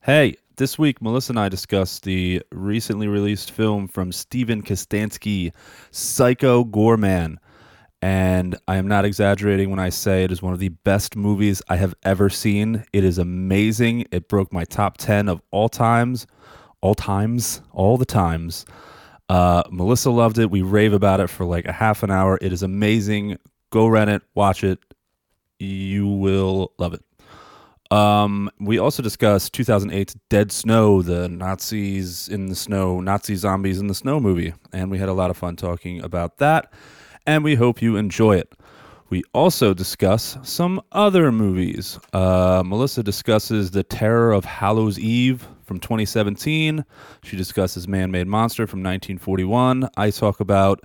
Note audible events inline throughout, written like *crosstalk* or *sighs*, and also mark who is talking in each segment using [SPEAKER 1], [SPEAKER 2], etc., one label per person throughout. [SPEAKER 1] Hey, this week, Melissa and I discussed the recently released film from Steven Kostansky, Psycho Gorman. And I am not exaggerating when I say it is one of the best movies I have ever seen. It is amazing. It broke my top 10 of all times, all times, all the times. Uh, Melissa loved it. We rave about it for like a half an hour. It is amazing. Go rent it, watch it. You will love it. Um, we also discussed 2008's Dead Snow, the Nazis in the snow, Nazi zombies in the snow movie, and we had a lot of fun talking about that. And we hope you enjoy it. We also discuss some other movies. Uh, Melissa discusses The Terror of Hallows Eve from 2017. She discusses Man Made Monster from 1941. I talk about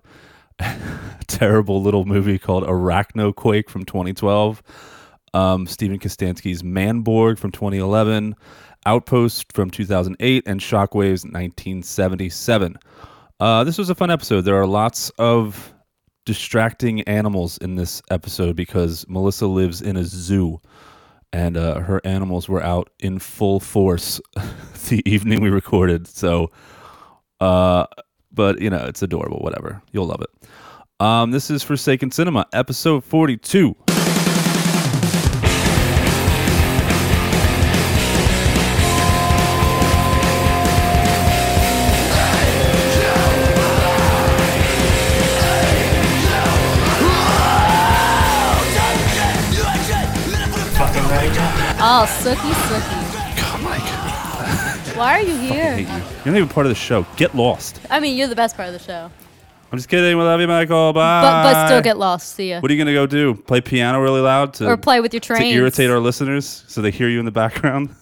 [SPEAKER 1] a *laughs* terrible little movie called Arachno Quake from 2012 um, Stephen Kostansky's Manborg from 2011, Outpost from 2008, and Shockwaves 1977. Uh, this was a fun episode. There are lots of distracting animals in this episode because Melissa lives in a zoo and uh, her animals were out in full force *laughs* the evening we recorded. So, uh, but you know, it's adorable, whatever. You'll love it. Um, this is Forsaken Cinema, episode 42.
[SPEAKER 2] Oh, Sookie, Sookie.
[SPEAKER 1] Oh my God,
[SPEAKER 2] *laughs* Why are you
[SPEAKER 1] I hate
[SPEAKER 2] here?
[SPEAKER 1] you. You're not even part of the show. Get lost.
[SPEAKER 2] I mean, you're the best part of the show.
[SPEAKER 1] I'm just kidding. We love you, Michael. Bye.
[SPEAKER 2] But, but still get lost. See ya.
[SPEAKER 1] Uh, What are you gonna go do? Play piano really loud to
[SPEAKER 2] Or play with your
[SPEAKER 1] to
[SPEAKER 2] train.
[SPEAKER 1] irritate our listeners so they hear you in the
[SPEAKER 2] *laughs*
[SPEAKER 1] background?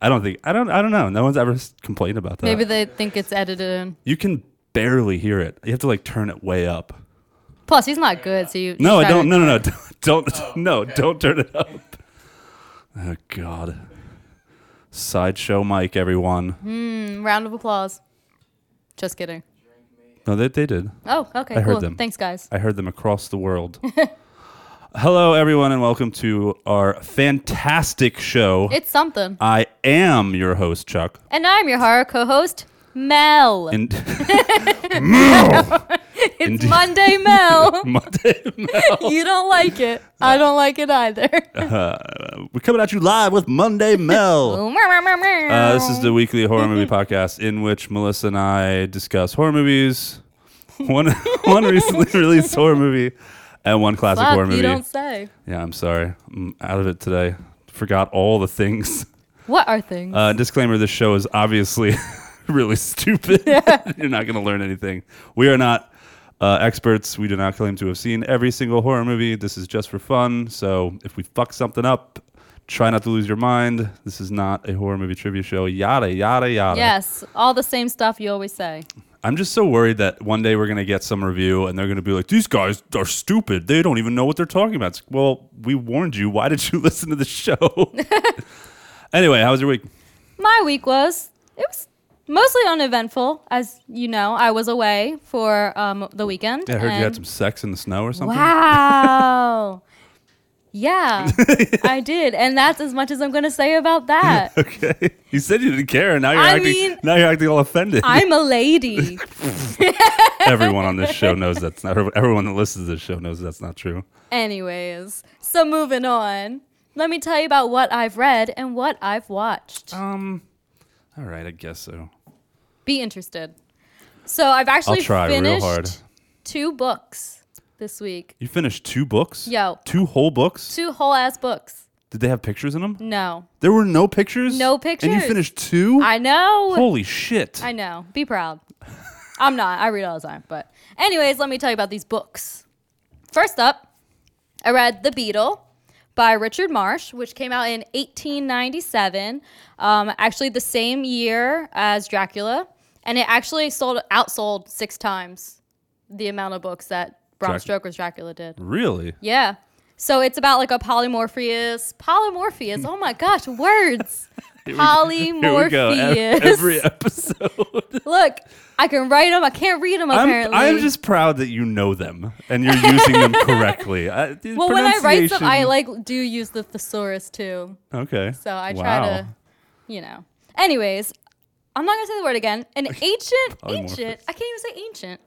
[SPEAKER 1] I don't think I don't I don't know. No one's ever s- complained about that.
[SPEAKER 2] Maybe they think it's edited in.
[SPEAKER 1] you can barely hear it. You have to like turn it way up.
[SPEAKER 2] Plus, he's not good, so you. you
[SPEAKER 1] No,
[SPEAKER 2] Oh,
[SPEAKER 1] I
[SPEAKER 2] try
[SPEAKER 1] don't.
[SPEAKER 2] to-
[SPEAKER 1] No, no, no.
[SPEAKER 2] *laughs*
[SPEAKER 1] Don't. don't- *laughs* No, don't turn it up. Oh God. Sideshow Mike, everyone.
[SPEAKER 2] Mm. Round of applause. Just kidding.
[SPEAKER 1] No, they they did.
[SPEAKER 2] Oh, okay.
[SPEAKER 1] I heard
[SPEAKER 2] cool.
[SPEAKER 1] them.
[SPEAKER 2] Thanks, guys.
[SPEAKER 1] I heard them across the world. *laughs* Hello, everyone, and welcome to our fantastic show.
[SPEAKER 2] It's something.
[SPEAKER 1] I am your host, Chuck.
[SPEAKER 2] And I'm your horror co host, Mel.
[SPEAKER 1] And *laughs*
[SPEAKER 2] it's
[SPEAKER 1] indeed. *laughs*
[SPEAKER 2] Monday, Mel.
[SPEAKER 1] Monday,
[SPEAKER 2] *laughs* you don't like it. I don't like it either.
[SPEAKER 1] we're coming at you live with Monday
[SPEAKER 2] Oh,
[SPEAKER 1] Mel. Uh, this is the weekly horror
[SPEAKER 2] *laughs*
[SPEAKER 1] movie podcast in which Melissa and I discuss horror movies, one *laughs* one
[SPEAKER 2] *laughs*
[SPEAKER 1] recently released horror movie, and one classic
[SPEAKER 2] Fuck,
[SPEAKER 1] horror
[SPEAKER 2] you
[SPEAKER 1] movie.
[SPEAKER 2] don't say.
[SPEAKER 1] Yeah, I'm sorry, I'm out of it today. Forgot all the things.
[SPEAKER 2] What are things?
[SPEAKER 1] Uh, disclaimer: This show is obviously *laughs* really stupid. *laughs* You're not going to learn anything. We are not uh, experts. We do not claim to have seen every single horror movie. This is just for fun. So if we fuck something up, try not to lose your mind. This is not a horror movie trivia show. Yada yada yada.
[SPEAKER 2] yes, all the same stuff you always say.
[SPEAKER 1] I'm just so worried that one day we're going to get some review and they're going to be like, "These guys are stupid. They don't even know what they're talking about." It's like, well, we warned you. Why did you *laughs* listen to the show? anyway, how was your week?
[SPEAKER 2] my week was it was mostly uneventful as you know i was away for um, the weekend
[SPEAKER 1] I heard you had
[SPEAKER 2] and-
[SPEAKER 1] some sex in the snow or something. *laughs*
[SPEAKER 2] wow yeah i did and that's as much as i'm gonna say about that
[SPEAKER 1] *laughs* Okay. You said you didn't care, and now you're
[SPEAKER 2] I
[SPEAKER 1] acting.
[SPEAKER 2] mean-
[SPEAKER 1] now you're acting all offended.
[SPEAKER 2] i'm a lady
[SPEAKER 1] *laughs* everyone on this
[SPEAKER 2] *laughs*
[SPEAKER 1] show knows that's not. Everyone that listens to this show knows that's not true.
[SPEAKER 2] anyways so moving on let me tell you about what i've read and what i've watched
[SPEAKER 1] Um. All right, I guess so.
[SPEAKER 2] be interested so i've actually
[SPEAKER 1] try real
[SPEAKER 2] finished
[SPEAKER 1] hard.
[SPEAKER 2] two books this week
[SPEAKER 1] You finished two books.
[SPEAKER 2] Yeah.
[SPEAKER 1] Two whole books.
[SPEAKER 2] two whole ass books
[SPEAKER 1] Did they have pictures in them?
[SPEAKER 2] no
[SPEAKER 1] There were no pictures.
[SPEAKER 2] No
[SPEAKER 1] And you
[SPEAKER 2] pictures.
[SPEAKER 1] finished two.
[SPEAKER 2] i know
[SPEAKER 1] Holy shit!
[SPEAKER 2] I know. Be proud. I'm not. I read all the time. But, anyways, let me tell you about these books. First up, I read The Beetle by Richard Marsh, which came out in 1897, um, actually the same year as Dracula. And it actually sold outsold six times the amount of books that Bram
[SPEAKER 1] Drac-
[SPEAKER 2] Stoker's Dracula did.
[SPEAKER 1] really?
[SPEAKER 2] Yeah. So it's about like a polymorpheus. Polymorpheus. Oh my gosh, words.
[SPEAKER 1] *laughs*
[SPEAKER 2] polymorpheus.
[SPEAKER 1] Here we go. Ev- Every episode. *laughs*
[SPEAKER 2] Look, I can write them. I can't read them
[SPEAKER 1] I'm,
[SPEAKER 2] apparently.
[SPEAKER 1] I'm just proud that you know them and you're using
[SPEAKER 2] *laughs*
[SPEAKER 1] them correctly. I, the
[SPEAKER 2] well, when I write some, I
[SPEAKER 1] pronunciation-
[SPEAKER 2] like do use the thesaurus too.
[SPEAKER 1] Okay.
[SPEAKER 2] So I
[SPEAKER 1] wow.
[SPEAKER 2] try to you know. Anyways, I'm not gonna say the word again.
[SPEAKER 1] *laughs*
[SPEAKER 2] An ancient, ancient.
[SPEAKER 1] Polymorphous.
[SPEAKER 2] I can't even say ancient.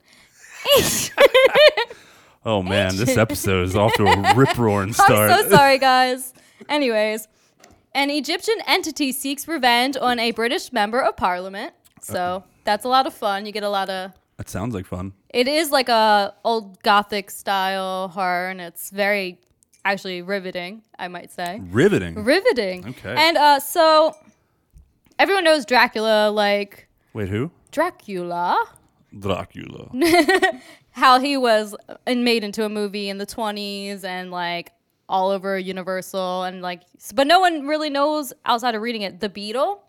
[SPEAKER 2] Ancient.
[SPEAKER 1] Oh man, this episode is off to
[SPEAKER 2] *laughs*
[SPEAKER 1] a rip roaring start.
[SPEAKER 2] I'm so sorry, guys. Anyways, an Egyptian entity seeks revenge on a British member of parliament. So that's a lot of fun. You get a lot of.
[SPEAKER 1] That sounds like fun.
[SPEAKER 2] It is like a old gothic style horror, and it's very actually riveting. I might say.
[SPEAKER 1] Riveting.
[SPEAKER 2] Riveting.
[SPEAKER 1] Okay.
[SPEAKER 2] And uh, so everyone knows Dracula, like
[SPEAKER 1] Wait, who?
[SPEAKER 2] Dracula, *laughs*
[SPEAKER 1] Dracula.
[SPEAKER 2] how he was uh, and made into a movie in the 20s and like all over Universal and like, s- but no one really knows outside of reading it. The Beetle.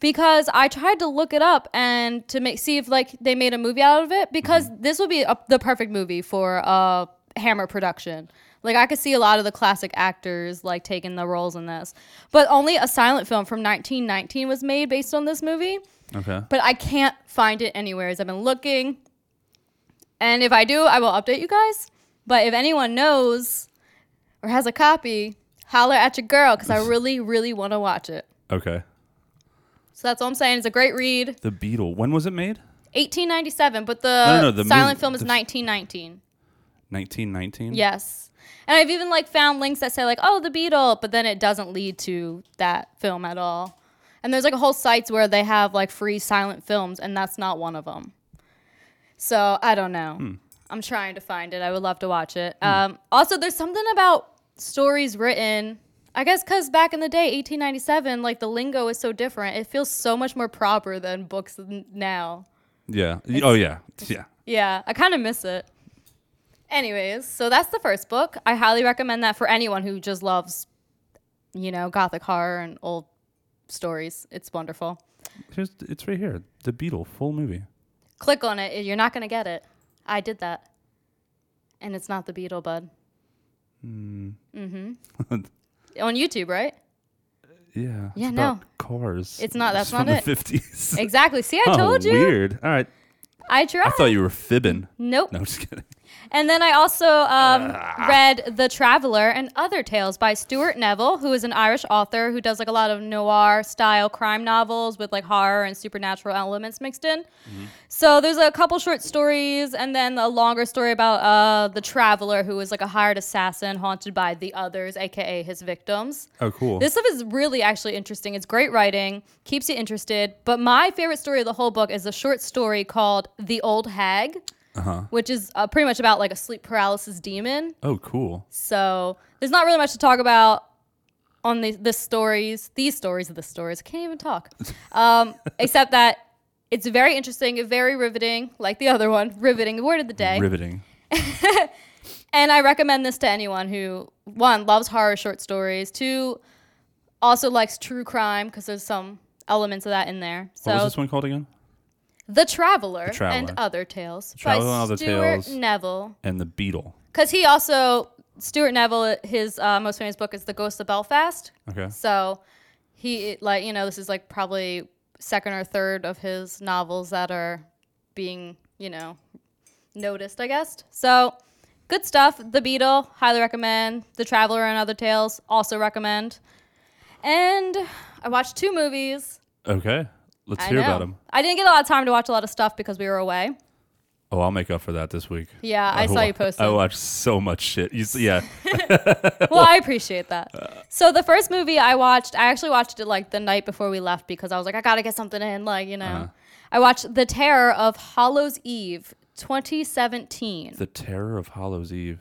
[SPEAKER 2] Because I tried to look it up and to make see if like they made a movie out of it because this would be a, the perfect movie for a Hammer production. Like I could see a lot of the classic actors like taking the roles in this. But only a silent film from 1919 was made based on this movie
[SPEAKER 1] Okay.
[SPEAKER 2] but I can't find it anywhere as I've been looking. And if I do, I will update you guys. But if anyone knows or has a copy, holler at your
[SPEAKER 1] *laughs*
[SPEAKER 2] girl because I really, really want to watch it.
[SPEAKER 1] Okay.
[SPEAKER 2] So that's all I'm saying. It's a great read.
[SPEAKER 1] The Beetle. When was it made?
[SPEAKER 2] 1897, but the,
[SPEAKER 1] no, no, the
[SPEAKER 2] silent
[SPEAKER 1] movie-
[SPEAKER 2] film is
[SPEAKER 1] the f-
[SPEAKER 2] 1919.
[SPEAKER 1] 1919.
[SPEAKER 2] Yes. And I've even like found links that say like, oh, the Beetle, but then it doesn't lead to that film at all. And there's like a whole sites where they have like free silent films, and that's not one of them. So I don't know. I'm trying to find it. I would love to watch it. Um, also, there's something about stories written. I guess because back in the day, 1897, like the lingo is so different. It feels so much more proper than books n- now.
[SPEAKER 1] Yeah. oh yeah. Yeah.
[SPEAKER 2] Yeah, I kind of miss it. Anyways, so that's the first book. I highly recommend that for anyone who just loves, you know, gothic horror and old stories. It's wonderful.
[SPEAKER 1] Here's, it's right here. The Beetle, full movie. *laughs*
[SPEAKER 2] Click on it. You're not going to get it. I did that. And it's not the Beetle, bud. On YouTube, right?
[SPEAKER 1] yeah.
[SPEAKER 2] Yeah,
[SPEAKER 1] It's
[SPEAKER 2] no.
[SPEAKER 1] about Cars.
[SPEAKER 2] It's not- that's
[SPEAKER 1] from
[SPEAKER 2] not it.
[SPEAKER 1] the 50s.
[SPEAKER 2] Exactly. See, I
[SPEAKER 1] *laughs*
[SPEAKER 2] told
[SPEAKER 1] oh,
[SPEAKER 2] you. Ah.
[SPEAKER 1] Weird. All right.
[SPEAKER 2] I tried.
[SPEAKER 1] I thought you were fibbing.
[SPEAKER 2] nope.
[SPEAKER 1] No, I'm just kidding.
[SPEAKER 2] And then I also um, read The Traveler and Other Tales by Stuart Neville, who is an Irish author who does like a lot of noir style crime novels with like horror and supernatural elements mixed in. So there's a couple short stories and then a longer story about uh, The Traveler, who is like a hired assassin haunted by the others, aka his victims.
[SPEAKER 1] Oh, cool.
[SPEAKER 2] This stuff is really actually interesting. It's great writing, keeps you interested. But my favorite story of the whole book is a short story called The Old Hag, which is uh, pretty much about like a sleep paralysis demon.
[SPEAKER 1] oh, cool.
[SPEAKER 2] So there's not really much to talk about on the, the stories, these stories of the stories. I can't even talk. Um, except that it's very interesting, very riveting, like the other one, riveting, word of the day.
[SPEAKER 1] Riveting.
[SPEAKER 2] And I recommend this to anyone who one loves horror short stories, two also likes true crime because there's some elements of that in there.
[SPEAKER 1] What was
[SPEAKER 2] So
[SPEAKER 1] this one called again?
[SPEAKER 2] The Traveler,
[SPEAKER 1] Traveler.
[SPEAKER 2] and Other Tales
[SPEAKER 1] Traveler and
[SPEAKER 2] by
[SPEAKER 1] Other
[SPEAKER 2] Stuart
[SPEAKER 1] Tales.
[SPEAKER 2] Neville
[SPEAKER 1] And the Beetle.
[SPEAKER 2] because he also Stuart Neville his uh, most famous book is The Ghost of Belfast.
[SPEAKER 1] Okay.
[SPEAKER 2] So he like you know this is like probably second or third of his novels that are being you know noticed, I guess. So good stuff. The Beetle, highly recommend. The Traveler and Other Tales, also recommend. And I watched two movies.
[SPEAKER 1] Okay. Let's
[SPEAKER 2] I
[SPEAKER 1] hear
[SPEAKER 2] know.
[SPEAKER 1] about him.
[SPEAKER 2] I didn't get a lot of time to watch a lot of stuff because we were away.
[SPEAKER 1] Oh, I'll make up for that this week.
[SPEAKER 2] Yeah, I saw
[SPEAKER 1] wa-
[SPEAKER 2] you post
[SPEAKER 1] I
[SPEAKER 2] them.
[SPEAKER 1] watched so much shit. You see,
[SPEAKER 2] *laughs*
[SPEAKER 1] yeah.
[SPEAKER 2] well, I appreciate that. So the first movie I watched, I actually watched it like the night before we left because I was like, I gotta get something in, like you know.
[SPEAKER 1] Uh-huh.
[SPEAKER 2] I watched The Terror of Hollow's Eve, 2017.
[SPEAKER 1] The Terror of Hollow's Eve.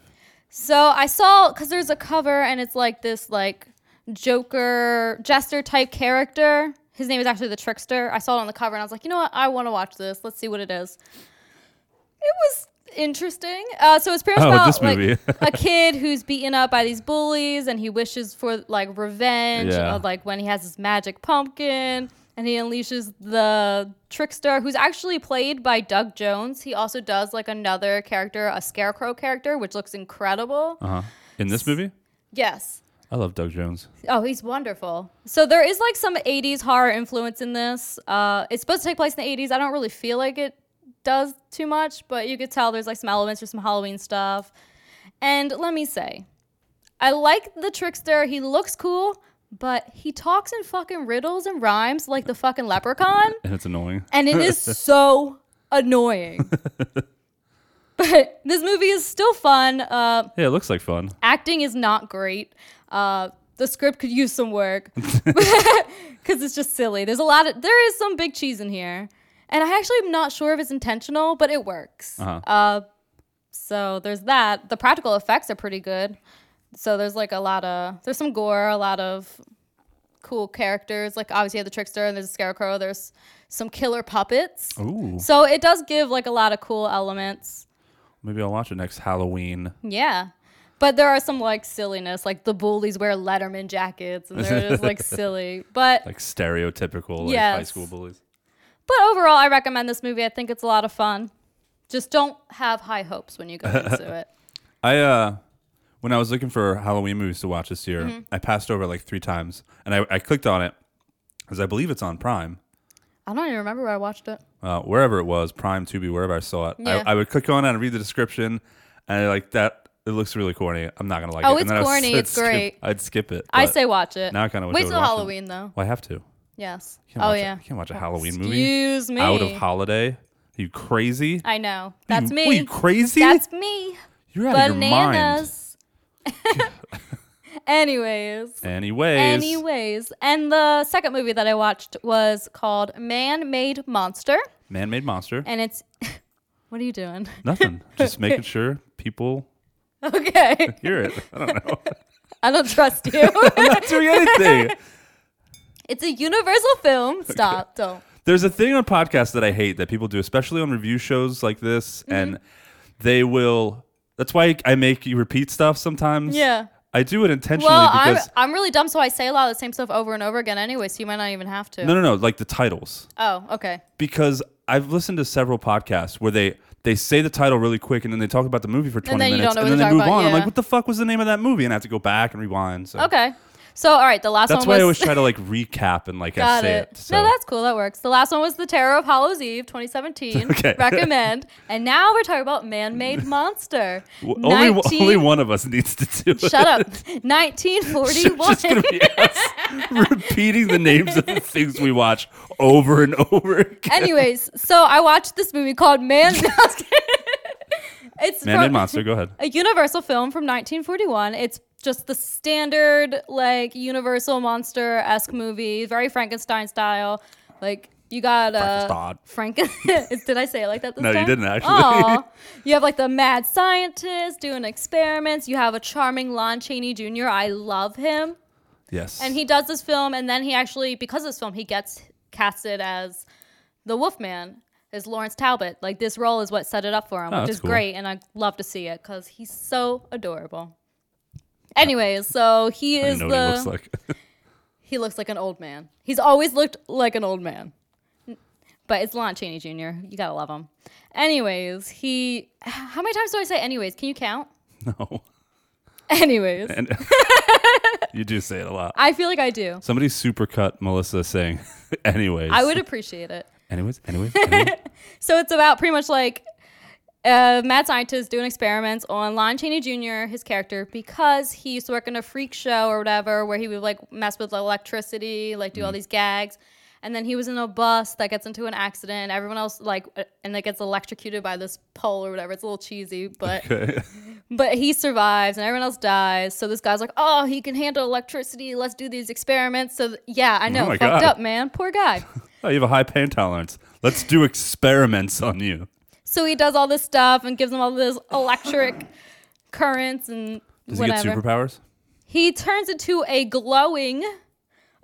[SPEAKER 2] So I saw because there's a cover and it's like this like Joker jester type character. His name is actually the Trickster. I saw it on the cover and I was like, you know what? I want to watch this. Let's see what it is. It was interesting. Uh, so it's pretty much
[SPEAKER 1] Oh,
[SPEAKER 2] about
[SPEAKER 1] this
[SPEAKER 2] like,
[SPEAKER 1] movie. *laughs*
[SPEAKER 2] a kid who's beaten up by these bullies and he wishes for like revenge
[SPEAKER 1] Yeah.
[SPEAKER 2] of like when he has his magic pumpkin and he unleashes the trickster who's actually played by Doug Jones. He also does like another character, a scarecrow character, which looks incredible.
[SPEAKER 1] Uh huh. In this movie?
[SPEAKER 2] Yes.
[SPEAKER 1] I love Doug Jones.
[SPEAKER 2] Oh, he's wonderful. So there is like some 80s horror influence in this. Uh, it's supposed to take place in the 80s. I don't really feel like it does too much, but you could tell there's like some elements or some Halloween stuff. And let me say, I like the trickster. He looks cool, but he talks in fucking riddles and rhymes like the fucking leprechaun,
[SPEAKER 1] and it's annoying.
[SPEAKER 2] and it is so annoying. *laughs* but this movie is still fun. Uh,
[SPEAKER 1] Yeah, it looks like fun.
[SPEAKER 2] acting is not great. Uh, the script could use
[SPEAKER 1] *laughs*
[SPEAKER 2] some work *laughs* because it's just silly. There's a lot of there is some big cheese in here, and I actually am not sure if it's intentional, but it works.
[SPEAKER 1] Uh-huh.
[SPEAKER 2] Uh, so there's that. The practical effects are pretty good. So there's like a lot of there's some gore, a lot of cool characters. Like obviously you have the trickster and there's a scarecrow. There's some killer puppets.
[SPEAKER 1] Ooh,
[SPEAKER 2] So it does give like a lot of cool elements.
[SPEAKER 1] maybe I'll watch it next Halloween.
[SPEAKER 2] Yeah. But there are some like silliness, like the bullies wear Letterman jackets and they're
[SPEAKER 1] *laughs*
[SPEAKER 2] just like silly. But
[SPEAKER 1] Like stereotypical like high
[SPEAKER 2] Yes.
[SPEAKER 1] school bullies.
[SPEAKER 2] but overall I recommend this movie. I think it's a lot of fun. Just don't have high hopes when you go
[SPEAKER 1] *laughs*
[SPEAKER 2] into it.
[SPEAKER 1] I uh when I was looking for Halloween movies to watch this year,
[SPEAKER 2] Mm-hmm.
[SPEAKER 1] I passed over it like three times and I, I clicked on it because I believe it's on Prime.
[SPEAKER 2] I don't even remember where I watched it.
[SPEAKER 1] Uh, wherever it was, Prime Tubi, wherever I saw it.
[SPEAKER 2] Yeah.
[SPEAKER 1] I, I would click on it and read the description and I like that it looks really corny. I'm not gonna like
[SPEAKER 2] Oh,
[SPEAKER 1] it. and
[SPEAKER 2] it's
[SPEAKER 1] then I was- *laughs*
[SPEAKER 2] corny.
[SPEAKER 1] I'd
[SPEAKER 2] It's
[SPEAKER 1] skip-
[SPEAKER 2] great.
[SPEAKER 1] I'd skip it.
[SPEAKER 2] I
[SPEAKER 1] but
[SPEAKER 2] say watch it.
[SPEAKER 1] now I kinda wish I
[SPEAKER 2] Wait
[SPEAKER 1] would
[SPEAKER 2] till
[SPEAKER 1] watch it.
[SPEAKER 2] Halloween though.
[SPEAKER 1] Well, I have to.
[SPEAKER 2] Yes.
[SPEAKER 1] Can't
[SPEAKER 2] Oh
[SPEAKER 1] watch it.
[SPEAKER 2] yeah.
[SPEAKER 1] I can't watch a Halloween movie.
[SPEAKER 2] Excuse me.
[SPEAKER 1] Out of holiday. Are you crazy?
[SPEAKER 2] I know. That's
[SPEAKER 1] you,
[SPEAKER 2] me.
[SPEAKER 1] What, you crazy?
[SPEAKER 2] That's me.
[SPEAKER 1] You're out of your mind. *laughs*
[SPEAKER 2] Bananas. *laughs* Anyways.
[SPEAKER 1] Anyways.
[SPEAKER 2] Anyways, and the second movie that I watched was called Man Made Monster,
[SPEAKER 1] Man made monster.
[SPEAKER 2] and it's. *laughs* what are you doing? *laughs*
[SPEAKER 1] Nothing. Just making sure people
[SPEAKER 2] Okay,
[SPEAKER 1] hear it. *laughs* I don't
[SPEAKER 2] *laughs*
[SPEAKER 1] know.
[SPEAKER 2] I don't trust you. *laughs*
[SPEAKER 1] I'm not doing anything.
[SPEAKER 2] it's a Universal
[SPEAKER 1] *laughs*
[SPEAKER 2] film. Stop, don't.
[SPEAKER 1] There's a thing on podcasts that I hate that people do, especially on review shows like this,
[SPEAKER 2] Mm-hmm.
[SPEAKER 1] and they will. That's why I make you repeat stuff sometimes.
[SPEAKER 2] Yeah.
[SPEAKER 1] I do it intentionally
[SPEAKER 2] Well, I'm,
[SPEAKER 1] because
[SPEAKER 2] I'm really dumb, so I say a lot of the same stuff over and over again anyway, so you might not even have to.
[SPEAKER 1] no, no, no, like the titles.
[SPEAKER 2] Oh, okay.
[SPEAKER 1] Because I've listened to several podcasts where they they say the title really quick and then they talk about the movie for 20
[SPEAKER 2] then you
[SPEAKER 1] minutes
[SPEAKER 2] don't know
[SPEAKER 1] and
[SPEAKER 2] what
[SPEAKER 1] then they
[SPEAKER 2] they're talking
[SPEAKER 1] move
[SPEAKER 2] about,
[SPEAKER 1] on. I'm
[SPEAKER 2] yeah.
[SPEAKER 1] like, what the fuck was the name of that movie? And I have to go back and rewind. So
[SPEAKER 2] Okay. So, all right, the last
[SPEAKER 1] that's
[SPEAKER 2] one
[SPEAKER 1] why I
[SPEAKER 2] was.
[SPEAKER 1] always try to like recap and like I
[SPEAKER 2] *laughs* Got
[SPEAKER 1] say
[SPEAKER 2] it.
[SPEAKER 1] it. so.
[SPEAKER 2] No, that's cool. That works. The last one was The Terror of
[SPEAKER 1] *laughs*
[SPEAKER 2] Hallows Eve 2017.
[SPEAKER 1] Okay.
[SPEAKER 2] Recommend. and now we're talking about
[SPEAKER 1] *laughs*
[SPEAKER 2] Man Made Monster.
[SPEAKER 1] W- Only, one-
[SPEAKER 2] 19
[SPEAKER 1] only one of us needs to do
[SPEAKER 2] *laughs*
[SPEAKER 1] it.
[SPEAKER 2] Shut up.
[SPEAKER 1] *laughs* It's
[SPEAKER 2] 1941.
[SPEAKER 1] just gonna be us *laughs* repeating the names of the things we watch over and over again.
[SPEAKER 2] *laughs* Anyways, so I watched this movie called Man *laughs* It's
[SPEAKER 1] Man
[SPEAKER 2] from
[SPEAKER 1] made monster. Go
[SPEAKER 2] *laughs*
[SPEAKER 1] ahead.
[SPEAKER 2] a Universal film from 1941. It's just the standard like Universal monster esque movie, very Frankenstein style. Like you got uh, Frankenstein. *laughs* Did I say it like that? This
[SPEAKER 1] No, you
[SPEAKER 2] time?
[SPEAKER 1] didn't, actually. *laughs*
[SPEAKER 2] Aw. you have like the mad scientist doing experiments. You have a charming Lon Chaney Jr. I love him.
[SPEAKER 1] Yes.
[SPEAKER 2] And he does this film, and then he actually, because of this film, he gets casted as the Wolfman, as Lawrence Talbot. Like this role is what set it up for him,
[SPEAKER 1] Oh,
[SPEAKER 2] which
[SPEAKER 1] that's
[SPEAKER 2] is
[SPEAKER 1] cool.
[SPEAKER 2] great, and I love to see it because he's so adorable. Anyways, so he
[SPEAKER 1] I
[SPEAKER 2] is
[SPEAKER 1] know
[SPEAKER 2] the
[SPEAKER 1] what he looks like.
[SPEAKER 2] he looks like an old man. He's always looked like an old man. But it's Lon Chaney Jr. You gotta love him. Anyways, he. How many times do I say anyways? Can you count? *laughs*
[SPEAKER 1] *laughs* no.
[SPEAKER 2] Anyways, *laughs*
[SPEAKER 1] And you do say it a lot.
[SPEAKER 2] I feel like I do.
[SPEAKER 1] Somebody supercut Melissa saying, *laughs* anyways.
[SPEAKER 2] I would appreciate it.
[SPEAKER 1] Anyways, anyways, anyways.
[SPEAKER 2] *laughs* So it's about pretty much like a mad scientist doing experiments on Lon Chaney Jr., his character, because he used to work in a freak show or whatever where he would like mess with electricity, like
[SPEAKER 1] Mm.
[SPEAKER 2] do all these gags. And then he was in a bus that gets into an accident. Everyone else like, uh, and that gets electrocuted by this pole or whatever. It's a little cheesy,
[SPEAKER 1] *laughs*
[SPEAKER 2] but
[SPEAKER 1] Okay.
[SPEAKER 2] but he survives and everyone else dies. So this guy's like, oh, he can handle electricity. Let's do these experiments. So th- yeah, I know,
[SPEAKER 1] Oh my
[SPEAKER 2] fucked
[SPEAKER 1] God.
[SPEAKER 2] up, man. Poor guy.
[SPEAKER 1] Oh, you have a high pain tolerance. Let's do experiments on you.
[SPEAKER 2] So he does all this stuff and gives them all this electric currents and
[SPEAKER 1] Does he
[SPEAKER 2] whatever.
[SPEAKER 1] get superpowers?
[SPEAKER 2] he turns into a glowing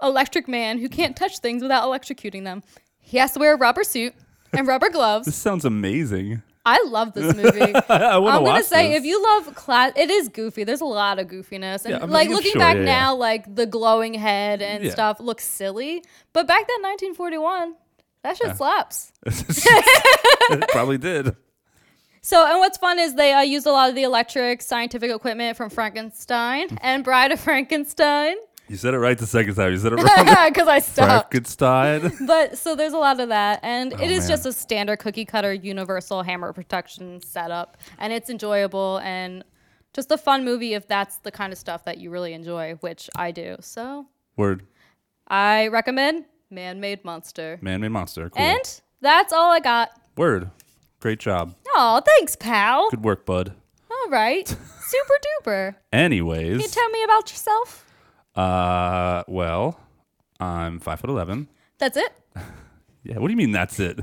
[SPEAKER 2] electric man who can't touch things without electrocuting them. He has to wear a rubber suit and rubber
[SPEAKER 1] This *laughs*
[SPEAKER 2] gloves.
[SPEAKER 1] sounds amazing. *laughs*
[SPEAKER 2] I love this movie.
[SPEAKER 1] I want to
[SPEAKER 2] I'm
[SPEAKER 1] watch
[SPEAKER 2] gonna say
[SPEAKER 1] this.
[SPEAKER 2] if you love class, it is goofy. There's a lot of goofiness, and
[SPEAKER 1] Yeah, I mean,
[SPEAKER 2] like
[SPEAKER 1] I'm
[SPEAKER 2] looking
[SPEAKER 1] sure,
[SPEAKER 2] back
[SPEAKER 1] yeah, yeah.
[SPEAKER 2] now, like the glowing head and
[SPEAKER 1] Yeah.
[SPEAKER 2] stuff looks silly. But back then, 1941, that shit slaps.
[SPEAKER 1] *laughs* it probably did.
[SPEAKER 2] So, and what's fun is they uh, used a lot of the electric scientific equipment from Frankenstein
[SPEAKER 1] Mm-hmm.
[SPEAKER 2] and Bride
[SPEAKER 1] *laughs*
[SPEAKER 2] of Frankenstein
[SPEAKER 1] You said it right the second time. You
[SPEAKER 2] *laughs*
[SPEAKER 1] said it wrong.
[SPEAKER 2] because I stopped.
[SPEAKER 1] Frankenstein.
[SPEAKER 2] But so there's a lot of that, and it is
[SPEAKER 1] Oh, man.
[SPEAKER 2] just a standard cookie cutter universal hammer protection setup, and it's enjoyable and just a fun movie if that's the kind of stuff that you really enjoy, which I do. So
[SPEAKER 1] Word.
[SPEAKER 2] I recommend Man Made Monster.
[SPEAKER 1] Man made monster. Cool.
[SPEAKER 2] And that's all I got.
[SPEAKER 1] Word. Great job.
[SPEAKER 2] Oh, thanks, pal.
[SPEAKER 1] Good work, bud. *laughs*
[SPEAKER 2] All right. Super duper.
[SPEAKER 1] Anyways.
[SPEAKER 2] Can you tell me about yourself?
[SPEAKER 1] Uh, well, I'm five foot eleven.
[SPEAKER 2] That's it.
[SPEAKER 1] Yeah. What do you mean that's
[SPEAKER 2] *laughs*
[SPEAKER 1] it?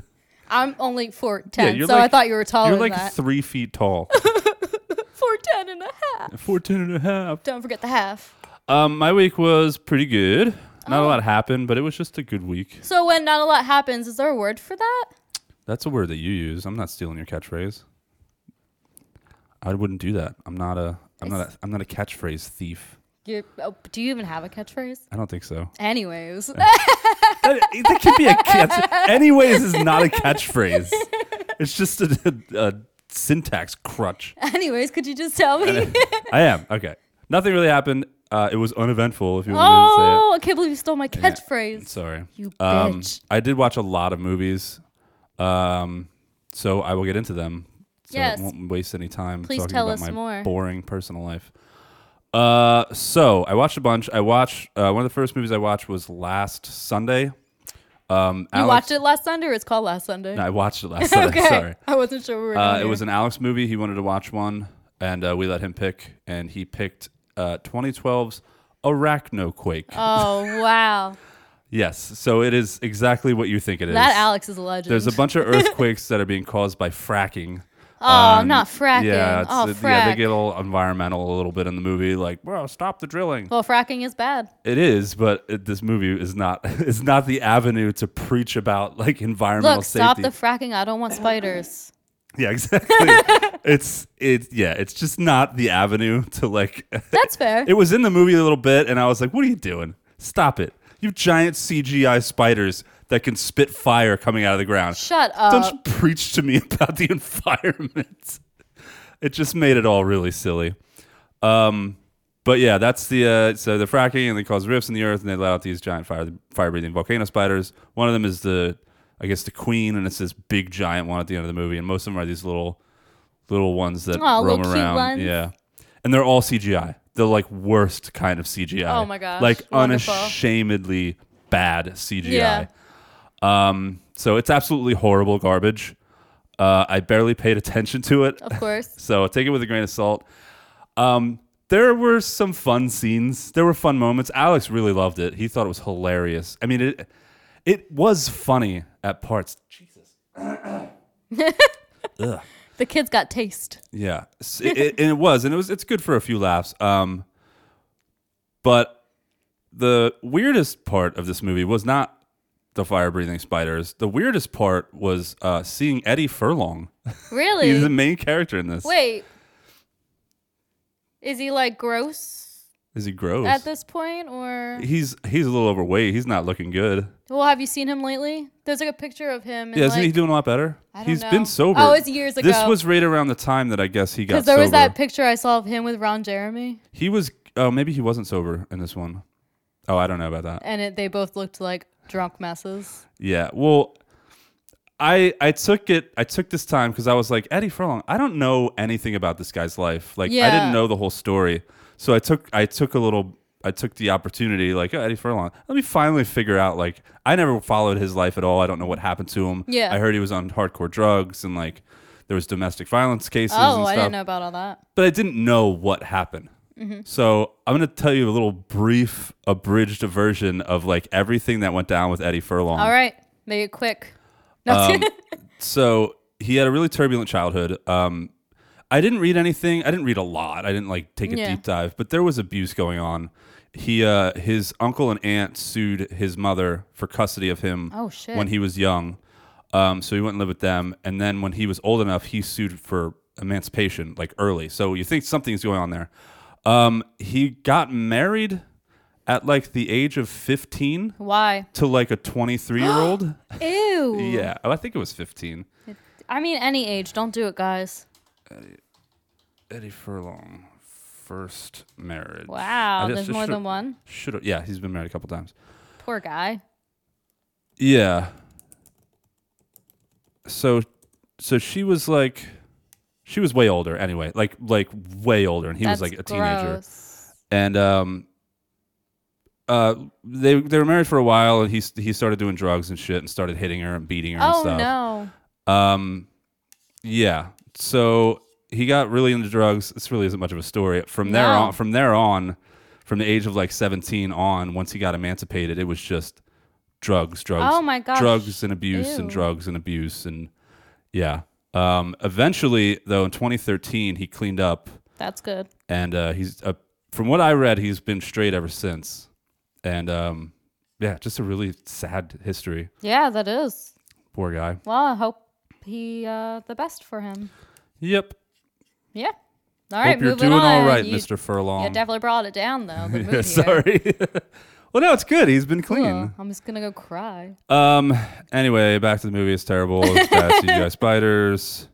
[SPEAKER 2] I'm only 4'10,
[SPEAKER 1] Yeah, you're
[SPEAKER 2] so I
[SPEAKER 1] like-
[SPEAKER 2] thought you were taller
[SPEAKER 1] You're like
[SPEAKER 2] than that.
[SPEAKER 1] three feet tall. *laughs*
[SPEAKER 2] 4'10 and a half.
[SPEAKER 1] Fourteen and a half.
[SPEAKER 2] Don't forget the half.
[SPEAKER 1] Um, my week was pretty good. Not
[SPEAKER 2] Oh.
[SPEAKER 1] a lot happened, but it was just a good week.
[SPEAKER 2] So when not a lot happens, is there a word for that?
[SPEAKER 1] That's a word that you use. I'm not stealing your catchphrase. I wouldn't do that. I'm not a. I'm not. A, I'm not a catchphrase thief.
[SPEAKER 2] You're, oh, do you even have a catchphrase?
[SPEAKER 1] I don't think so. *laughs*
[SPEAKER 2] Anyways, *laughs*
[SPEAKER 1] that, that could be a catch. Anyways, is not a catchphrase. It's just a, a, a syntax crutch.
[SPEAKER 2] anyways, could you just tell *laughs* me?
[SPEAKER 1] I am okay. Nothing really happened. Uh, it was uneventful. If you want me to say it.
[SPEAKER 2] oh, I can't believe you stole my catchphrase.
[SPEAKER 1] Sorry.
[SPEAKER 2] Oh! You
[SPEAKER 1] Um,
[SPEAKER 2] bitch.
[SPEAKER 1] I did watch a lot of movies, um, so I will get into them. So
[SPEAKER 2] Yes.
[SPEAKER 1] I won't waste any time
[SPEAKER 2] Please
[SPEAKER 1] talking
[SPEAKER 2] tell
[SPEAKER 1] about
[SPEAKER 2] us
[SPEAKER 1] my
[SPEAKER 2] more.
[SPEAKER 1] boring personal life. Uh, so I watched a bunch. I watched uh, one of the first movies I watched was last Sunday. Um,
[SPEAKER 2] You watched it last Sunday, or it's called last Sunday?
[SPEAKER 1] I watched it last
[SPEAKER 2] *laughs*
[SPEAKER 1] Sunday.
[SPEAKER 2] okay, Oh,
[SPEAKER 1] Sorry.
[SPEAKER 2] I wasn't sure we were.
[SPEAKER 1] Uh,
[SPEAKER 2] doing
[SPEAKER 1] it
[SPEAKER 2] here.
[SPEAKER 1] was an Alex movie. He wanted to watch one, and uh, we let him pick, and he picked uh, 2012's Arachnoquake.
[SPEAKER 2] *laughs* Oh wow,
[SPEAKER 1] yes, so it is exactly what you think it is.
[SPEAKER 2] that Alex is a legend. *laughs*
[SPEAKER 1] There's a bunch of earthquakes that are being caused by fracking.
[SPEAKER 2] oh, not fracking.
[SPEAKER 1] um, Yeah, it's-
[SPEAKER 2] oh,
[SPEAKER 1] it-
[SPEAKER 2] frack.
[SPEAKER 1] yeah, they get all environmental a little bit in the movie, like, bro, stop the drilling.
[SPEAKER 2] well, fracking is bad.
[SPEAKER 1] It is, but it, this movie is not. *laughs* It's not the avenue to preach about like environmental
[SPEAKER 2] Look,
[SPEAKER 1] safety.
[SPEAKER 2] stop the fracking. I
[SPEAKER 1] *laughs*
[SPEAKER 2] don't want spiders.
[SPEAKER 1] yeah, *laughs* exactly. it's it's yeah, it's just not the avenue to like. *laughs*
[SPEAKER 2] That's fair.
[SPEAKER 1] it was in the movie a little bit, and I was like, what are you doing? Stop it! You giant CGI spiders that can spit fire coming out of the ground.
[SPEAKER 2] Shut up.
[SPEAKER 1] Don't you preach to me *laughs* about the environment. It just made it all really silly. Um, but yeah, that's the uh, so the fracking and they cause rifts in the earth and they let out these giant fire fire breathing volcano spiders. One of them is the I guess the queen and it's this big giant one at the end of the movie and most of them are these little little ones that
[SPEAKER 2] Aw,
[SPEAKER 1] roam
[SPEAKER 2] little cute
[SPEAKER 1] around.
[SPEAKER 2] ones.
[SPEAKER 1] Yeah, and they're all CGI. The like worst kind of CGI.
[SPEAKER 2] Oh my gosh,
[SPEAKER 1] Like
[SPEAKER 2] wonderful.
[SPEAKER 1] unashamedly bad CGI.
[SPEAKER 2] Yeah.
[SPEAKER 1] Um, so it's absolutely horrible garbage. Uh, I barely paid attention to it,
[SPEAKER 2] of course.
[SPEAKER 1] so take it with a grain of salt. Um, there were some fun scenes. There were fun moments. Alex really loved it. He thought it was hilarious. I mean, it it was funny at parts. Jesus. Ugh.
[SPEAKER 2] The kids got taste.
[SPEAKER 1] Yeah, S- it, it- and it was, and it was. It's good for a few laughs. Um, but the weirdest part of this movie was not the fire breathing spiders. The weirdest part was uh, seeing Eddie Furlong. He's the
[SPEAKER 2] Really?
[SPEAKER 1] main character in this.
[SPEAKER 2] Wait. Is he like gross
[SPEAKER 1] Is he gross?
[SPEAKER 2] at this point, or
[SPEAKER 1] he's he's a little overweight. He's not looking good.
[SPEAKER 2] well, have you seen him lately? There's like a picture of him. in,
[SPEAKER 1] Yeah, isn't
[SPEAKER 2] like,
[SPEAKER 1] he doing a lot better?
[SPEAKER 2] I
[SPEAKER 1] He's
[SPEAKER 2] don't know.
[SPEAKER 1] been sober.
[SPEAKER 2] Oh, it's years
[SPEAKER 1] This
[SPEAKER 2] ago.
[SPEAKER 1] was right around the time that I guess he got
[SPEAKER 2] Because there was
[SPEAKER 1] sober.
[SPEAKER 2] that picture I saw of him with Ron Jeremy,
[SPEAKER 1] he was. Oh, maybe he wasn't sober in this one. Oh, I don't know about that.
[SPEAKER 2] and it, they both looked like drunk messes.
[SPEAKER 1] Yeah. Well, I I took it. I took this time because I was like Eddie Furlong. I don't know anything about this guy's life. Like I
[SPEAKER 2] Yeah.
[SPEAKER 1] didn't know the whole story. So I took I took a little. I took the opportunity. Like oh, Eddie Furlong. Let me finally figure out. Like I never followed his life at all. I don't know what happened to him.
[SPEAKER 2] Yeah.
[SPEAKER 1] I heard he was on hardcore drugs and like there was domestic violence cases.
[SPEAKER 2] Oh,
[SPEAKER 1] and
[SPEAKER 2] I
[SPEAKER 1] stuff
[SPEAKER 2] didn't know Mm-hmm. about all that.
[SPEAKER 1] but I didn't know what happened. So I'm going to tell you a little brief, abridged version of like everything that went down with Eddie Furlong.
[SPEAKER 2] All right, make it quick. No,
[SPEAKER 1] Um, So he had a really turbulent childhood. Um, I didn't read anything. I didn't read a lot. I didn't like take a
[SPEAKER 2] Yeah.
[SPEAKER 1] deep dive, but there was abuse going on. He, uh, his uncle and aunt sued his mother for custody of him
[SPEAKER 2] Oh, shit.
[SPEAKER 1] when he was young. Um, so he went and lived with them. And then when he was old enough, he sued for emancipation, like early. So you think something's going on there. Um, he got married at like the age of 15
[SPEAKER 2] *laughs* why?
[SPEAKER 1] to like a 23 year
[SPEAKER 2] *gasps*
[SPEAKER 1] old.
[SPEAKER 2] Ew.
[SPEAKER 1] yeah. Oh, I think it was 15.
[SPEAKER 2] I mean, any age, don't do it, guys.
[SPEAKER 1] Eddie Furlong, first marriage.
[SPEAKER 2] Wow,
[SPEAKER 1] I just-
[SPEAKER 2] there's
[SPEAKER 1] I
[SPEAKER 2] more
[SPEAKER 1] should-
[SPEAKER 2] than one.
[SPEAKER 1] Should have, yeah, he's been married a couple times.
[SPEAKER 2] Poor guy.
[SPEAKER 1] Yeah. So, so she was like, she was way older anyway, like like way older, and he
[SPEAKER 2] That's
[SPEAKER 1] was like a teenager.
[SPEAKER 2] gross.
[SPEAKER 1] And um, uh, they they were married for a while, and he s- he started doing drugs and shit, and started hitting her and beating her and
[SPEAKER 2] Oh
[SPEAKER 1] stuff.
[SPEAKER 2] no.
[SPEAKER 1] Um, yeah. So he got really into drugs. This really isn't much of a story. From there
[SPEAKER 2] No.
[SPEAKER 1] on, from there on, from the age of like seventeen on, once he got emancipated, it was just drugs, drugs,
[SPEAKER 2] Oh my gosh.
[SPEAKER 1] drugs and abuse
[SPEAKER 2] Ew.
[SPEAKER 1] and drugs and abuse and yeah. Um, eventually, though, in 2013, he cleaned up,
[SPEAKER 2] That's good.
[SPEAKER 1] and uh, he's uh, from what I read, he's been straight ever since. And um, yeah, just a really sad history.
[SPEAKER 2] Yeah, that is.
[SPEAKER 1] Poor guy.
[SPEAKER 2] Well, I hope he uh the best for him.
[SPEAKER 1] Yep.
[SPEAKER 2] Yeah. All right,
[SPEAKER 1] Hope you're
[SPEAKER 2] moving
[SPEAKER 1] doing
[SPEAKER 2] on.
[SPEAKER 1] all right,
[SPEAKER 2] You-
[SPEAKER 1] Mr. Furlong.
[SPEAKER 2] You definitely brought it down though.
[SPEAKER 1] *laughs*
[SPEAKER 2] Good move
[SPEAKER 1] Yeah,
[SPEAKER 2] here.
[SPEAKER 1] sorry. *laughs* well, no, it's good. He's been
[SPEAKER 2] Ugh,
[SPEAKER 1] clean.
[SPEAKER 2] I'm just gonna go cry.
[SPEAKER 1] Um. Anyway, back to the movie. It's terrible. It's
[SPEAKER 2] *laughs*
[SPEAKER 1] bad CGI spiders.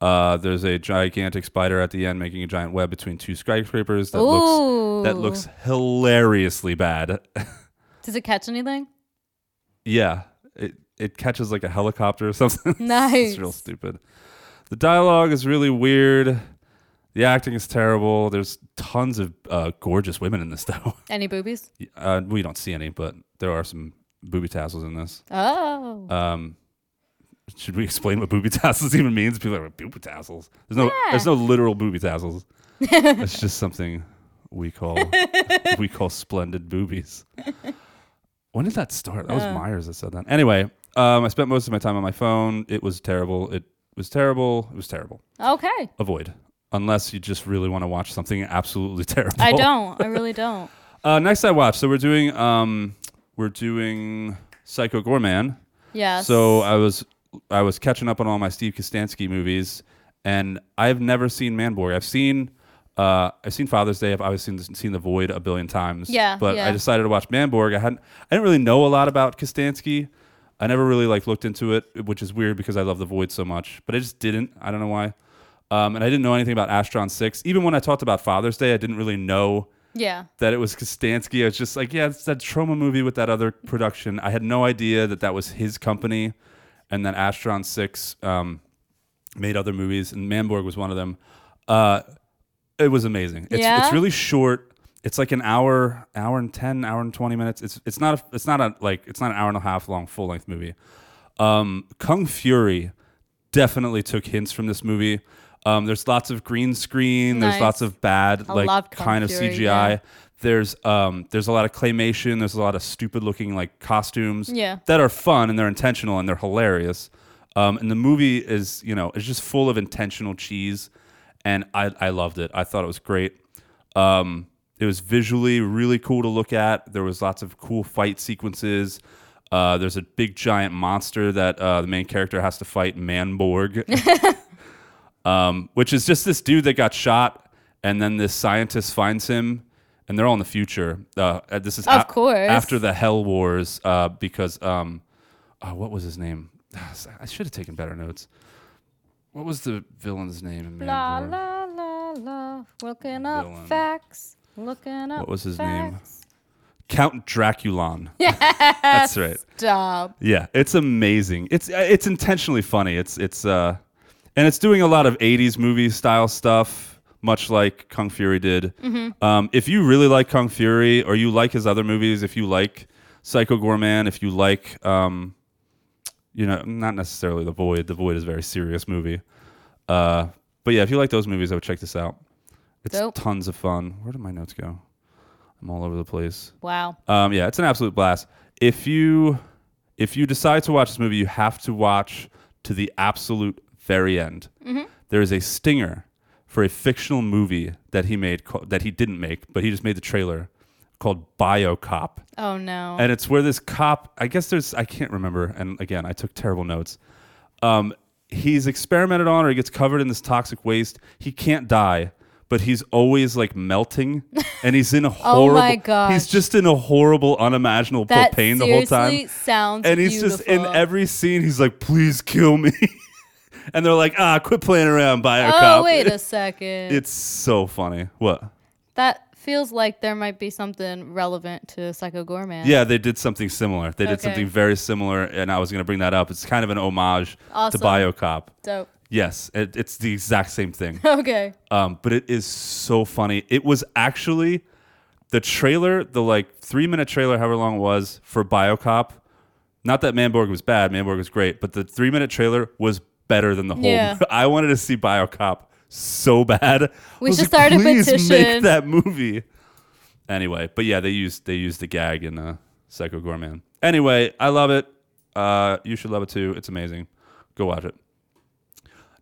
[SPEAKER 1] Uh, there's a gigantic spider at the end making a giant web between two skyscrapers that
[SPEAKER 2] Ooh.
[SPEAKER 1] looks that looks hilariously bad. *laughs*
[SPEAKER 2] Does it catch anything?
[SPEAKER 1] yeah, it it catches like a helicopter or *laughs* something.
[SPEAKER 2] Nice.
[SPEAKER 1] it's real stupid. The dialogue is really weird. The acting is terrible. There's tons of uh, gorgeous women in this *laughs* though.
[SPEAKER 2] Any boobies?
[SPEAKER 1] Uh, we don't see any, but there are some booby tassels in this.
[SPEAKER 2] Oh.
[SPEAKER 1] Um, should we explain what booby *laughs* tassels even means? People are like, booby tassels. There's no,
[SPEAKER 2] Yeah.
[SPEAKER 1] there's no literal booby tassels.
[SPEAKER 2] *laughs*
[SPEAKER 1] it's just something we call, *laughs* we call splendid boobies. When did that start? That was Myers that said that. Anyway, um, I spent most of my time on my phone. It was terrible. It was terrible. It was terrible.
[SPEAKER 2] okay.
[SPEAKER 1] Avoid. Unless you just really want to watch something absolutely *laughs* terrible.
[SPEAKER 2] I
[SPEAKER 1] *laughs*
[SPEAKER 2] don't. I really don't.
[SPEAKER 1] Uh, next I watched. So we're doing um, we're doing Psycho Gorman.
[SPEAKER 2] Yes.
[SPEAKER 1] So I was I was catching up on all my Steve Kostansky movies, and I've never seen Manboy. I've seen uh, I've seen Father's Day. I've obviously seen, seen The Void a billion times.
[SPEAKER 2] Yeah,
[SPEAKER 1] But
[SPEAKER 2] yeah.
[SPEAKER 1] I decided to watch Manborg. I hadn't I didn't really know a lot about Kostansky. I never really like looked into it, which is weird because I love The Void so much. But I just didn't. I don't know why. Um, and I didn't know anything about Astron Six. Even when I talked about Father's Day, I didn't really know
[SPEAKER 2] yeah.
[SPEAKER 1] that it was Kostansky. I was just like, yeah, it's that trauma movie with that other production. I had no idea that that was his company, and then Astron Six um, made other movies, and Manborg was one of them. Uh, it was amazing. It's,
[SPEAKER 2] Yeah?
[SPEAKER 1] it's really short. It's like an hour, hour and ten, hour and twenty minutes. It's it's not a, it's not a like it's not an hour and a half long full length movie. Um, Kung Fury definitely took hints from this movie. Um, there's lots of green screen.
[SPEAKER 2] Nice.
[SPEAKER 1] There's lots of bad
[SPEAKER 2] I love
[SPEAKER 1] like
[SPEAKER 2] Kung
[SPEAKER 1] kind
[SPEAKER 2] Fury,
[SPEAKER 1] of CGI.
[SPEAKER 2] yeah.
[SPEAKER 1] There's um there's a lot of claymation, there's a lot of stupid looking like costumes
[SPEAKER 2] Yeah.
[SPEAKER 1] that are fun and they're intentional and they're hilarious. Um and the movie is, you know, it's just full of intentional cheese and I I loved it. I thought it was great. Um it was visually really cool to look at. There was lots of cool fight sequences. Uh, there's a big giant monster that uh, the main character has to fight,
[SPEAKER 2] *laughs*
[SPEAKER 1] Manborg um, which is just this dude that got shot, and then this scientist finds him, and they're all in the future. Uh, uh, this is
[SPEAKER 2] Of course.
[SPEAKER 1] after the Hell Wars, uh, because um, oh, what was his name? *sighs* I should have taken better notes. What was the villain's name? in Man
[SPEAKER 2] La
[SPEAKER 1] War?
[SPEAKER 2] la la la. Looking up
[SPEAKER 1] Villain.
[SPEAKER 2] facts. Looking up.
[SPEAKER 1] was his name?
[SPEAKER 2] facts.
[SPEAKER 1] Count
[SPEAKER 2] *laughs*
[SPEAKER 1] Draculon. Yes, that's right.
[SPEAKER 2] Stop.
[SPEAKER 1] Yeah, it's amazing. It's uh, it's intentionally funny. It's it's uh, and it's doing a lot of '80s movie style stuff, much like Kung Fury did. Um, if you really like Kung Fury, or you like his other movies, if you like Psycho Gorman, if you like, um, you know, not necessarily The Void. The Void is a very serious movie. Uh, but yeah, if you like those movies, I would check this out. It's
[SPEAKER 2] Dope.
[SPEAKER 1] tons of fun. Where did my notes go? I'm all over the place.
[SPEAKER 2] Wow.
[SPEAKER 1] Um, yeah, it's an absolute blast. If you if you decide to watch this movie, you have to watch to the absolute very end. There is a stinger for a fictional movie that he made ca- that he didn't make, but he just made the trailer called BioCop,
[SPEAKER 2] Oh no.
[SPEAKER 1] and it's where this cop. I guess there's I can't remember, and again I took terrible notes. Um, he's experimented on, or he gets covered in this toxic waste. He can't die. But he's always like
[SPEAKER 2] *laughs*
[SPEAKER 1] melting, and he's in a
[SPEAKER 2] Oh
[SPEAKER 1] horrible.
[SPEAKER 2] my gosh.
[SPEAKER 1] He's just in a horrible, unimaginable
[SPEAKER 2] that
[SPEAKER 1] pain the
[SPEAKER 2] seriously
[SPEAKER 1] whole time.
[SPEAKER 2] sounds
[SPEAKER 1] And he's
[SPEAKER 2] beautiful.
[SPEAKER 1] just in every scene. He's like, "Please kill me," *laughs* and they're like, "Ah, quit playing around, bio
[SPEAKER 2] Oh
[SPEAKER 1] cop."
[SPEAKER 2] wait a
[SPEAKER 1] *laughs*
[SPEAKER 2] second.
[SPEAKER 1] it's so funny. What?
[SPEAKER 2] that feels like there might be something relevant to Psycho Gorman.
[SPEAKER 1] Yeah, they did something similar. They did
[SPEAKER 2] Okay.
[SPEAKER 1] something very similar, and I was going to bring that up. It's kind of an homage
[SPEAKER 2] Awesome.
[SPEAKER 1] to BioCop.
[SPEAKER 2] Dope. *laughs*
[SPEAKER 1] Yes, it, it's the exact same thing.
[SPEAKER 2] Okay.
[SPEAKER 1] Um, but it is so funny. It was actually the trailer, the like three minute trailer, however long it was for Biocop. Not that Manborg was bad, Manborg was great, but the three minute trailer was better than the whole.
[SPEAKER 2] Yeah.
[SPEAKER 1] *laughs* I wanted to see Biocop so bad.
[SPEAKER 2] We
[SPEAKER 1] I was
[SPEAKER 2] should start a
[SPEAKER 1] "Please
[SPEAKER 2] petition."
[SPEAKER 1] Make that movie. Anyway, but yeah, they used they used the gag in uh, Psycho Gorman. Anyway, I love it. Uh, you should love it too. It's amazing. Go watch it.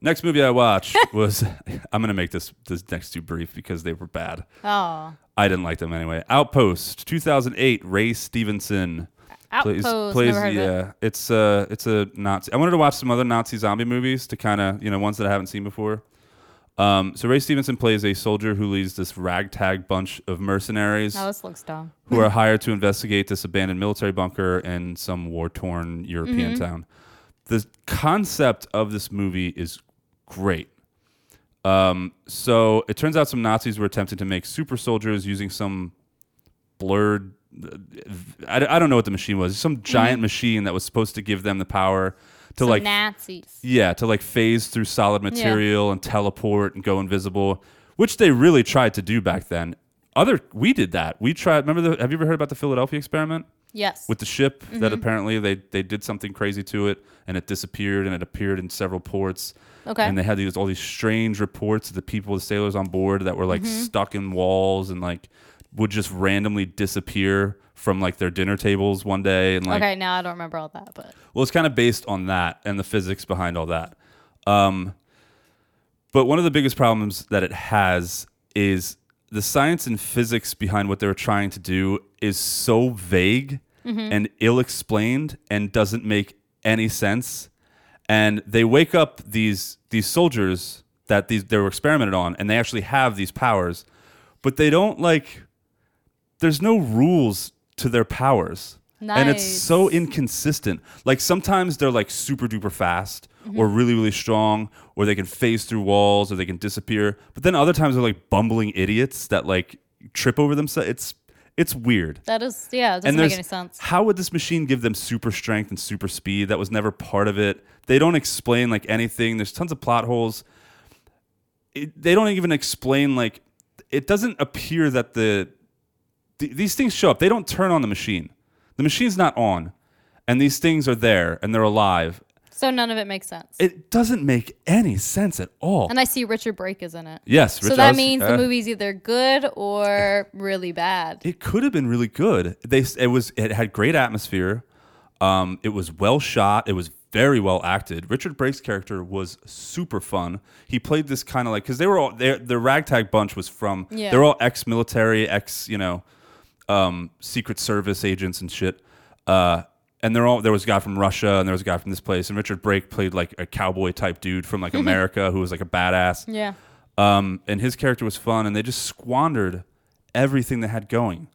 [SPEAKER 1] Next movie I
[SPEAKER 2] *laughs*
[SPEAKER 1] watched was *laughs* I'm gonna make this this next two brief because they were bad.
[SPEAKER 2] Oh,
[SPEAKER 1] I didn't like them anyway. Outpost, 2008, Ray Stevenson.
[SPEAKER 2] Outpost. never heard
[SPEAKER 1] the,
[SPEAKER 2] of it.
[SPEAKER 1] uh, it's uh, it's a Nazi. I wanted to watch some other Nazi zombie movies to kind of you know ones that I haven't seen before. Um, so Ray Stevenson plays a soldier who leads this ragtag bunch of mercenaries
[SPEAKER 2] No, Oh, this looks dumb.
[SPEAKER 1] who are hired to investigate this abandoned military bunker in some war torn European town. The concept of this movie is great. Um, so it turns out some Nazis were attempting to make super soldiers using some blurred. I, I don't know what the machine was. Some giant machine that was supposed to give them the power to
[SPEAKER 2] Some
[SPEAKER 1] like
[SPEAKER 2] Nazis.
[SPEAKER 1] yeah, to like phase through solid material and teleport and go invisible, which they really tried to do back then. Other we did that. We tried. Remember the? Have you ever heard about the Philadelphia experiment
[SPEAKER 2] Yes.
[SPEAKER 1] with the ship that apparently they they did something crazy to it and it disappeared and it appeared in several ports.
[SPEAKER 2] Okay.
[SPEAKER 1] And they had these all these strange reports of the people, the sailors on board that were like stuck in walls and like would just randomly disappear from like their dinner tables one day and like
[SPEAKER 2] okay, now I don't remember all that, but
[SPEAKER 1] well, it's kind of based on that and the physics behind all that. Um, but one of the biggest problems that it has is the science and physics behind what they were trying to do is so vague and ill explained and doesn't make any sense. And they wake up these these soldiers that these they were experimented on, and they actually have these powers, but they don't like. There's no rules to their powers, and it's
[SPEAKER 2] Nice.
[SPEAKER 1] so inconsistent. Like sometimes they're like super duper fast or really really strong or they can phase through walls or they can disappear. But then other times they're like bumbling idiots that like trip over themselves. It's it's weird.
[SPEAKER 2] that is yeah, it doesn't
[SPEAKER 1] and
[SPEAKER 2] make
[SPEAKER 1] there's-
[SPEAKER 2] any sense.
[SPEAKER 1] how would this machine give them super strength and super speed? That was never part of it. They don't explain like anything. There's tons of plot holes. It, they don't even explain like it doesn't appear that the th- these things show up. They don't turn on the machine. The machine's not on, and these things are there and they're alive.
[SPEAKER 2] So none of it makes sense.
[SPEAKER 1] It doesn't make any sense at all.
[SPEAKER 2] and I see Richard Brake is in it.
[SPEAKER 1] yes,
[SPEAKER 2] So
[SPEAKER 1] Rich
[SPEAKER 2] that
[SPEAKER 1] Oz-
[SPEAKER 2] means
[SPEAKER 1] uh,
[SPEAKER 2] the movie's either good or really bad.
[SPEAKER 1] It could have been really good. They s- it was it had great atmosphere. Um, it was well shot. It was very well acted. Richard Brake's character was super fun. He played this kind of like because they were all they the ragtag bunch was from
[SPEAKER 2] Yeah.
[SPEAKER 1] they're all ex military ex you know um, secret service agents and shit. Uh, and they're all there was a guy from Russia and there was a guy from this place and Richard Brake played like a cowboy type dude from
[SPEAKER 2] *laughs*
[SPEAKER 1] like America who was like a badass.
[SPEAKER 2] Yeah.
[SPEAKER 1] Um, and his character was fun, and they just squandered everything they had going.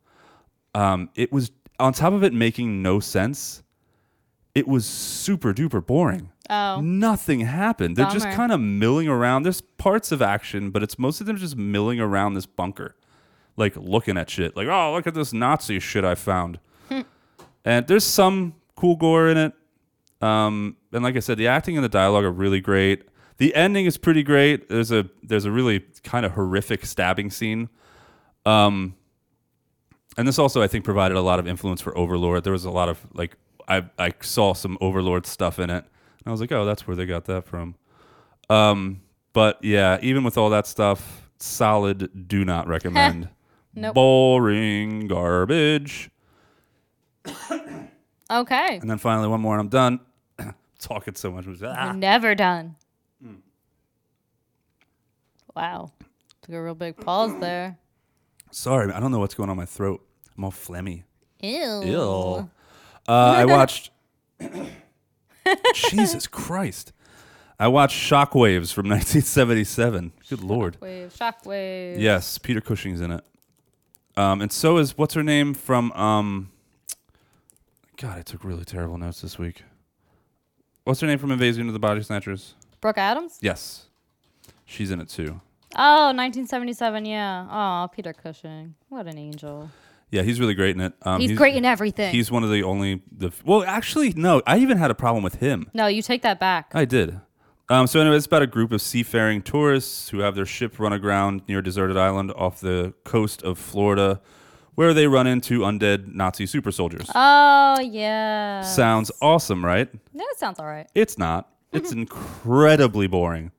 [SPEAKER 1] Um, it was on top of it making no sense. It was super duper boring.
[SPEAKER 2] Oh.
[SPEAKER 1] Nothing happened. They're just
[SPEAKER 2] Bummer.
[SPEAKER 1] kind of milling around. There's parts of action, but it's most of them just milling around this bunker, like looking at shit. Like, oh, look at this Nazi shit I found.
[SPEAKER 2] Hmm.
[SPEAKER 1] and there's some cool gore in it. Um, and like I said, the acting and the dialogue are really great. The ending is pretty great. There's a there's a really kind of horrific stabbing scene. Um, and this also I think provided a lot of influence for Overlord. There was a lot of like I I saw some Overlord stuff in it, and I was like, oh, that's where they got that from. Um, but yeah, even with all that stuff, solid. Do not recommend.
[SPEAKER 2] Nope.
[SPEAKER 1] Boring garbage.
[SPEAKER 2] Okay.
[SPEAKER 1] And then finally, one more, and I'm done. *coughs* Talking so much. *laughs* Ah.
[SPEAKER 2] Never done. Wow. Took a real big pause there.
[SPEAKER 1] Sorry, I don't know what's going on in my throat. I'm all phlegmy.
[SPEAKER 2] Ew.
[SPEAKER 1] Ill. Uh,
[SPEAKER 2] *laughs*
[SPEAKER 1] I watched. *coughs* Jesus Christ. I watched Shockwaves from *laughs* 1977. Good lord.
[SPEAKER 2] Wave, shockwave.
[SPEAKER 1] Yes, Peter Cushing's in it. Um, and so is what's her name from um God, I took really terrible notes this week. What's her name from Invasion of the Body Snatchers?
[SPEAKER 2] Brooke Adams?
[SPEAKER 1] Yes. She's in it too.
[SPEAKER 2] Oh, 1977, yeah. Oh, Peter Cushing. What an angel.
[SPEAKER 1] Yeah, he's really great in it. Um,
[SPEAKER 2] he's, great in everything.
[SPEAKER 1] He's one of the only the well, actually, no. I even had a problem with him.
[SPEAKER 2] no, you take that back.
[SPEAKER 1] I did. Um, so anyway, it's about a group of seafaring tourists who have their ship run aground near a deserted island off the coast of Florida, where they run into undead Nazi super soldiers.
[SPEAKER 2] Oh yeah.
[SPEAKER 1] Sounds awesome, right?
[SPEAKER 2] No, that sounds all right.
[SPEAKER 1] It's not. It's incredibly boring.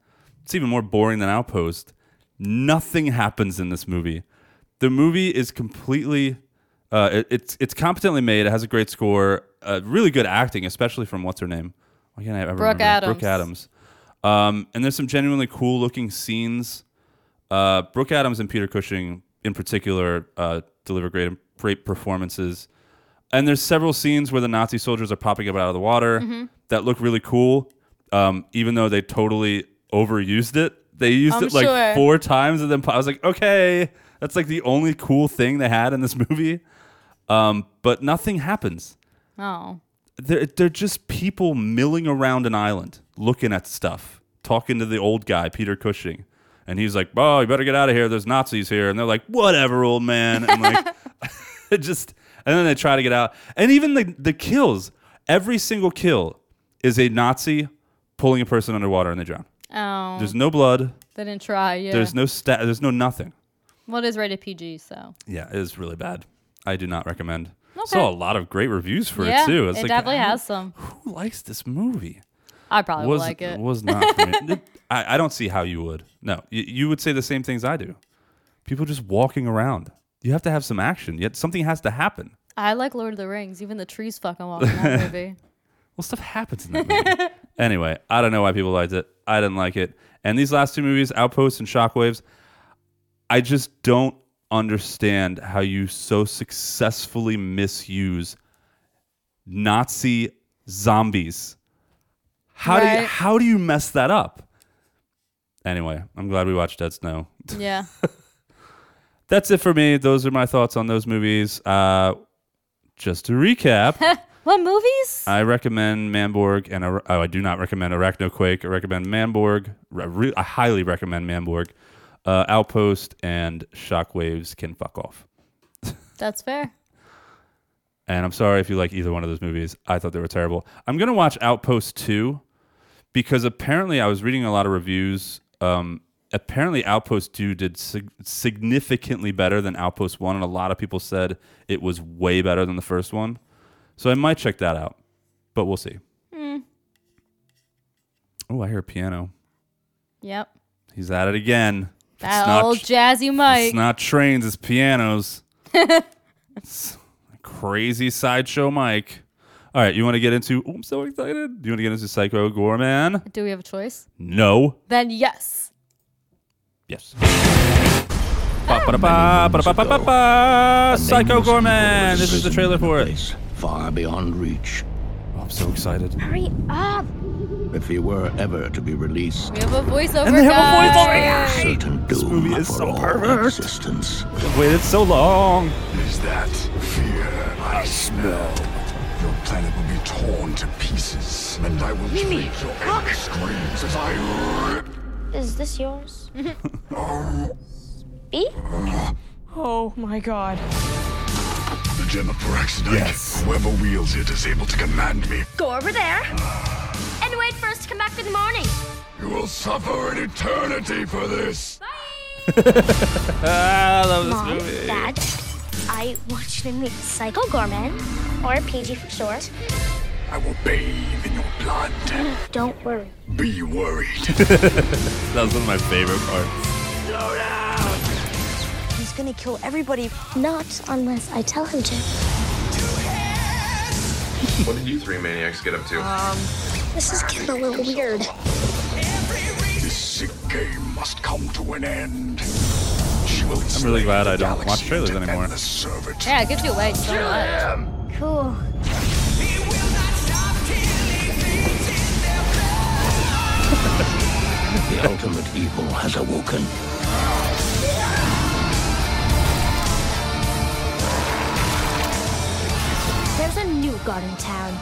[SPEAKER 1] It's even more boring than Outpost. Nothing happens in this movie. The movie is completely. Uh, it- it's it's competently made. It has a great score. Uh, really good acting, especially from what's her name? Why can't I ever
[SPEAKER 2] Brooke
[SPEAKER 1] remember?
[SPEAKER 2] Adams.
[SPEAKER 1] Brooke Adams. Um, and there's some genuinely cool looking scenes. Uh, Brooke Adams and Peter Cushing, in particular, uh, deliver great great performances. And there's several scenes where the Nazi soldiers are popping up out of the water
[SPEAKER 2] Mm-hmm.
[SPEAKER 1] that look really cool. Um, even though they totally overused it, they used
[SPEAKER 2] I'm
[SPEAKER 1] it like
[SPEAKER 2] sure.
[SPEAKER 1] four times, and then po- I was like, okay, that's like the only cool thing they had in this *laughs* movie. Um, but nothing happens.
[SPEAKER 2] Oh.
[SPEAKER 1] They're, they're just people milling around an island, looking at stuff, talking to the old guy, Peter Cushing. And he's like, oh, you better get out of here. There's Nazis here. And they're like, whatever, old man. And
[SPEAKER 2] *laughs*
[SPEAKER 1] like, *laughs* it just, and then they try to get out. And even the, the kills, every single kill is a Nazi pulling a person underwater and they drown.
[SPEAKER 2] Oh.
[SPEAKER 1] There's no blood.
[SPEAKER 2] they didn't try. Yeah.
[SPEAKER 1] There's no stat. There's no nothing.
[SPEAKER 2] well, it is rated PG, so.
[SPEAKER 1] Yeah, it is really bad. I do not recommend.
[SPEAKER 2] Okay.
[SPEAKER 1] Saw a lot of great reviews for
[SPEAKER 2] yeah.
[SPEAKER 1] it too.
[SPEAKER 2] It
[SPEAKER 1] It's like,
[SPEAKER 2] definitely
[SPEAKER 1] "How-
[SPEAKER 2] has some.
[SPEAKER 1] Who likes this movie?
[SPEAKER 2] I probably would
[SPEAKER 1] was
[SPEAKER 2] like it.
[SPEAKER 1] was not
[SPEAKER 2] *laughs*
[SPEAKER 1] for me. It- I, I don't see how you would. No, you, you would say the same things I do. People just walking around. You have to have some action. Yet something has to happen.
[SPEAKER 2] I like Lord of the Rings. Even the trees fucking walk in
[SPEAKER 1] *laughs*
[SPEAKER 2] that movie.
[SPEAKER 1] Well, stuff happens in that movie. anyway, I don't know why people liked it. I didn't like it. And these last two movies, Outposts and Shockwaves, I just don't understand how you so successfully misuse Nazi zombies. How do
[SPEAKER 2] Right.
[SPEAKER 1] you, how do you mess that up? Anyway, I'm glad we watched Dead Snow.
[SPEAKER 2] Yeah.
[SPEAKER 1] That's it for me. Those are my thoughts on those movies. Uh, just to recap,
[SPEAKER 2] What movies?
[SPEAKER 1] I recommend Manborg, and Ar- oh, I do not recommend Arachnoquake. I recommend Manborg. Re- re- I highly recommend Manborg. Uh, Outpost and Shockwaves can fuck off.
[SPEAKER 2] That's fair.
[SPEAKER 1] And I'm sorry if you like either one of those movies. I thought they were terrible. I'm gonna watch Outpost two because apparently I was reading a lot of reviews. Um, apparently Outpost two did sig- significantly better than Outpost one, and a lot of people said it was way better than the first one. So I might check that out, but we'll see. Oh, I hear a piano.
[SPEAKER 2] Yep.
[SPEAKER 1] He's at it again. It's
[SPEAKER 2] That
[SPEAKER 1] not
[SPEAKER 2] old
[SPEAKER 1] tr-
[SPEAKER 2] jazzy Mike.
[SPEAKER 1] it's not trains, it's pianos. It's crazy sideshow Mike. All right, you want to get into? Oh, I'm so excited. Do you want to get into Psycho Gorman?
[SPEAKER 2] Do we have a choice?
[SPEAKER 1] No.
[SPEAKER 2] Then yes.
[SPEAKER 1] Yes. Ba-ba-da-ba, ba-da-ba-ba-ba-ba, Psycho Gorman. This is the trailer for it.
[SPEAKER 3] place far beyond reach.
[SPEAKER 1] Oh, I'm so excited.
[SPEAKER 4] Hurry up!
[SPEAKER 3] If he were ever to be released,
[SPEAKER 2] We have a voiceover
[SPEAKER 1] And they have a
[SPEAKER 2] guy.
[SPEAKER 3] certain doom
[SPEAKER 1] movie is
[SPEAKER 3] for
[SPEAKER 1] so
[SPEAKER 3] all
[SPEAKER 1] pervert.
[SPEAKER 3] existence.
[SPEAKER 1] I've waited so long.
[SPEAKER 5] Is that fear I smell? Your planet will be torn to pieces, and I will
[SPEAKER 4] Mimi,
[SPEAKER 5] trade your
[SPEAKER 4] look.
[SPEAKER 5] angry screams as I rip.
[SPEAKER 4] Is this *laughs* yours? Speak?
[SPEAKER 6] Oh my god.
[SPEAKER 5] The gem of Paraxidite. Yes. Whoever wields it is able to command me.
[SPEAKER 4] Go over there and wait for us to come back for the morning.
[SPEAKER 5] You will suffer an eternity for this.
[SPEAKER 1] *laughs* I love this
[SPEAKER 4] Mom,
[SPEAKER 1] movie.
[SPEAKER 4] Dad, I want you to meet Psycho Gorman, or PG for short.
[SPEAKER 5] I will bathe in your blood.
[SPEAKER 4] Don't worry.
[SPEAKER 5] Be worried.
[SPEAKER 1] That was one of my favorite parts.
[SPEAKER 4] He's gonna kill everybody. Not unless I tell him to.
[SPEAKER 7] What did you three maniacs get up to?
[SPEAKER 4] This is getting a little weird.
[SPEAKER 5] this sick game must come to an end. She will I'm
[SPEAKER 1] really glad I don't watch trailers anymore.
[SPEAKER 5] The servant.
[SPEAKER 2] Yeah, it gets you away so much.
[SPEAKER 4] Cool.
[SPEAKER 3] The ultimate evil has awoken.
[SPEAKER 4] There's a new god in town,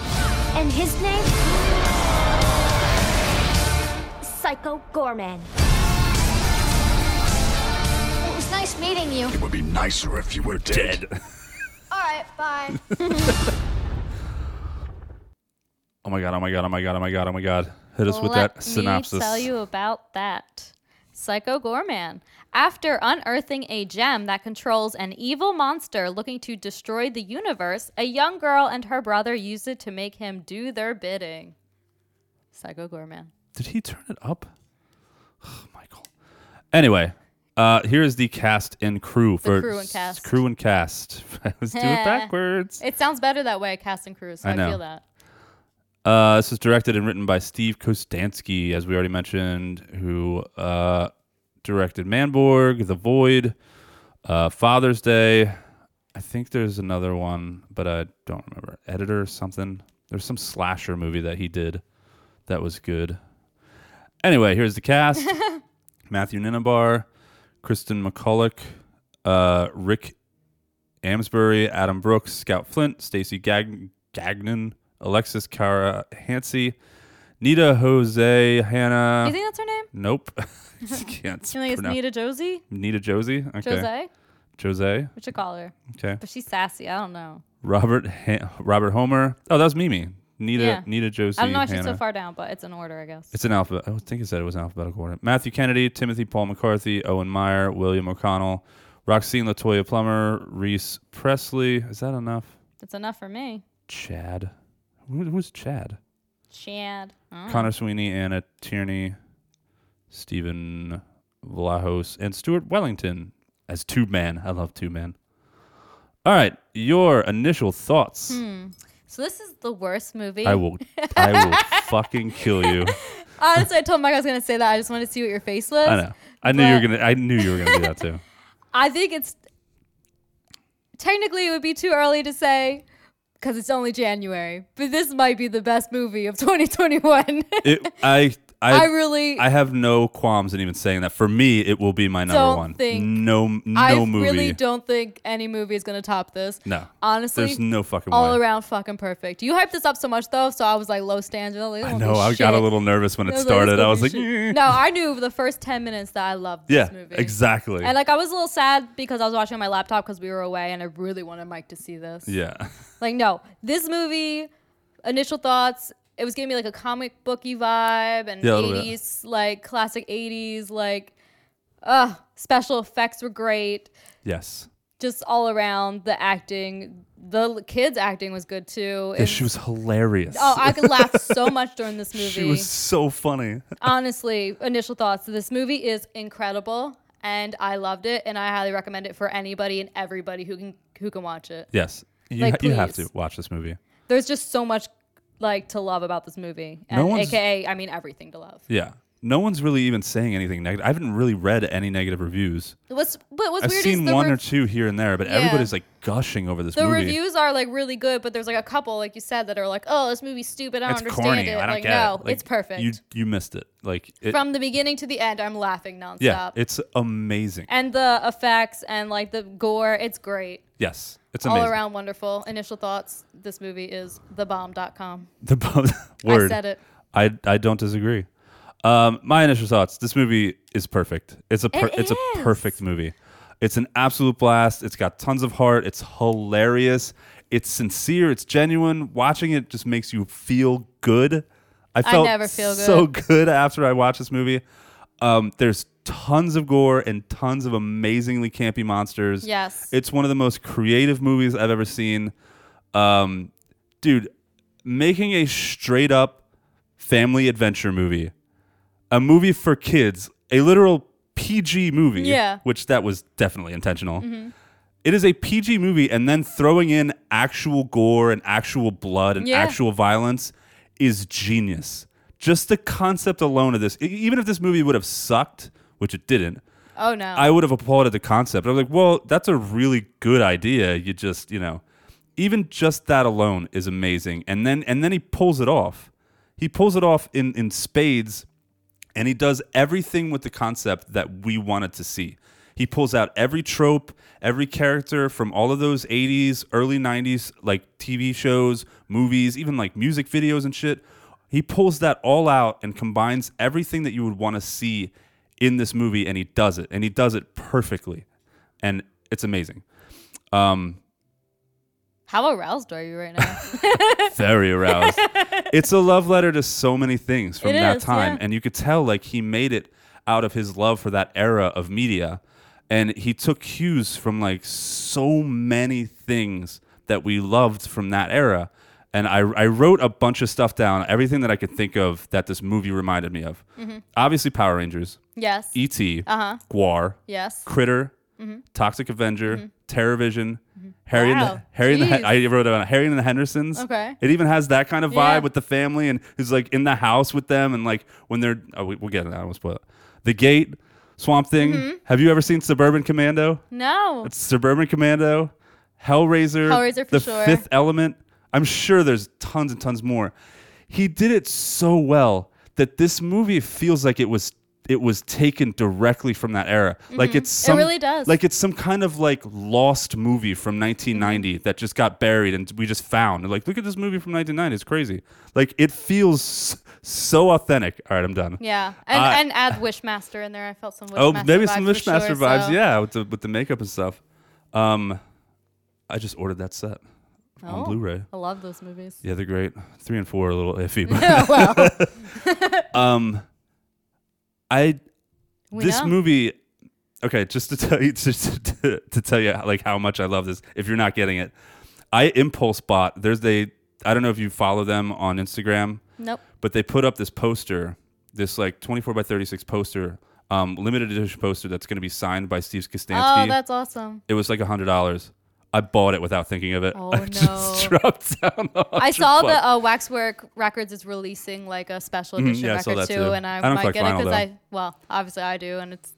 [SPEAKER 4] and his name. Psycho Gorman. It was nice meeting you.
[SPEAKER 5] It would be nicer if you were *laughs* dead.
[SPEAKER 4] All right, bye.
[SPEAKER 1] *laughs* Oh my god! Oh my god! Oh my god! Oh my god! Oh my god! Hit us with
[SPEAKER 2] Let
[SPEAKER 1] that synopsis.
[SPEAKER 2] me tell you about that. Psycho Gorman. After unearthing a gem that controls an evil monster looking to destroy the universe, a young girl and her brother use it to make him do their bidding. Psycho Gorman.
[SPEAKER 1] Did he turn it up? Michael. Anyway, uh, here is the cast and crew for
[SPEAKER 2] crew and
[SPEAKER 1] s-
[SPEAKER 2] cast.
[SPEAKER 1] Crew and cast. *laughs* Let's do it backwards.
[SPEAKER 2] It sounds better that way, cast and crew, so
[SPEAKER 1] I
[SPEAKER 2] I,
[SPEAKER 1] know.
[SPEAKER 2] feel that.
[SPEAKER 1] Uh, this is directed and written by Steve Kostansky, as we already mentioned, who uh, directed Manborg, The Void, uh, Father's Day. I think there's another one, but I don't remember. Editor or something. There's some slasher movie that he did that was good. Anyway, here's the cast
[SPEAKER 2] *laughs*
[SPEAKER 1] Matthew Ninabar, Kristen McCulloch, uh, Rick Amsbury, Adam Brooks, Scout Flint, Stacy Gag- Gagnon, Alexis Cara Hansey, Nita Jose
[SPEAKER 2] Do
[SPEAKER 1] Hannah.
[SPEAKER 2] you think that's her name?
[SPEAKER 1] nope. *laughs* Can't
[SPEAKER 2] You think it's
[SPEAKER 1] pronounce-
[SPEAKER 2] Nita Josie?
[SPEAKER 1] Nita Josie. Okay.
[SPEAKER 2] Jose?
[SPEAKER 1] Jose.
[SPEAKER 2] What you call her?
[SPEAKER 1] Okay.
[SPEAKER 2] But she's sassy. I don't know.
[SPEAKER 1] Robert ha- Robert Homer. Oh, that was Mimi. Nita
[SPEAKER 2] Yeah.
[SPEAKER 1] Nita Josie.
[SPEAKER 2] I don't know why she's
[SPEAKER 1] Hannah.
[SPEAKER 2] so far down, but it's in order, I guess.
[SPEAKER 1] It's an alphabet. I think it said it was an alphabetical order. Matthew Kennedy, Timothy Paul McCarthy, Owen Meyer, William O'Connell, Roxine Latoya Plummer, Reese Presley. Is that enough?
[SPEAKER 2] It's enough for me.
[SPEAKER 1] Chad. Who, who's Chad?
[SPEAKER 2] Chad. Oh.
[SPEAKER 1] Connor Sweeney, Anna Tierney, Stephen Vlahos, and Stuart Wellington as Tube Man. I love Tube Man. All right, your initial thoughts.
[SPEAKER 2] Hmm. So this is the worst movie.
[SPEAKER 1] I will, I will fucking kill you.
[SPEAKER 2] *laughs* Honestly, I told Mike I was gonna say that. I just wanted to see what your face was.
[SPEAKER 1] I know. I knew you were
[SPEAKER 2] But-
[SPEAKER 1] gonna. I knew you were gonna do that too.
[SPEAKER 2] I think it's technically it would be too early to say because it's only January, but this might be the best movie of *laughs* 2021.
[SPEAKER 1] It, I, I,
[SPEAKER 2] I really,
[SPEAKER 1] I have no qualms in even saying that. For me, it will be my number
[SPEAKER 2] Don't
[SPEAKER 1] one.
[SPEAKER 2] think-
[SPEAKER 1] no, no
[SPEAKER 2] I
[SPEAKER 1] movie.
[SPEAKER 2] really don't think any movie is gonna top this.
[SPEAKER 1] No.
[SPEAKER 2] honestly,
[SPEAKER 1] There's no fucking
[SPEAKER 2] all
[SPEAKER 1] way.
[SPEAKER 2] around fucking perfect. You hyped this up so much though, so I was like low stands. Like,
[SPEAKER 1] I know. I got a little nervous when it started. I was like, "Eh."
[SPEAKER 2] no, I knew the first 10 minutes that I loved
[SPEAKER 1] yeah,
[SPEAKER 2] this movie.
[SPEAKER 1] exactly.
[SPEAKER 2] And like I was a little sad because I was watching on my laptop because we were away, and I really wanted Mike to see this.
[SPEAKER 1] yeah.
[SPEAKER 2] Like no, this movie, initial thoughts. It was giving me like a comic booky vibe and
[SPEAKER 1] Yeah, a little bit.
[SPEAKER 2] eighties like classic eighties like, ugh. Special effects were great.
[SPEAKER 1] Yes.
[SPEAKER 2] Just all around the acting, the l- kids acting was good too.
[SPEAKER 1] Yeah,
[SPEAKER 2] It-
[SPEAKER 1] she was hilarious.
[SPEAKER 2] oh, I
[SPEAKER 1] *laughs*
[SPEAKER 2] could laugh so much during this movie
[SPEAKER 1] she was so funny.
[SPEAKER 2] honestly, initial thoughts. This movie is incredible, and I loved it, and I highly recommend it for anybody and everybody who can who can watch it.
[SPEAKER 1] Yes. You,
[SPEAKER 2] Like,
[SPEAKER 1] ha- you have to
[SPEAKER 2] please.
[SPEAKER 1] watch this movie.
[SPEAKER 2] There's just so much like to love about this movie,
[SPEAKER 1] No
[SPEAKER 2] and
[SPEAKER 1] one's-
[SPEAKER 2] AKA, I mean everything to love.
[SPEAKER 1] Yeah. No one's really even saying anything negative. I haven't really read any negative reviews.
[SPEAKER 2] What's what was
[SPEAKER 1] I've
[SPEAKER 2] weird
[SPEAKER 1] seen
[SPEAKER 2] is the,
[SPEAKER 1] one
[SPEAKER 2] re-
[SPEAKER 1] or two here and there, but
[SPEAKER 2] Yeah.
[SPEAKER 1] everybody's like gushing over this
[SPEAKER 2] the
[SPEAKER 1] movie.
[SPEAKER 2] reviews are like really good, but there's like a couple, like you said, that are like, oh, this movie's stupid. I don't
[SPEAKER 1] it's
[SPEAKER 2] understand
[SPEAKER 1] corny.
[SPEAKER 2] it.
[SPEAKER 1] I don't
[SPEAKER 2] like
[SPEAKER 1] get
[SPEAKER 2] no,
[SPEAKER 1] it. Like,
[SPEAKER 2] it's perfect.
[SPEAKER 1] You you missed it. Like it,
[SPEAKER 2] From the beginning to the end, I'm laughing nonstop.
[SPEAKER 1] yeah, it's amazing.
[SPEAKER 2] and the effects and like the gore, it's great.
[SPEAKER 1] yes, it's amazing.
[SPEAKER 2] all around wonderful. Initial thoughts. This movie is thebomb.com.
[SPEAKER 1] The *laughs* bo- word.
[SPEAKER 2] said it.
[SPEAKER 1] I I don't disagree. Um, my initial thoughts. This movie is perfect. It's a per-
[SPEAKER 2] It
[SPEAKER 1] it's a
[SPEAKER 2] is.
[SPEAKER 1] perfect movie. It's an absolute blast. It's got tons of heart. It's hilarious. It's sincere. It's genuine. Watching it just makes you feel good. I felt
[SPEAKER 2] never feel
[SPEAKER 1] so *laughs* good after I watched this movie. Um, there's tons of gore and tons of amazingly campy monsters.
[SPEAKER 2] Yes.
[SPEAKER 1] It's one of the most creative movies I've ever seen. Um, dude, making a straight up family adventure movie, a movie for kids, a literal PG movie,
[SPEAKER 2] Yeah. Mm-hmm.
[SPEAKER 1] which that was definitely intentional. It is a PG movie, and then throwing in actual gore and actual blood and
[SPEAKER 2] Yeah.
[SPEAKER 1] actual violence is genius. Just the concept alone of this, e- even if this movie would have sucked, which it didn't,
[SPEAKER 2] Oh no.
[SPEAKER 1] I would have applauded the concept. I was like, well, that's a really good idea. You just, you know, even just that alone is amazing. And then and then he pulls it off. He pulls it off in in spades and he does everything with the concept that we wanted to see. He pulls out every trope, every character from all of those 80s, early 90s like TV shows, movies, even like music videos and shit. He pulls that all out and combines everything that you would want to see in this movie and he does it and he does it perfectly. And it's amazing. Um
[SPEAKER 2] How aroused are you right
[SPEAKER 1] *laughs*
[SPEAKER 2] now?
[SPEAKER 1] very
[SPEAKER 2] *laughs*
[SPEAKER 1] aroused. it's a love letter to so many things from
[SPEAKER 2] It
[SPEAKER 1] that
[SPEAKER 2] is,
[SPEAKER 1] time.
[SPEAKER 2] yeah.
[SPEAKER 1] And you could tell like he made it. out of his love for that era of media. And he took cues from like so many things that we loved from that era. And I, I wrote a bunch of stuff down, everything that I could think of that this movie reminded me of.
[SPEAKER 2] Mm-hmm.
[SPEAKER 1] Obviously, Power Rangers,
[SPEAKER 2] Yes.
[SPEAKER 1] E.T., uh-huh. Guar,
[SPEAKER 2] yes. Mm-hmm.
[SPEAKER 1] Critter, Toxic Avenger, TerraVision, Harry and
[SPEAKER 2] Wow.
[SPEAKER 1] the Harry and the, Hen- I
[SPEAKER 2] Jeez.
[SPEAKER 1] wrote it on Harry and the Hendersons.
[SPEAKER 2] Okay.
[SPEAKER 1] It even has that kind of vibe
[SPEAKER 2] Yeah.
[SPEAKER 1] with the family and who's like in the house with them and like when they're oh, we, we'll get it. I won't spoil it. The Gate, Swamp Thing.
[SPEAKER 2] Mm-hmm.
[SPEAKER 1] Have you ever seen Suburban Commando?
[SPEAKER 2] No.
[SPEAKER 1] It's Suburban Commando, Hellraiser,
[SPEAKER 2] Oh. Hellraiser for
[SPEAKER 1] The
[SPEAKER 2] sure.
[SPEAKER 1] Fifth Element. I'm sure there's tons and tons more. He did it so well that this movie feels like it was it was taken directly from that era. Like it's some,
[SPEAKER 2] Mm-hmm. really does.
[SPEAKER 1] Like it's some kind of like lost movie from 1990 that just got buried and we just found. Like look at this movie from 1990. It's crazy. Like it feels s- so authentic. All right, I'm done.
[SPEAKER 2] yeah. And,
[SPEAKER 1] I-
[SPEAKER 2] and add Wishmaster in there. I felt some Wishmaster
[SPEAKER 1] Oh, maybe some
[SPEAKER 2] vibes for
[SPEAKER 1] Wishmaster
[SPEAKER 2] sure,
[SPEAKER 1] vibes,
[SPEAKER 2] so-
[SPEAKER 1] yeah, with the with the makeup and stuff. Um, I just ordered that set on
[SPEAKER 2] Oh.
[SPEAKER 1] Blu-ray.
[SPEAKER 2] I love those movies.
[SPEAKER 1] Yeah, they're great. Three and four are a little
[SPEAKER 2] *laughs*
[SPEAKER 1] iffy, but
[SPEAKER 2] oh, well.
[SPEAKER 1] *laughs* um, I
[SPEAKER 2] Oh, We
[SPEAKER 1] this
[SPEAKER 2] know.
[SPEAKER 1] movie. Okay, just to tell you, *laughs* just to, to, to tell you like how much I love this. If you're not getting it, I impulse bought. There's a I don't know if you follow them on Instagram.
[SPEAKER 2] Nope.
[SPEAKER 1] but they put up this poster, this like 24 by 36 poster, um, limited edition poster that's going to be signed by Steve Kostansky.
[SPEAKER 2] Oh, that's awesome.
[SPEAKER 1] it was like hundred dollars. I bought it without thinking of it. *laughs*
[SPEAKER 2] Oh,
[SPEAKER 1] I just
[SPEAKER 2] no.
[SPEAKER 1] dropped down.
[SPEAKER 2] I saw
[SPEAKER 1] bucks.
[SPEAKER 2] that uh, Waxwork Records is releasing like a special edition
[SPEAKER 1] Mm-hmm. yeah, I saw
[SPEAKER 2] record
[SPEAKER 1] that
[SPEAKER 2] too,
[SPEAKER 1] too.
[SPEAKER 2] and I,
[SPEAKER 1] I don't
[SPEAKER 2] might
[SPEAKER 1] collect
[SPEAKER 2] get it
[SPEAKER 1] vinyl,
[SPEAKER 2] because
[SPEAKER 1] though.
[SPEAKER 2] I well, obviously I do, and it's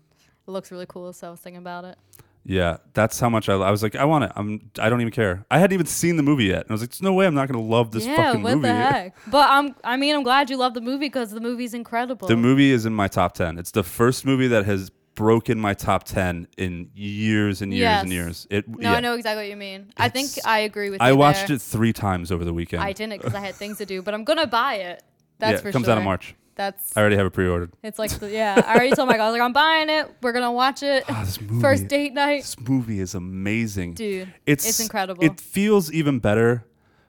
[SPEAKER 2] it looks really cool. So I was thinking about it.
[SPEAKER 1] Yeah, that's how much I. lo- I was like, I want it. I'm. I don't even care. I hadn't even seen the movie yet, and I was like, there's no way I'm not going to love this
[SPEAKER 2] yeah,
[SPEAKER 1] fucking
[SPEAKER 2] what
[SPEAKER 1] movie.
[SPEAKER 2] the heck? But I'm I mean I'm glad you love the movie because the movie's incredible.
[SPEAKER 1] The movie is in my top ten. It's the first movie that has broken my top ten in years and years and
[SPEAKER 2] Yes.
[SPEAKER 1] years. It.
[SPEAKER 2] No,
[SPEAKER 1] yeah.
[SPEAKER 2] I know exactly what you mean. I think
[SPEAKER 1] It's-
[SPEAKER 2] I agree with.
[SPEAKER 1] I
[SPEAKER 2] you
[SPEAKER 1] watched
[SPEAKER 2] there.
[SPEAKER 1] it three times over the weekend.
[SPEAKER 2] I didn't because I had things to do, but I'm gonna buy it. That's
[SPEAKER 1] yeah,
[SPEAKER 2] for
[SPEAKER 1] it comes
[SPEAKER 2] sure.
[SPEAKER 1] out in March.
[SPEAKER 2] That's
[SPEAKER 1] I already have it pre-ordered.
[SPEAKER 2] it's like the, yeah. I already told my guy I was like I'm buying it. We're gonna watch it.
[SPEAKER 1] Ah, this movie-
[SPEAKER 2] First date night.
[SPEAKER 1] This movie is amazing,
[SPEAKER 2] Dude,
[SPEAKER 1] It's
[SPEAKER 2] it's incredible.
[SPEAKER 1] It feels even better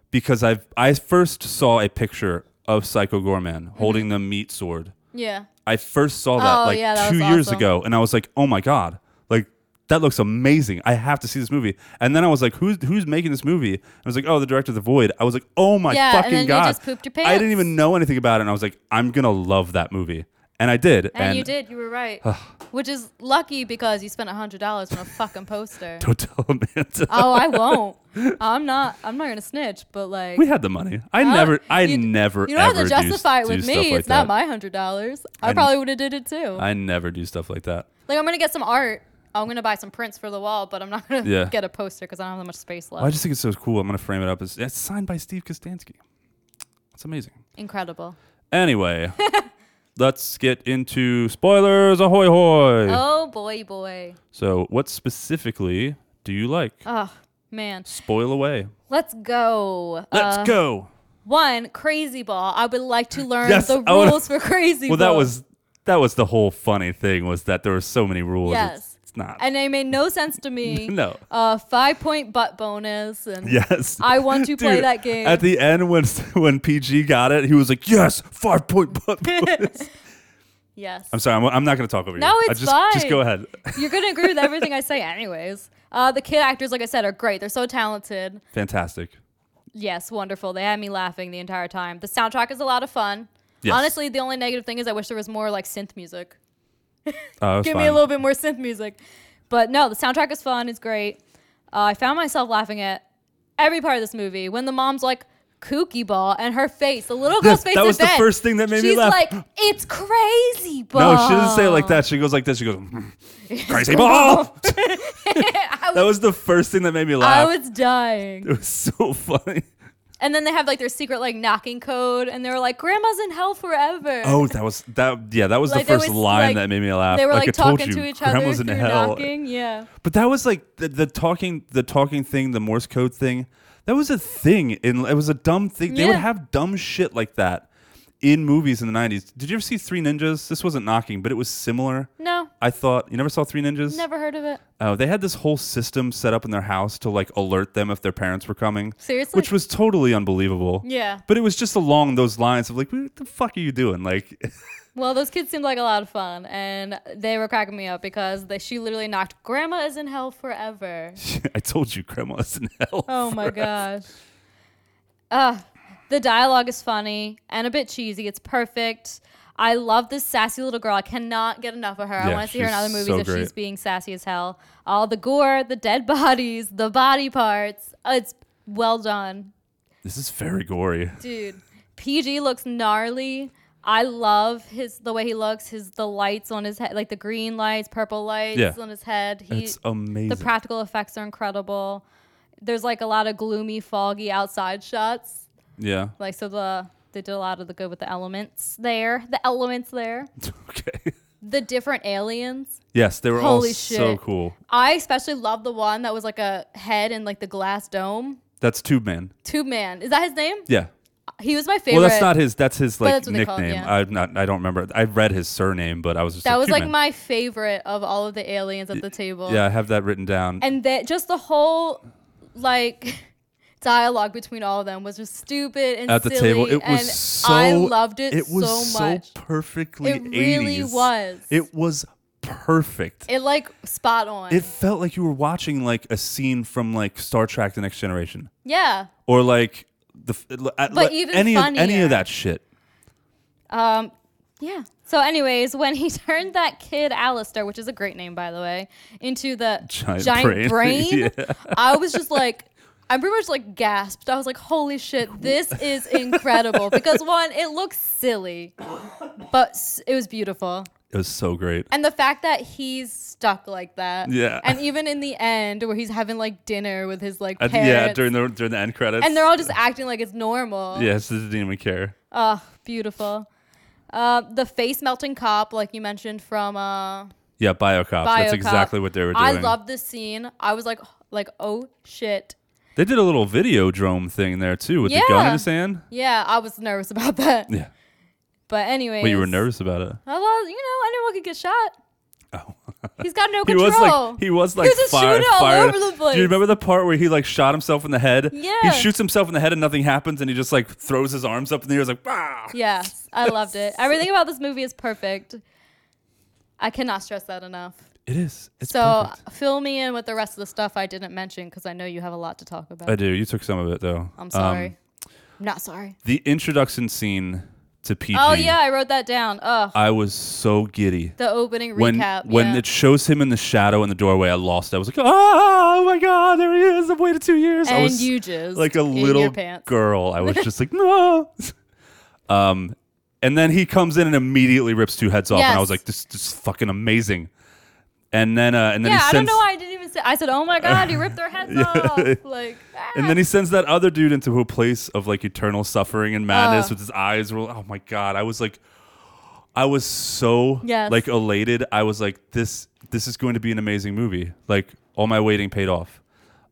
[SPEAKER 1] because I've I first saw a picture of Psycho Gorman holding the meat sword.
[SPEAKER 2] Yeah.
[SPEAKER 1] I first saw that
[SPEAKER 2] Mm-hmm. Oh,
[SPEAKER 1] like
[SPEAKER 2] yeah, that
[SPEAKER 1] two
[SPEAKER 2] was
[SPEAKER 1] years
[SPEAKER 2] awesome.
[SPEAKER 1] ago, and I was like, "Oh my god, like that looks amazing! I have to see this movie." And then I was like, "Who's who's making this movie?" I was like, "Oh, the director of The Void." I was like, "Oh my
[SPEAKER 2] Yeah, and
[SPEAKER 1] fucking
[SPEAKER 2] then you
[SPEAKER 1] god!"
[SPEAKER 2] just pooped your
[SPEAKER 1] I didn't even
[SPEAKER 2] pants.
[SPEAKER 1] know anything about it, and I was like, "I'm gonna love that movie," and I did.
[SPEAKER 2] And, you did. You were right. Which is lucky because you spent hundred dollars on a
[SPEAKER 1] *laughs*
[SPEAKER 2] fucking poster.
[SPEAKER 1] Don't tell Amanda.
[SPEAKER 2] oh, I won't. I'm not. I'm not gonna snitch. But like,
[SPEAKER 1] We had the money. I
[SPEAKER 2] *laughs*
[SPEAKER 1] never, I
[SPEAKER 2] you-
[SPEAKER 1] never,
[SPEAKER 2] you don't have
[SPEAKER 1] ever
[SPEAKER 2] to justify
[SPEAKER 1] do, do
[SPEAKER 2] it with
[SPEAKER 1] stuff
[SPEAKER 2] me.
[SPEAKER 1] like
[SPEAKER 2] it's not
[SPEAKER 1] that.
[SPEAKER 2] my hundred dollars. I,
[SPEAKER 1] I-
[SPEAKER 2] probably would have did it too.
[SPEAKER 1] I never do stuff like that.
[SPEAKER 2] like, I'm gonna get some art. I'm gonna buy some prints for the wall, but I'm not gonna
[SPEAKER 1] Yeah.
[SPEAKER 2] *laughs* get a poster because I don't have that much space left.
[SPEAKER 1] I just think it's so cool. I'm gonna frame it up as it's signed by Steve Kostansky. It's amazing.
[SPEAKER 2] Incredible. *laughs*
[SPEAKER 1] Anyway, let's get into spoilers. Ahoy hoy!
[SPEAKER 2] Oh boy, boy.
[SPEAKER 1] So, what specifically do you like?
[SPEAKER 2] Oh man,
[SPEAKER 1] Spoil away.
[SPEAKER 2] let's go.
[SPEAKER 1] Let's
[SPEAKER 2] Uh,
[SPEAKER 1] go.
[SPEAKER 2] One crazy ball. I would like to learn
[SPEAKER 1] Yes,
[SPEAKER 2] the
[SPEAKER 1] I wanna-
[SPEAKER 2] rules for crazy.
[SPEAKER 1] Well, that
[SPEAKER 2] ball.
[SPEAKER 1] was that was the whole funny thing was that there were so many rules. It's-
[SPEAKER 2] Yes.
[SPEAKER 1] it's, not.
[SPEAKER 2] and they made no sense to me.
[SPEAKER 1] *laughs* No.
[SPEAKER 2] Uh, five point butt bonus and
[SPEAKER 1] Yes.
[SPEAKER 2] I want to play
[SPEAKER 1] Dude,
[SPEAKER 2] that game.
[SPEAKER 1] At the end, when *laughs* when PG got it, he was like, "Yes, five point
[SPEAKER 2] *laughs*
[SPEAKER 1] butt."
[SPEAKER 2] yes.
[SPEAKER 1] I'm sorry, I'm, I'm not going to talk over you.
[SPEAKER 2] No,
[SPEAKER 1] I
[SPEAKER 2] it's
[SPEAKER 1] just, Just
[SPEAKER 2] fine.
[SPEAKER 1] go ahead.
[SPEAKER 2] You're gonna agree with everything I say, anyways. Uh, the kid actors, like I said, are great. They're so talented.
[SPEAKER 1] Fantastic.
[SPEAKER 2] Yes, wonderful. They had me laughing the entire time. The soundtrack is a lot of fun.
[SPEAKER 1] Yes.
[SPEAKER 2] Honestly, the only negative thing is I wish there was more like synth music.
[SPEAKER 1] Oh, it was
[SPEAKER 2] Give me
[SPEAKER 1] fine.
[SPEAKER 2] a little bit more synth music. But no, the soundtrack is fun. It's great. Uh, I found myself laughing at every part of this movie when the mom's like, kooky ball and her face, the little
[SPEAKER 1] Yes,
[SPEAKER 2] girl's
[SPEAKER 1] *laughs*
[SPEAKER 2] face.
[SPEAKER 1] that
[SPEAKER 2] in
[SPEAKER 1] was the
[SPEAKER 2] bed.
[SPEAKER 1] first thing that made me
[SPEAKER 2] She's
[SPEAKER 1] laugh.
[SPEAKER 2] like, it's crazy ball.
[SPEAKER 1] *gasps* No, she doesn't say it like that. She goes like this. She goes,
[SPEAKER 2] *laughs*
[SPEAKER 1] "Mm, "Crazy ball."
[SPEAKER 2] I
[SPEAKER 1] that was the first thing that made me
[SPEAKER 2] I
[SPEAKER 1] laugh.
[SPEAKER 2] was dying.
[SPEAKER 1] it was so *laughs* funny.
[SPEAKER 2] And then they have like their secret like knocking code, and they're like, "Grandma's in hell forever."
[SPEAKER 1] Oh, that was that. Yeah, that was
[SPEAKER 2] Like,
[SPEAKER 1] the
[SPEAKER 2] they
[SPEAKER 1] first
[SPEAKER 2] was,
[SPEAKER 1] line
[SPEAKER 2] like-
[SPEAKER 1] that made me laugh.
[SPEAKER 2] they were like,
[SPEAKER 1] I told
[SPEAKER 2] talking
[SPEAKER 1] you,
[SPEAKER 2] to each
[SPEAKER 1] Grandma's
[SPEAKER 2] other
[SPEAKER 1] in
[SPEAKER 2] through
[SPEAKER 1] hell.
[SPEAKER 2] knocking. Yeah,
[SPEAKER 1] But that was like the, the talking, the talking thing, the Morse code thing. That was a thing, and it was a dumb thing. They would
[SPEAKER 2] Yeah.
[SPEAKER 1] have dumb shit like that in movies in the '90s. Did you ever see Three Ninjas? This wasn't knocking, but it was similar.
[SPEAKER 2] No.
[SPEAKER 1] I thought you never saw Three Ninjas.
[SPEAKER 2] never heard of it.
[SPEAKER 1] Oh, they had this whole system set up in their house to like alert them if their parents were coming.
[SPEAKER 2] Seriously?
[SPEAKER 1] Which was totally unbelievable.
[SPEAKER 2] Yeah.
[SPEAKER 1] But it was just along those lines of like, *laughs* what the fuck are you doing? Like,
[SPEAKER 2] Well, those kids seemed like a lot of fun, and they were cracking me up because they, she literally knocked "Grandma is in hell *laughs* forever."
[SPEAKER 1] I told you, Grandma's in hell.
[SPEAKER 2] Oh my
[SPEAKER 1] forever.
[SPEAKER 2] gosh. Uh, the dialogue is funny and a bit cheesy. It's perfect. I love this sassy little girl. I cannot get enough of her. I
[SPEAKER 1] Yeah,
[SPEAKER 2] want to see her in
[SPEAKER 1] she's
[SPEAKER 2] other movies
[SPEAKER 1] so
[SPEAKER 2] if she's
[SPEAKER 1] great.
[SPEAKER 2] being sassy as hell. All the gore, the dead *laughs* bodies, the body parts. Uh, It's well done,
[SPEAKER 1] This is very gory.
[SPEAKER 2] dude. PG looks gnarly. I love his the way he looks. His the lights on his head, like the green lights, purple lights
[SPEAKER 1] Yeah.
[SPEAKER 2] on his head. He,
[SPEAKER 1] It's amazing.
[SPEAKER 2] the practical effects are incredible. There's like a lot of gloomy, foggy outside shots.
[SPEAKER 1] yeah.
[SPEAKER 2] Like so the they did a lot of the good with the elements there. The elements there.
[SPEAKER 1] *laughs* Okay.
[SPEAKER 2] The different aliens.
[SPEAKER 1] Yes, they were all
[SPEAKER 2] Holy
[SPEAKER 1] so
[SPEAKER 2] shit.
[SPEAKER 1] cool.
[SPEAKER 2] I especially love the one that was like a head in like the glass dome.
[SPEAKER 1] That's Tube Man.
[SPEAKER 2] Tube Man. Is that his name?
[SPEAKER 1] Yeah.
[SPEAKER 2] He was my favorite.
[SPEAKER 1] Well, that's not his. That's his like
[SPEAKER 2] that's what they
[SPEAKER 1] nickname.
[SPEAKER 2] call it, yeah.
[SPEAKER 1] I'm not. I don't remember. I read his surname, but I was just.
[SPEAKER 2] that
[SPEAKER 1] like,
[SPEAKER 2] was
[SPEAKER 1] "Tube
[SPEAKER 2] like
[SPEAKER 1] Man."
[SPEAKER 2] my favorite of all of the aliens at the table.
[SPEAKER 1] Yeah, I have that written down.
[SPEAKER 2] and that just the whole like *laughs* dialogue between all of them was just stupid and
[SPEAKER 1] at the
[SPEAKER 2] silly,
[SPEAKER 1] table, it was
[SPEAKER 2] and
[SPEAKER 1] so.
[SPEAKER 2] I loved it.
[SPEAKER 1] It was
[SPEAKER 2] so much.
[SPEAKER 1] perfectly.
[SPEAKER 2] It really
[SPEAKER 1] 80s.
[SPEAKER 2] was.
[SPEAKER 1] It was perfect. It,
[SPEAKER 2] it like spot on.
[SPEAKER 1] felt like you were watching like a scene from like Star Trek: The Next Generation,
[SPEAKER 2] yeah.
[SPEAKER 1] or like the. f- uh, like,
[SPEAKER 2] even
[SPEAKER 1] any of, any
[SPEAKER 2] funnier.
[SPEAKER 1] of that shit.
[SPEAKER 2] Um, yeah. So, anyways, when he *laughs* turned that kid Alistair, which is a great name by the way, into the
[SPEAKER 1] Giant
[SPEAKER 2] giant,
[SPEAKER 1] brain. *laughs*
[SPEAKER 2] brain,
[SPEAKER 1] Yeah.
[SPEAKER 2] I was just like, I pretty much like gasped. I was like, "Holy shit, this is incredible!" because one, it looks silly, but s- it was beautiful.
[SPEAKER 1] It was so great.
[SPEAKER 2] And the fact that he's stuck like that.
[SPEAKER 1] Yeah.
[SPEAKER 2] And even in the end where he's having like dinner with his like
[SPEAKER 1] At-
[SPEAKER 2] parents.
[SPEAKER 1] yeah, during the during the end credits.
[SPEAKER 2] and they're all just acting like it's normal.
[SPEAKER 1] Yes, they didn't even care.
[SPEAKER 2] Oh, beautiful. Uh, the face melting cop, like you mentioned from uh,
[SPEAKER 1] Yeah, Biocop. That's
[SPEAKER 2] Biocop.
[SPEAKER 1] exactly what they were doing.
[SPEAKER 2] I loved this scene. I was like, like oh shit.
[SPEAKER 1] They did a little video drone thing there too with the gun in
[SPEAKER 2] Yeah.
[SPEAKER 1] his hand.
[SPEAKER 2] Yeah, I was nervous *laughs* about that.
[SPEAKER 1] Yeah.
[SPEAKER 2] But anyway,
[SPEAKER 1] But you were nervous about it.
[SPEAKER 2] I was, you know, anyone could get shot. He's got no
[SPEAKER 1] Oh. *laughs* He
[SPEAKER 2] control.
[SPEAKER 1] was like he was like
[SPEAKER 2] He was just
[SPEAKER 1] fire,
[SPEAKER 2] shooting all
[SPEAKER 1] fire-
[SPEAKER 2] over the
[SPEAKER 1] Do you
[SPEAKER 2] place.
[SPEAKER 1] remember the part where he like shot himself in the head? He
[SPEAKER 2] Yeah.
[SPEAKER 1] shoots himself in the head and nothing happens and he just like throws his arms up in the air he's like bah!
[SPEAKER 2] Yes,
[SPEAKER 1] *laughs*
[SPEAKER 2] I loved it. Everything about this movie is perfect. I cannot stress that enough.
[SPEAKER 1] It is. It's
[SPEAKER 2] so
[SPEAKER 1] perfect.
[SPEAKER 2] fill me in with the rest of the stuff I didn't mention because I know you have a lot to talk about.
[SPEAKER 1] I do. You took some of it though. Uh, Um,
[SPEAKER 2] I'm sorry. I'm not sorry.
[SPEAKER 1] the introduction scene to PG.
[SPEAKER 2] Oh yeah, I wrote that down. Ugh.
[SPEAKER 1] I was so giddy.
[SPEAKER 2] the opening
[SPEAKER 1] when
[SPEAKER 2] recap.
[SPEAKER 1] when
[SPEAKER 2] yeah.
[SPEAKER 1] it shows him in the shadow in the doorway, I lost. it. I was like, oh, oh my god, there he is! I've waited two years. I
[SPEAKER 2] And
[SPEAKER 1] was
[SPEAKER 2] you jizzed
[SPEAKER 1] like a
[SPEAKER 2] in your
[SPEAKER 1] little
[SPEAKER 2] pants.
[SPEAKER 1] girl.
[SPEAKER 2] *laughs*
[SPEAKER 1] I was just like, no. Um, and then he comes in and immediately rips two heads off, and I
[SPEAKER 2] Yes.
[SPEAKER 1] was like, this, this is fucking amazing. And then uh, and then
[SPEAKER 2] yeah,
[SPEAKER 1] he
[SPEAKER 2] I don't
[SPEAKER 1] sends
[SPEAKER 2] know why I didn't even say. I said, "Oh my god, he ripped
[SPEAKER 1] *laughs*
[SPEAKER 2] their heads off!" Like, ah,
[SPEAKER 1] and then he sends that other dude into a place of like eternal suffering and madness
[SPEAKER 2] Uh.
[SPEAKER 1] with his eyes roll. Oh my god, I was like, I was so
[SPEAKER 2] Yes.
[SPEAKER 1] like elated. I was like, this this is going to be an amazing movie. Like all my waiting paid off.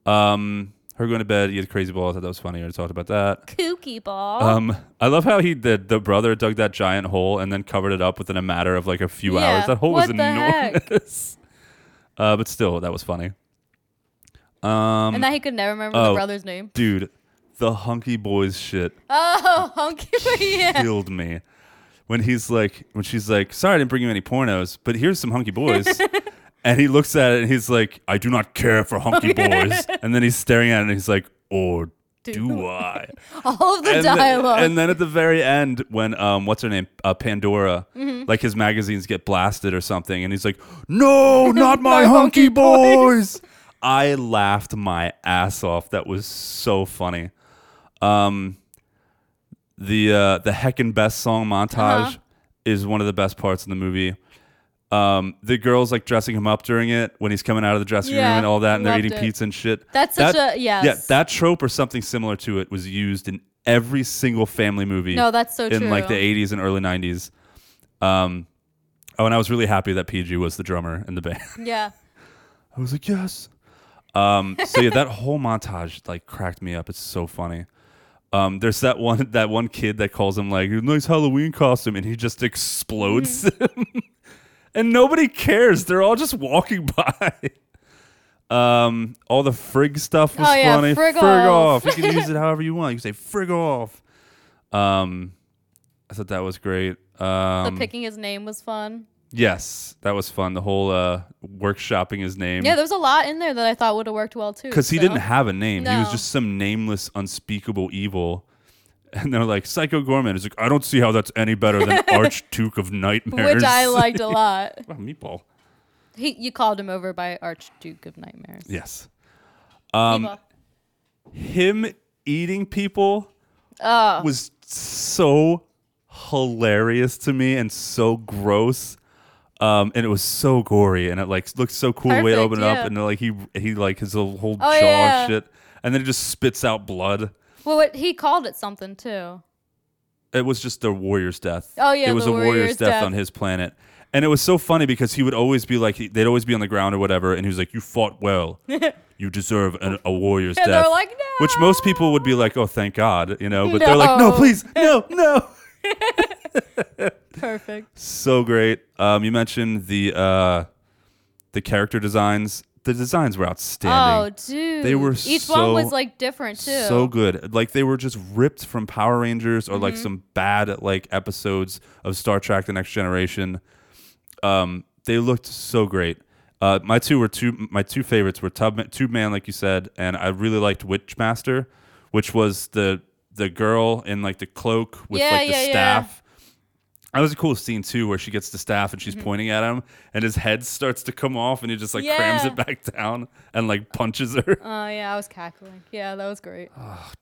[SPEAKER 1] Um, her going to bed, you had crazy balls. I thought that was funny. I already talked about that.
[SPEAKER 2] kooky ball.
[SPEAKER 1] Um, I love how he the the brother dug that giant hole and then covered it up within a matter of like a few
[SPEAKER 2] Yeah.
[SPEAKER 1] hours. That hole was
[SPEAKER 2] What the heck?
[SPEAKER 1] enormous. *laughs* uh, but still, that was funny. Um,
[SPEAKER 2] and that he could never remember
[SPEAKER 1] oh.
[SPEAKER 2] the brother's name. *laughs*
[SPEAKER 1] dude, the hunky boys *laughs* shit
[SPEAKER 2] Oh, *laughs* hunky. yeah.
[SPEAKER 1] killed me. When he's like, when she's like, sorry, I didn't bring you any pornos, but here's some hunky *laughs* boys. and he looks at it and he's like, I do not care for hunky boys. And then he's staring at it and he's like, or do I?
[SPEAKER 2] All of the
[SPEAKER 1] and, the-
[SPEAKER 2] dialogue.
[SPEAKER 1] and then at the very end, when um, what's her name, uh, Pandora,
[SPEAKER 2] Mm-hmm.
[SPEAKER 1] like his magazines get blasted or something, and he's like,
[SPEAKER 2] *laughs*
[SPEAKER 1] "No, not my, hunky boys." I laughed my ass off. That was so funny. Um, the uh, the heckin' best song montage
[SPEAKER 2] Uh-huh.
[SPEAKER 1] is one of the best parts in the movie. Um, the girls like dressing him up during it when he's coming out of the dressing room
[SPEAKER 2] Yeah,
[SPEAKER 1] and all that, and they're
[SPEAKER 2] loved
[SPEAKER 1] eating
[SPEAKER 2] it.
[SPEAKER 1] pizza and shit.
[SPEAKER 2] That's such
[SPEAKER 1] That-
[SPEAKER 2] a-
[SPEAKER 1] Yeah,
[SPEAKER 2] yes.
[SPEAKER 1] that trope or something similar to it was used in every single family movie.
[SPEAKER 2] No, that's so
[SPEAKER 1] in like the
[SPEAKER 2] true.
[SPEAKER 1] 80s and early 90s. Um, oh, and I was really happy that PG was the drummer in the band.
[SPEAKER 2] yeah.
[SPEAKER 1] I was like, yes. Um, so yeah, that whole montage like cracked me up. It's so funny. Um, there's that one that one kid that calls him like nice Halloween costume, and he just explodes
[SPEAKER 2] Mm-hmm.
[SPEAKER 1] him. *laughs* and nobody cares. They're all just walking *laughs* by. Um, all the frig stuff was
[SPEAKER 2] Oh, yeah,
[SPEAKER 1] funny.
[SPEAKER 2] frig
[SPEAKER 1] off.
[SPEAKER 2] off. *laughs*
[SPEAKER 1] You can use it however you want. You can say frig off. Um, I thought that was great. Um,
[SPEAKER 2] the picking his name was fun.
[SPEAKER 1] yes, that was fun. The whole uh, workshopping his name.
[SPEAKER 2] Yeah, there was a lot in there that I thought would have worked well too.
[SPEAKER 1] because he
[SPEAKER 2] so.
[SPEAKER 1] didn't have a name. He was
[SPEAKER 2] No.
[SPEAKER 1] just some nameless, unspeakable evil. And they're like, Psycho Gorman. He's like, I don't see how that's any better
[SPEAKER 2] *laughs*
[SPEAKER 1] than Archduke of Nightmares.
[SPEAKER 2] which
[SPEAKER 1] *laughs*
[SPEAKER 2] I *laughs* liked a lot.
[SPEAKER 1] Wow, meatball.
[SPEAKER 2] He, you called him over by Archduke of Nightmares.
[SPEAKER 1] Yes. Um, him eating people
[SPEAKER 2] Oh.
[SPEAKER 1] was so hilarious to me and so gross. Um, and it was so gory and it like looked so cool the way it
[SPEAKER 2] Perfect,
[SPEAKER 1] opened
[SPEAKER 2] yeah.
[SPEAKER 1] up and like he he like his little whole
[SPEAKER 2] Oh,
[SPEAKER 1] jaw
[SPEAKER 2] yeah.
[SPEAKER 1] shit and then it just spits out blood.
[SPEAKER 2] Well, what, he called it something too.
[SPEAKER 1] It was just the warrior's death.
[SPEAKER 2] Oh, yeah,
[SPEAKER 1] it was
[SPEAKER 2] the
[SPEAKER 1] a warrior's,
[SPEAKER 2] warrior's
[SPEAKER 1] death,
[SPEAKER 2] death.
[SPEAKER 1] on his planet, and it was so funny because he would always be like, he- they'd always be on the ground or whatever, and he was like, "You fought
[SPEAKER 2] *laughs*
[SPEAKER 1] well, you deserve an, a warrior's
[SPEAKER 2] And they're
[SPEAKER 1] death."
[SPEAKER 2] like,
[SPEAKER 1] Which most people would be like, "Oh, thank God," you know, but they're like, "No,
[SPEAKER 2] No.
[SPEAKER 1] please,
[SPEAKER 2] *laughs*
[SPEAKER 1] no, no."
[SPEAKER 2] Perfect.
[SPEAKER 1] so great. Um, you mentioned the uh, the character designs. The designs were
[SPEAKER 2] Oh,
[SPEAKER 1] outstanding.
[SPEAKER 2] dude.
[SPEAKER 1] They were
[SPEAKER 2] Each
[SPEAKER 1] so-
[SPEAKER 2] one was like different too. Mm-hmm.
[SPEAKER 1] so good. Like they were just ripped from Power Rangers or like some bad like episodes of Star Trek: The Next Generation. Um, they looked so great. Uh, my two were two. My two favorites were Tub Tube Man, like you said, and I really liked Witchmaster, which was the the girl in like the cloak with
[SPEAKER 2] Yeah,
[SPEAKER 1] like the
[SPEAKER 2] yeah, yeah.
[SPEAKER 1] staff. That was a cool scene too, where she gets the staff and she's
[SPEAKER 2] Mm-hmm.
[SPEAKER 1] pointing at him, and his head starts to come off, and he just like crams
[SPEAKER 2] Yeah.
[SPEAKER 1] it back *laughs* down and like punches her.
[SPEAKER 2] Oh yeah, I was cackling. Yeah, that was great.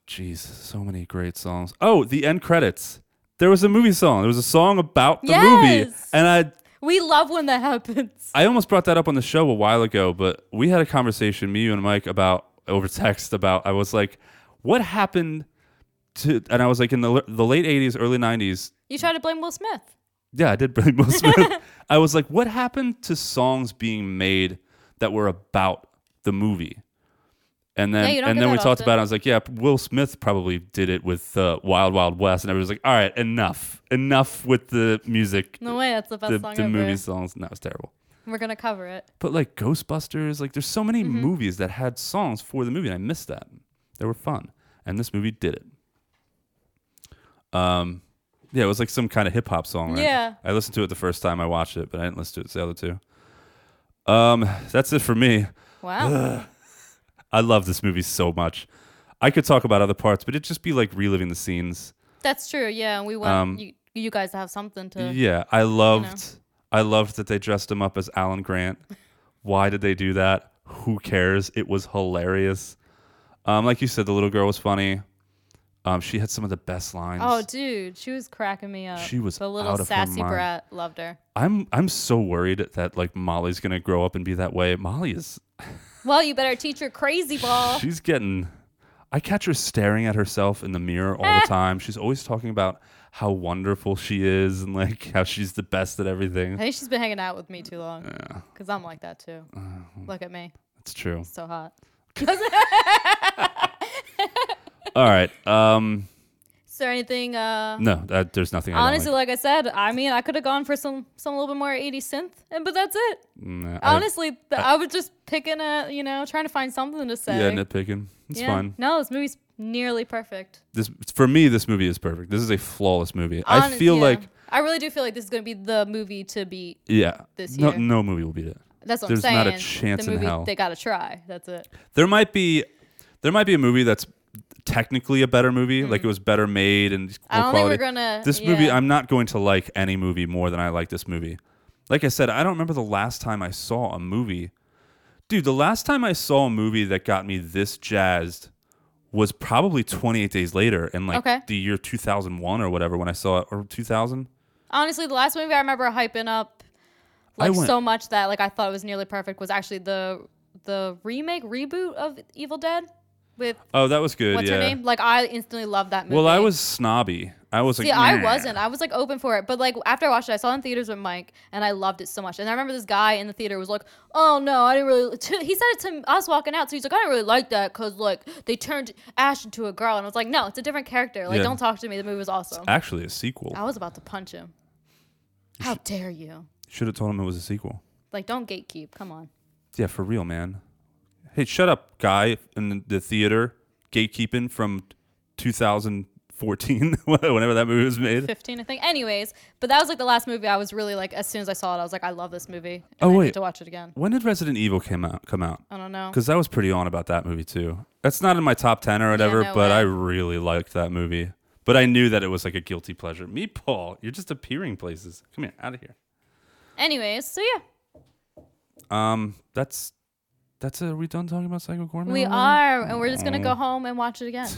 [SPEAKER 1] Jeez, so many great songs. Oh, the end credits. There was a movie song. There was a song about the movie.
[SPEAKER 2] Yes!
[SPEAKER 1] And I
[SPEAKER 2] We love when that *laughs* happens.
[SPEAKER 1] I almost brought that up on the show a while ago, but we had a conversation, me, you, and Mike, about over text about I was like, what happened to and I was like in the the late 80s, early 90s,
[SPEAKER 2] You try to blame Will Smith.
[SPEAKER 1] yeah, I did Billy Will Smith. *laughs* I was like, what happened to songs being made that were about the movie? And then
[SPEAKER 2] Yeah, you don't
[SPEAKER 1] and
[SPEAKER 2] get
[SPEAKER 1] then we
[SPEAKER 2] that
[SPEAKER 1] talked
[SPEAKER 2] often.
[SPEAKER 1] about it. I was like, yeah, Will Smith probably did it with uh, Wild Wild West, and everybody was like, all right, enough, enough with the music,
[SPEAKER 2] No way, that's the best
[SPEAKER 1] the,
[SPEAKER 2] song
[SPEAKER 1] the
[SPEAKER 2] ever.
[SPEAKER 1] movie songs. No, it's terrible.
[SPEAKER 2] We're gonna cover it.
[SPEAKER 1] But like Ghostbusters, like there's so many movies that had songs for the movie, and I missed that. They were fun, and this movie did it. Um, yeah, it was like some kind of hip hop song. Right?
[SPEAKER 2] Yeah.
[SPEAKER 1] I listened to it the first time I watched it, but I didn't listen to it the other two. Um, that's it for me.
[SPEAKER 2] Wow.
[SPEAKER 1] I love this movie so much. I could talk about other parts, but it'd just be like reliving the scenes.
[SPEAKER 2] that's true. Yeah, and we want
[SPEAKER 1] Um,
[SPEAKER 2] you, you guys to have something to.
[SPEAKER 1] Yeah, I loved I loved that they dressed him up as Alan Grant. Why did they do that? Who cares? It was hilarious. Um, like you said, the little girl was funny. Um, she had some of the best lines.
[SPEAKER 2] Oh, dude, she was cracking me up.
[SPEAKER 1] She was
[SPEAKER 2] the little
[SPEAKER 1] out of her
[SPEAKER 2] sassy
[SPEAKER 1] mind.
[SPEAKER 2] brat. Loved her.
[SPEAKER 1] I'm I'm so worried that like Molly's gonna grow up and be that way. Molly is
[SPEAKER 2] Well, you better teach her crazy ball.
[SPEAKER 1] she's getting. I catch her staring at herself in the mirror
[SPEAKER 2] *laughs*
[SPEAKER 1] all the time. She's always talking about how wonderful she is and like how she's the best at
[SPEAKER 2] I
[SPEAKER 1] everything.
[SPEAKER 2] think she's been hanging out with me too long. Cause I'm like that too.
[SPEAKER 1] Uh, hmm.
[SPEAKER 2] Look at me,
[SPEAKER 1] It's true.
[SPEAKER 2] so hot.
[SPEAKER 1] All right. Um,
[SPEAKER 2] Is there anything? Uh,
[SPEAKER 1] no, that, there's nothing. I don't
[SPEAKER 2] honestly, like I said, I mean, I could have gone for some some little bit more 80 synth, and but that's it.
[SPEAKER 1] Nah, I-
[SPEAKER 2] Honestly, th- I, was just picking a, you know, trying to find something to say.
[SPEAKER 1] yeah, nitpicking. It's
[SPEAKER 2] Yeah.
[SPEAKER 1] fine.
[SPEAKER 2] No, this movie's nearly perfect.
[SPEAKER 1] This for me, this movie is perfect. This is a flawless movie. I
[SPEAKER 2] Honest-
[SPEAKER 1] feel
[SPEAKER 2] yeah.
[SPEAKER 1] like
[SPEAKER 2] I really do feel like this is going to be the movie to beat.
[SPEAKER 1] yeah,
[SPEAKER 2] This
[SPEAKER 1] no
[SPEAKER 2] year.
[SPEAKER 1] no movie will beat it.
[SPEAKER 2] That's what
[SPEAKER 1] There's
[SPEAKER 2] I'm saying.
[SPEAKER 1] not a chance
[SPEAKER 2] the
[SPEAKER 1] in
[SPEAKER 2] movie
[SPEAKER 1] hell.
[SPEAKER 2] they got to try. That's it.
[SPEAKER 1] There might be there might be a movie that's technically a better movie, like it was better made and more
[SPEAKER 2] Mm-hmm. I don't think
[SPEAKER 1] quality.
[SPEAKER 2] we're gonna-
[SPEAKER 1] this movie,
[SPEAKER 2] yeah.
[SPEAKER 1] I'm not going to like any movie more than I like this movie. Like I said, I don't remember the last time I saw a movie. Dude, the last time I saw a movie that got me this jazzed was probably 28 days later in like
[SPEAKER 2] Okay.
[SPEAKER 1] the year 2001 or whatever when I saw it or 2000.
[SPEAKER 2] Honestly, the last movie I remember hyping up
[SPEAKER 1] I
[SPEAKER 2] like
[SPEAKER 1] went-
[SPEAKER 2] so much that like I thought it was nearly perfect was actually the the remake reboot of Evil Dead with
[SPEAKER 1] Oh, that was good.
[SPEAKER 2] what's
[SPEAKER 1] yeah.
[SPEAKER 2] her name? Like I instantly loved that movie.
[SPEAKER 1] Well, I was snobby. I was
[SPEAKER 2] See,
[SPEAKER 1] like,
[SPEAKER 2] I
[SPEAKER 1] "Nah."
[SPEAKER 2] wasn't. I was like open for it, but like after I watched it, I saw it in theaters with Mike, and I loved it so much. And I remember this guy in the theater was like, "Oh no, I didn't really." he said it to us walking out, so he's like, "I didn't really like that because like they turned Ash into a girl," and I was like, "No, it's a different character. Like,
[SPEAKER 1] Yeah.
[SPEAKER 2] don't talk to me. The movie was awesome."
[SPEAKER 1] Actually, a sequel.
[SPEAKER 2] I was about to punch him.
[SPEAKER 1] *laughs*
[SPEAKER 2] How dare you?
[SPEAKER 1] Should have told him it was a sequel.
[SPEAKER 2] Like, don't gatekeep. Come on.
[SPEAKER 1] Yeah, for real, man. Hey, shut up, guy in the theater gatekeeping from 2005. 14, *laughs* whenever that movie was made.
[SPEAKER 2] 15, I think. Anyways, but that was like the last movie I was really like, as soon as I saw it, I was like, I love this movie. And
[SPEAKER 1] Oh,
[SPEAKER 2] I
[SPEAKER 1] wait.
[SPEAKER 2] Need to watch it again.
[SPEAKER 1] When did Resident Evil came out? Come out?
[SPEAKER 2] I don't know.
[SPEAKER 1] Because I was pretty on about that movie too. That's not in my top ten or whatever,
[SPEAKER 2] no
[SPEAKER 1] but
[SPEAKER 2] way.
[SPEAKER 1] I really liked that movie. But I knew that it was like a guilty pleasure. Me, Paul, you're just appearing places. Come here, out of here.
[SPEAKER 2] Anyways, so yeah,
[SPEAKER 1] Um, that's that's a. Are we done talking about Psycho Gorman?
[SPEAKER 2] we are, and we're just gonna
[SPEAKER 1] Mm-hmm.
[SPEAKER 2] go home and watch it again.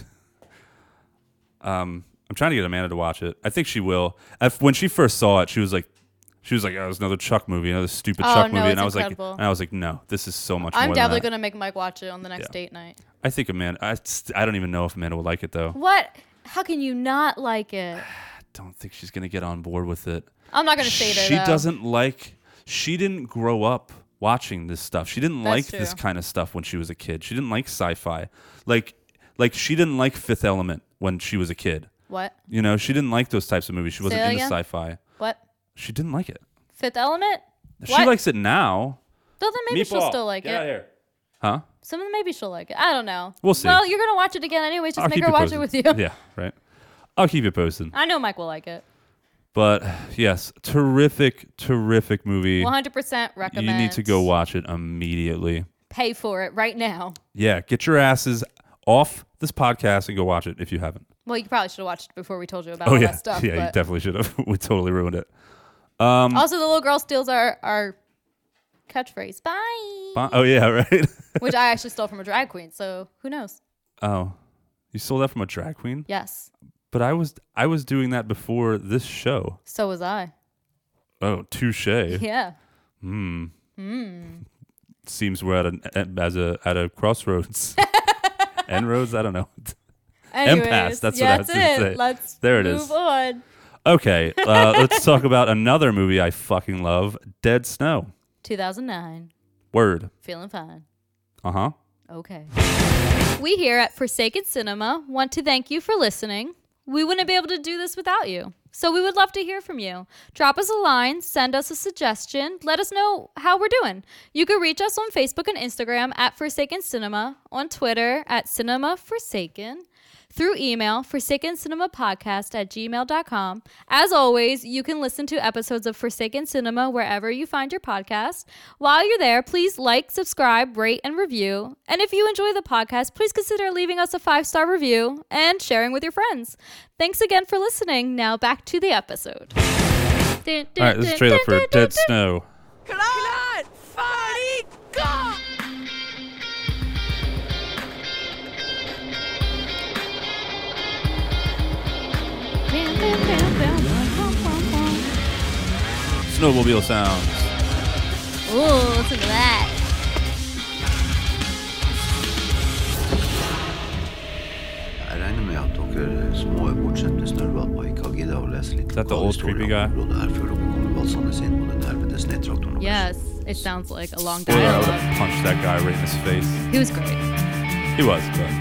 [SPEAKER 1] I'm trying to get Amanda to watch it. I think she will. If, when she first saw it, she was like, she was like, "Oh, it's another Chuck movie, another stupid
[SPEAKER 2] Oh,
[SPEAKER 1] Chuck
[SPEAKER 2] no,
[SPEAKER 1] movie,"
[SPEAKER 2] it's
[SPEAKER 1] and I was
[SPEAKER 2] incredible.
[SPEAKER 1] like, and I was like, "No, this is so much."
[SPEAKER 2] I'm
[SPEAKER 1] more
[SPEAKER 2] definitely
[SPEAKER 1] than that.
[SPEAKER 2] gonna make Mike watch it on the next
[SPEAKER 1] Yeah.
[SPEAKER 2] date night.
[SPEAKER 1] I think Amanda. I, st- I don't even know if Amanda would like it though.
[SPEAKER 2] What? How can you not like it?
[SPEAKER 1] don't think she's gonna get on board with it.
[SPEAKER 2] I'm not gonna say that.
[SPEAKER 1] she doesn't like she didn't grow up watching this stuff she didn't like
[SPEAKER 2] That's
[SPEAKER 1] this
[SPEAKER 2] true.
[SPEAKER 1] kind of stuff when she was a kid she didn't like sci-fi like like she didn't like fifth element when she was a kid
[SPEAKER 2] What?
[SPEAKER 1] you know she didn't like those types of movies she wasn't
[SPEAKER 2] that
[SPEAKER 1] into
[SPEAKER 2] again?
[SPEAKER 1] sci-fi
[SPEAKER 2] What?
[SPEAKER 1] she didn't like it
[SPEAKER 2] Fifth Element?
[SPEAKER 1] she
[SPEAKER 2] What?
[SPEAKER 1] likes it now
[SPEAKER 2] Well, then maybe she'll
[SPEAKER 1] Meatball,
[SPEAKER 2] still like
[SPEAKER 1] get
[SPEAKER 2] it.
[SPEAKER 1] outta here. huh
[SPEAKER 2] So then maybe she'll like it. I don't know.
[SPEAKER 1] We'll see.
[SPEAKER 2] Well, you're gonna watch it again anyways. Just make her watch it with you.
[SPEAKER 1] posted. yeah right i'll keep you posted
[SPEAKER 2] I know Mike will like it.
[SPEAKER 1] but yes terrific terrific movie
[SPEAKER 2] 100%
[SPEAKER 1] you
[SPEAKER 2] recommend.
[SPEAKER 1] need to go watch it immediately
[SPEAKER 2] Pay for it right now.
[SPEAKER 1] Yeah, get your asses off this podcast and go watch it if you haven't.
[SPEAKER 2] Well, you probably should have watched it before we told you about all
[SPEAKER 1] Oh, yeah,
[SPEAKER 2] that
[SPEAKER 1] *laughs*
[SPEAKER 2] stuff.
[SPEAKER 1] yeah, you
[SPEAKER 2] but
[SPEAKER 1] definitely should have. we totally ruined it.
[SPEAKER 2] also, the little girl steals our, our catchphrase, bye,
[SPEAKER 1] Bon- oh yeah, *laughs* right.
[SPEAKER 2] which I actually stole from a drag queen. So who knows?
[SPEAKER 1] oh, you stole that from a drag queen.
[SPEAKER 2] Yes.
[SPEAKER 1] But I was I was doing that before this show.
[SPEAKER 2] So was I.
[SPEAKER 1] Oh, touche.
[SPEAKER 2] Yeah.
[SPEAKER 1] Seems we're at an at, as a at a crossroads. and roads, I don't know.
[SPEAKER 2] Anyways,
[SPEAKER 1] that's what I
[SPEAKER 2] yeah,
[SPEAKER 1] was
[SPEAKER 2] that's
[SPEAKER 1] gonna
[SPEAKER 2] it.
[SPEAKER 1] say.
[SPEAKER 2] Let's
[SPEAKER 1] There it
[SPEAKER 2] move
[SPEAKER 1] is.
[SPEAKER 2] on.
[SPEAKER 1] Okay, uh, let's talk about another movie I fucking love, Dead Snow.
[SPEAKER 2] 2009.
[SPEAKER 1] Word.
[SPEAKER 2] Feeling fine.
[SPEAKER 1] Uh huh.
[SPEAKER 2] Okay. We here at Forsaken Cinema want to thank you for listening. We wouldn't be able to do this without you. So we would love to hear from you. Drop us a line, send us a suggestion, let us know how we're doing. You can reach us on Facebook and Instagram at Forsaken Cinema, on Twitter at Cinema Forsaken, through email, Forsaken Cinema Podcast at gmail.com. As always, you can listen to episodes of Forsaken Cinema wherever you find your podcast. While you're there, please like, subscribe, rate, and review. And if you enjoy the podcast, please consider leaving us a five star review and sharing with your friends. Thanks again for listening. Now back to the episode.
[SPEAKER 1] All right, this is a trailer for Dead Snow. Snowmobile sounds.
[SPEAKER 2] Ooh, listen to that.
[SPEAKER 8] Jeg regner med at dere små bortskjemte og ikke har giddet å lese litt
[SPEAKER 1] that the old creepy guy?
[SPEAKER 8] lokalhistorier om området her før dere kommer valsende inn på den helvetes snøtraktoren deres.
[SPEAKER 2] Yes, it sounds like a long
[SPEAKER 1] Boy, I would
[SPEAKER 2] dialogue.
[SPEAKER 1] have punched that guy right in his face.
[SPEAKER 2] He was great.
[SPEAKER 1] He was, but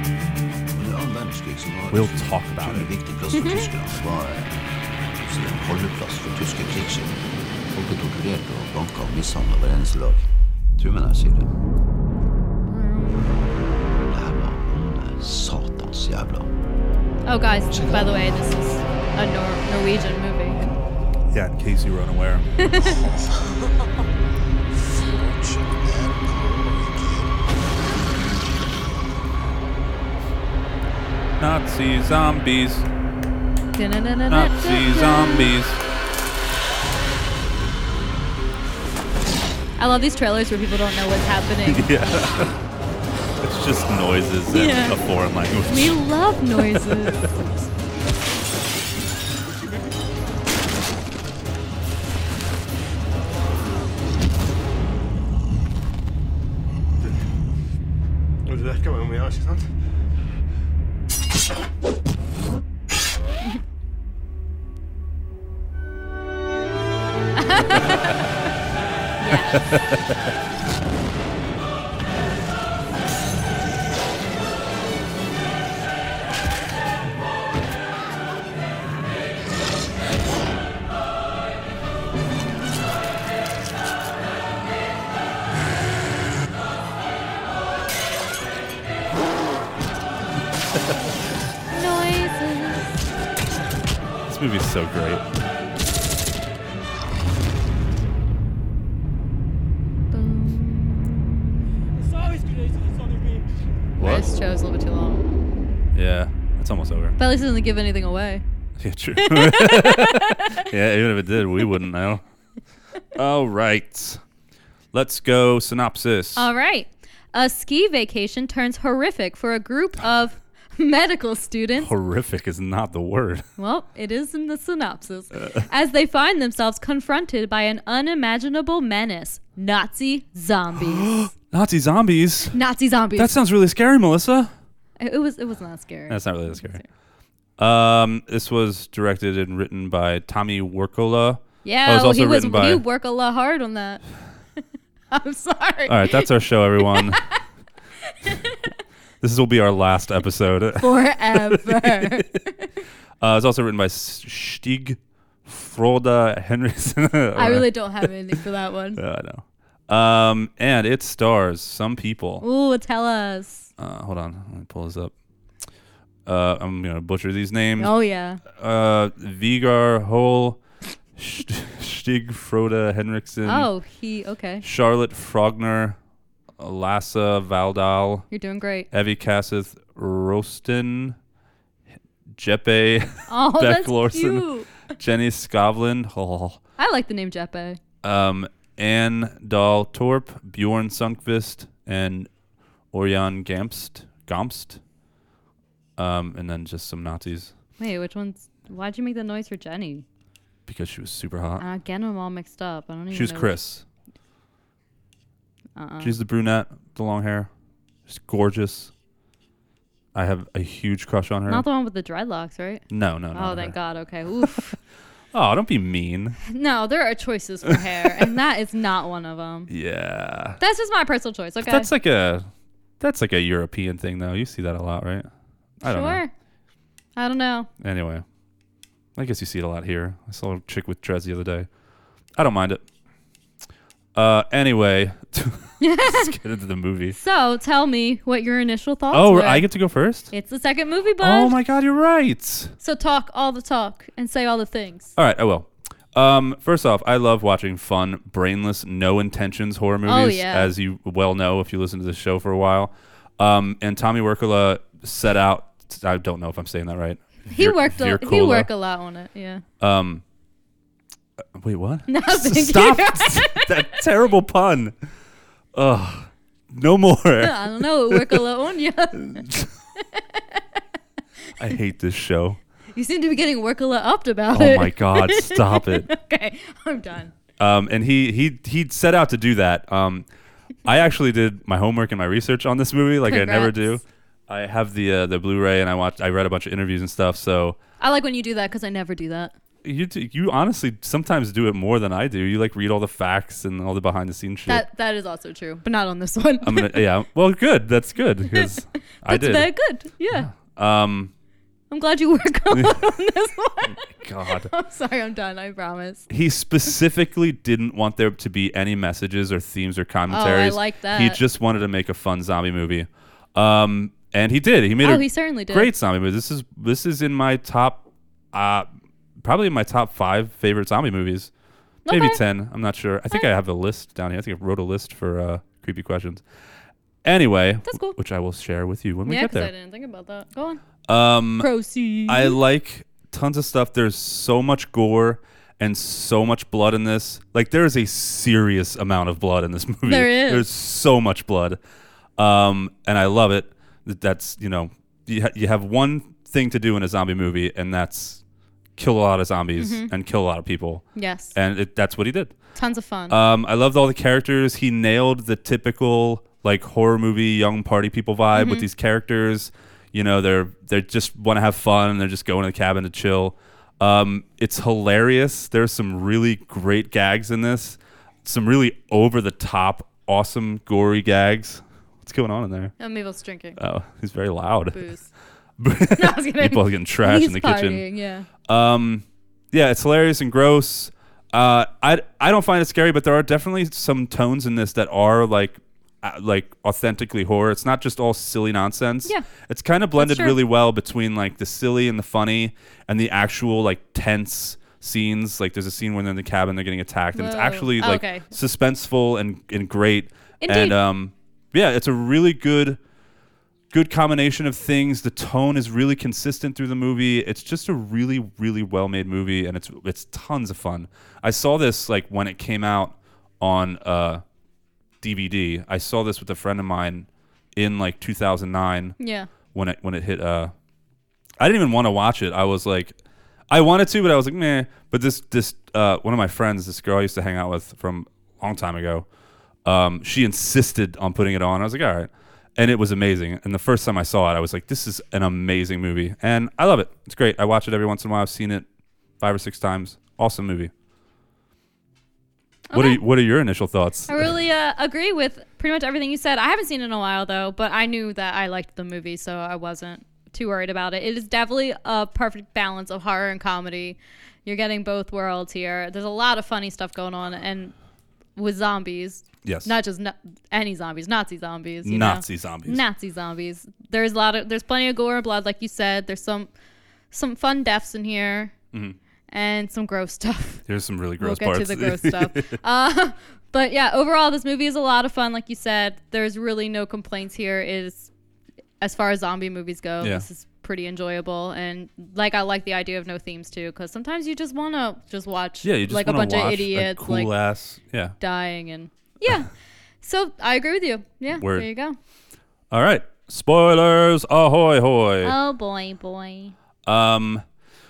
[SPEAKER 8] Under annen verdenskrig så var
[SPEAKER 1] We'll talk about
[SPEAKER 8] en
[SPEAKER 1] it.
[SPEAKER 8] viktig plass for tyskerne. Det var eh, som en holdeplass for tyske krigsskip. Folk ble torturert og banket og mishandlet hver eneste dag. Tror meg når jeg sier det. Det her var onde satans jævla.
[SPEAKER 2] Oh, guys, by the way, this is a Nor- Norwegian movie.
[SPEAKER 1] yeah, in case you were unaware. Nazi zombies, Nazi zombies.
[SPEAKER 2] I love these trailers where people don't know what's happening.
[SPEAKER 1] It's just noises in
[SPEAKER 2] Yeah.
[SPEAKER 1] a foreign language.
[SPEAKER 2] We love noises.
[SPEAKER 9] Det virker jo mye, ikke sant?
[SPEAKER 2] noises.
[SPEAKER 1] This movie's so great.
[SPEAKER 2] I just chose a little bit too long.
[SPEAKER 1] Yeah, it's almost over. *laughs*
[SPEAKER 2] But at least it doesn't give anything away.
[SPEAKER 1] Yeah,
[SPEAKER 2] *laughs*
[SPEAKER 1] true. yeah, even if it did, we wouldn't know. All right. Let's go synopsis.
[SPEAKER 2] All right. A ski vacation turns horrific for
[SPEAKER 1] *sighs*
[SPEAKER 2] a group of medical students.
[SPEAKER 1] Horrific is not the word.
[SPEAKER 2] Well, it is in the
[SPEAKER 1] *laughs*
[SPEAKER 2] synopsis.
[SPEAKER 1] Uh.
[SPEAKER 2] As they find themselves confronted by an unimaginable menace Nazi
[SPEAKER 1] *gasps*
[SPEAKER 2] zombies.
[SPEAKER 1] Nazi zombies.
[SPEAKER 2] Nazi zombies.
[SPEAKER 1] That sounds really scary, Melissa.
[SPEAKER 2] it it was it was not scary.
[SPEAKER 1] That's not really that scary. Um, this was directed and written by Tommy Workola. Oh, it
[SPEAKER 2] yeah,
[SPEAKER 1] was
[SPEAKER 2] well,
[SPEAKER 1] also
[SPEAKER 2] he was
[SPEAKER 1] written by-
[SPEAKER 2] he work a lot hard on that. *laughs* I'm sorry.
[SPEAKER 1] All right, that's our show,
[SPEAKER 2] *laughs*
[SPEAKER 1] everyone. this will be our last episode. Uh, *laughs*
[SPEAKER 2] Forever.
[SPEAKER 1] it's also written by S- Stig Froda Henriksen. *laughs*
[SPEAKER 2] I really don't have anything for that one.
[SPEAKER 1] I know. Um, and it stars some people.
[SPEAKER 2] Ooh, tell us.
[SPEAKER 1] Uh, hold on, let me pull this up. Uh, I'm gonna butcher these names.
[SPEAKER 2] Oh yeah.
[SPEAKER 1] Uh, Vigar Hole, Stig Froda Henriksen.
[SPEAKER 2] Oh, he okay.
[SPEAKER 1] Charlotte Frogner, Lassa Valdal,
[SPEAKER 2] You're doing great.
[SPEAKER 1] Evie Cassith, Rostin, Jeppe, *laughs*
[SPEAKER 2] Oh,
[SPEAKER 1] Beck
[SPEAKER 2] that's
[SPEAKER 1] Larson.
[SPEAKER 2] cute.
[SPEAKER 1] Jenny Scovlin, *laughs* oh,
[SPEAKER 2] I like the name Jeppe.
[SPEAKER 1] um, Anne Dahl Torp, Bjorn Sundqvist, and Orion Gamst. Gamst. Um, and then just some Nazis
[SPEAKER 2] Wait, which one's? Why'd you make the noise for Jenny?
[SPEAKER 1] because she was super hot.
[SPEAKER 2] I'm getting them all mixed up. I don't even.
[SPEAKER 1] she was
[SPEAKER 2] know. Uh-uh.
[SPEAKER 1] Chris. She's the brunette, the long hair. She's gorgeous. I have a huge crush on her.
[SPEAKER 2] Not the one with the dreadlocks, right?
[SPEAKER 1] no, no, no.
[SPEAKER 2] Oh,
[SPEAKER 1] not
[SPEAKER 2] thank
[SPEAKER 1] her.
[SPEAKER 2] God. Okay. Oof. *laughs*
[SPEAKER 1] Oh, don't be mean.
[SPEAKER 2] no, there are choices for hair,
[SPEAKER 1] *laughs*
[SPEAKER 2] and that is not one of them.
[SPEAKER 1] Yeah.
[SPEAKER 2] That's just my personal choice. Okay.
[SPEAKER 1] That's like a that's like a European thing though. You see that a lot, right? I don't
[SPEAKER 2] sure. I don't know.
[SPEAKER 1] know. Anyway. I guess you see it a lot here. I saw a chick with dreads the other day. I don't mind it. Uh anyway, *laughs* let's get into the movie.
[SPEAKER 2] So tell me what your initial thoughts
[SPEAKER 1] Oh,
[SPEAKER 2] were.
[SPEAKER 1] I get to go first?
[SPEAKER 2] it's the second movie, bud.
[SPEAKER 1] Oh my god, you're right.
[SPEAKER 2] So talk all the talk and say all the things.
[SPEAKER 1] All right, I will. Um, first off, I love watching fun, brainless, no intentions horror movies,
[SPEAKER 2] Oh, yeah.
[SPEAKER 1] as you well know if you listen to this show for a while. Um, and Tommy Workula set out. I don't know if I'm saying that right.
[SPEAKER 2] He
[SPEAKER 1] Vir-
[SPEAKER 2] worked. A, he
[SPEAKER 1] Virkula.
[SPEAKER 2] worked a lot on it. Yeah. *laughs*
[SPEAKER 1] Um, uh, wait, what?
[SPEAKER 2] Nothing.
[SPEAKER 1] Stop *laughs* that terrible pun. Ugh, no more.
[SPEAKER 2] I don't know. Work a lot on you.
[SPEAKER 1] *laughs* I hate this show.
[SPEAKER 2] *laughs* You seem to be getting work a lot upped about
[SPEAKER 1] Oh
[SPEAKER 2] it.
[SPEAKER 1] my god, stop it.
[SPEAKER 2] *laughs* Okay, I'm done.
[SPEAKER 1] um, and he he he set out to do that. Um, I actually did my homework and my research on this movie, like I never do.
[SPEAKER 2] Congrats.
[SPEAKER 1] I have the uh, the Blu-ray, and I watched. I read a bunch of interviews and stuff. So
[SPEAKER 2] I like when you do that because I never do that.
[SPEAKER 1] you do, you honestly sometimes do it more than I do. You like read all the facts and all the behind the scenes shit.
[SPEAKER 2] That that is also true, but not on this one.
[SPEAKER 1] I'm
[SPEAKER 2] *laughs*
[SPEAKER 1] gonna yeah. Well, good. That's good because I
[SPEAKER 2] That's
[SPEAKER 1] did.
[SPEAKER 2] very good. Yeah.
[SPEAKER 1] Um,
[SPEAKER 2] I'm glad you
[SPEAKER 1] *laughs*
[SPEAKER 2] work a lot on this one. *laughs*
[SPEAKER 1] God.
[SPEAKER 2] I'm sorry, I'm done. I promise.
[SPEAKER 1] he specifically didn't want there to be any messages or themes or commentaries.
[SPEAKER 2] Oh, like that.
[SPEAKER 1] He just wanted to make a fun zombie movie. Um, and he did. He made
[SPEAKER 2] Oh,
[SPEAKER 1] a
[SPEAKER 2] he certainly did.
[SPEAKER 1] great zombie movie. This is this is in my top, uh, probably in my top five favorite zombie movies. Maybe
[SPEAKER 2] Okay.
[SPEAKER 1] ten. I'm not sure. I think I have a list down here. I think I wrote a list for uh, creepy questions. Anyway,
[SPEAKER 2] That's cool.
[SPEAKER 1] which I will share with you when we
[SPEAKER 2] Yeah,
[SPEAKER 1] get
[SPEAKER 2] because I
[SPEAKER 1] there.
[SPEAKER 2] didn't think about that. Go on.
[SPEAKER 1] Um,
[SPEAKER 2] Proceed.
[SPEAKER 1] I like tons of stuff. There's so much gore and so much blood in this. Like there is a serious amount of blood in this *laughs* movie.
[SPEAKER 2] There is.
[SPEAKER 1] There's so much blood, um, and I love it. That- That's you know you ha- you have one thing to do in a zombie movie, and that's kill a lot of zombies and kill a lot of people,
[SPEAKER 2] Mm-hmm. yes.
[SPEAKER 1] and it, that's what he did.
[SPEAKER 2] Tons of fun.
[SPEAKER 1] Um, I loved all the characters. He nailed the typical like horror movie young party people vibe
[SPEAKER 2] Mm-hmm.
[SPEAKER 1] with these characters. You know, they're they just want to have fun. and They're just going to the cabin to chill. Um, it's hilarious. There's some really great gags in this. Some really over the top, awesome, gory gags. What's going on in there?
[SPEAKER 2] oh, Mabel's drinking.
[SPEAKER 1] Oh, *laughs* he's very loud. *laughs*
[SPEAKER 2] Booze. *laughs*
[SPEAKER 1] People
[SPEAKER 2] I was kidding.
[SPEAKER 1] are getting trash
[SPEAKER 2] He's
[SPEAKER 1] in the
[SPEAKER 2] partying,
[SPEAKER 1] kitchen.
[SPEAKER 2] Yeah.
[SPEAKER 1] Um, yeah, it's hilarious and gross. Uh, I I don't find it scary, but there are definitely some tones in this that are like uh, like authentically horror. It's not just all silly nonsense.
[SPEAKER 2] Yeah.
[SPEAKER 1] It's kind of blended
[SPEAKER 2] true.
[SPEAKER 1] really well between like the silly and the funny and the actual like tense scenes. Like there's a scene when they're in the cabin, they're getting attacked, and it's
[SPEAKER 2] Whoa.
[SPEAKER 1] actually
[SPEAKER 2] Oh,
[SPEAKER 1] like
[SPEAKER 2] okay.
[SPEAKER 1] suspenseful and, and great. And
[SPEAKER 2] Indeed.
[SPEAKER 1] um, yeah, it's a really good good combination of things. The tone is really consistent through the movie. It's just a really, really well made movie, and it's it's tons of fun. I saw this like when it came out on uh, DVD. I saw this with a friend of mine in like 2009
[SPEAKER 2] Yeah.
[SPEAKER 1] when it when it hit. Uh, I didn't even want to watch it. I was like, I wanted to, but I was like, meh. But this this uh, one of my friends, this girl I used to hang out with from a long time ago, um, she insisted on putting it on. I was like, all right, and it was amazing. And the first time I saw it, I was like, this is an amazing movie, and I love it. It's great. I watch it every once in a while. I've seen it five or six times. Awesome movie. What are
[SPEAKER 2] Okay.
[SPEAKER 1] you, what are your initial thoughts?
[SPEAKER 2] I really uh, agree with pretty much everything you said. I haven't seen it in a while though, but I knew that I liked the movie, so I wasn't too worried about it. It is definitely a perfect balance of horror and comedy. You're getting both worlds here. There's a lot of funny stuff going on, and with zombies,
[SPEAKER 1] yes,
[SPEAKER 2] not just na- any zombies, Nazi zombies, you know?
[SPEAKER 1] Nazi zombies.
[SPEAKER 2] Nazi zombies. There's a lot of there's plenty of gore and blood, like you said. There's some some fun deaths in here,
[SPEAKER 1] Mm-hmm.
[SPEAKER 2] and some gross *laughs* stuff.
[SPEAKER 1] Here's some really gross
[SPEAKER 2] we'll get
[SPEAKER 1] parts.
[SPEAKER 2] to the gross
[SPEAKER 1] *laughs*
[SPEAKER 2] stuff. Uh, *laughs* but yeah, overall, this movie is a lot of fun. Like you said, there's really no complaints here. It Is as far as zombie movies go,
[SPEAKER 1] Yeah.
[SPEAKER 2] this is pretty enjoyable. And like I like the idea of no themes too, because sometimes you just want to just watch
[SPEAKER 1] Yeah, you just
[SPEAKER 2] like a
[SPEAKER 1] wanna
[SPEAKER 2] bunch
[SPEAKER 1] watch
[SPEAKER 2] of
[SPEAKER 1] a
[SPEAKER 2] idiots
[SPEAKER 1] cool
[SPEAKER 2] like
[SPEAKER 1] ass. Yeah.
[SPEAKER 2] dying and
[SPEAKER 1] *laughs*
[SPEAKER 2] yeah. so I agree with you. Yeah,
[SPEAKER 1] Word.
[SPEAKER 2] there you go.
[SPEAKER 1] All right. Spoilers, ahoy hoy.
[SPEAKER 2] Oh boy, boy.
[SPEAKER 1] Um,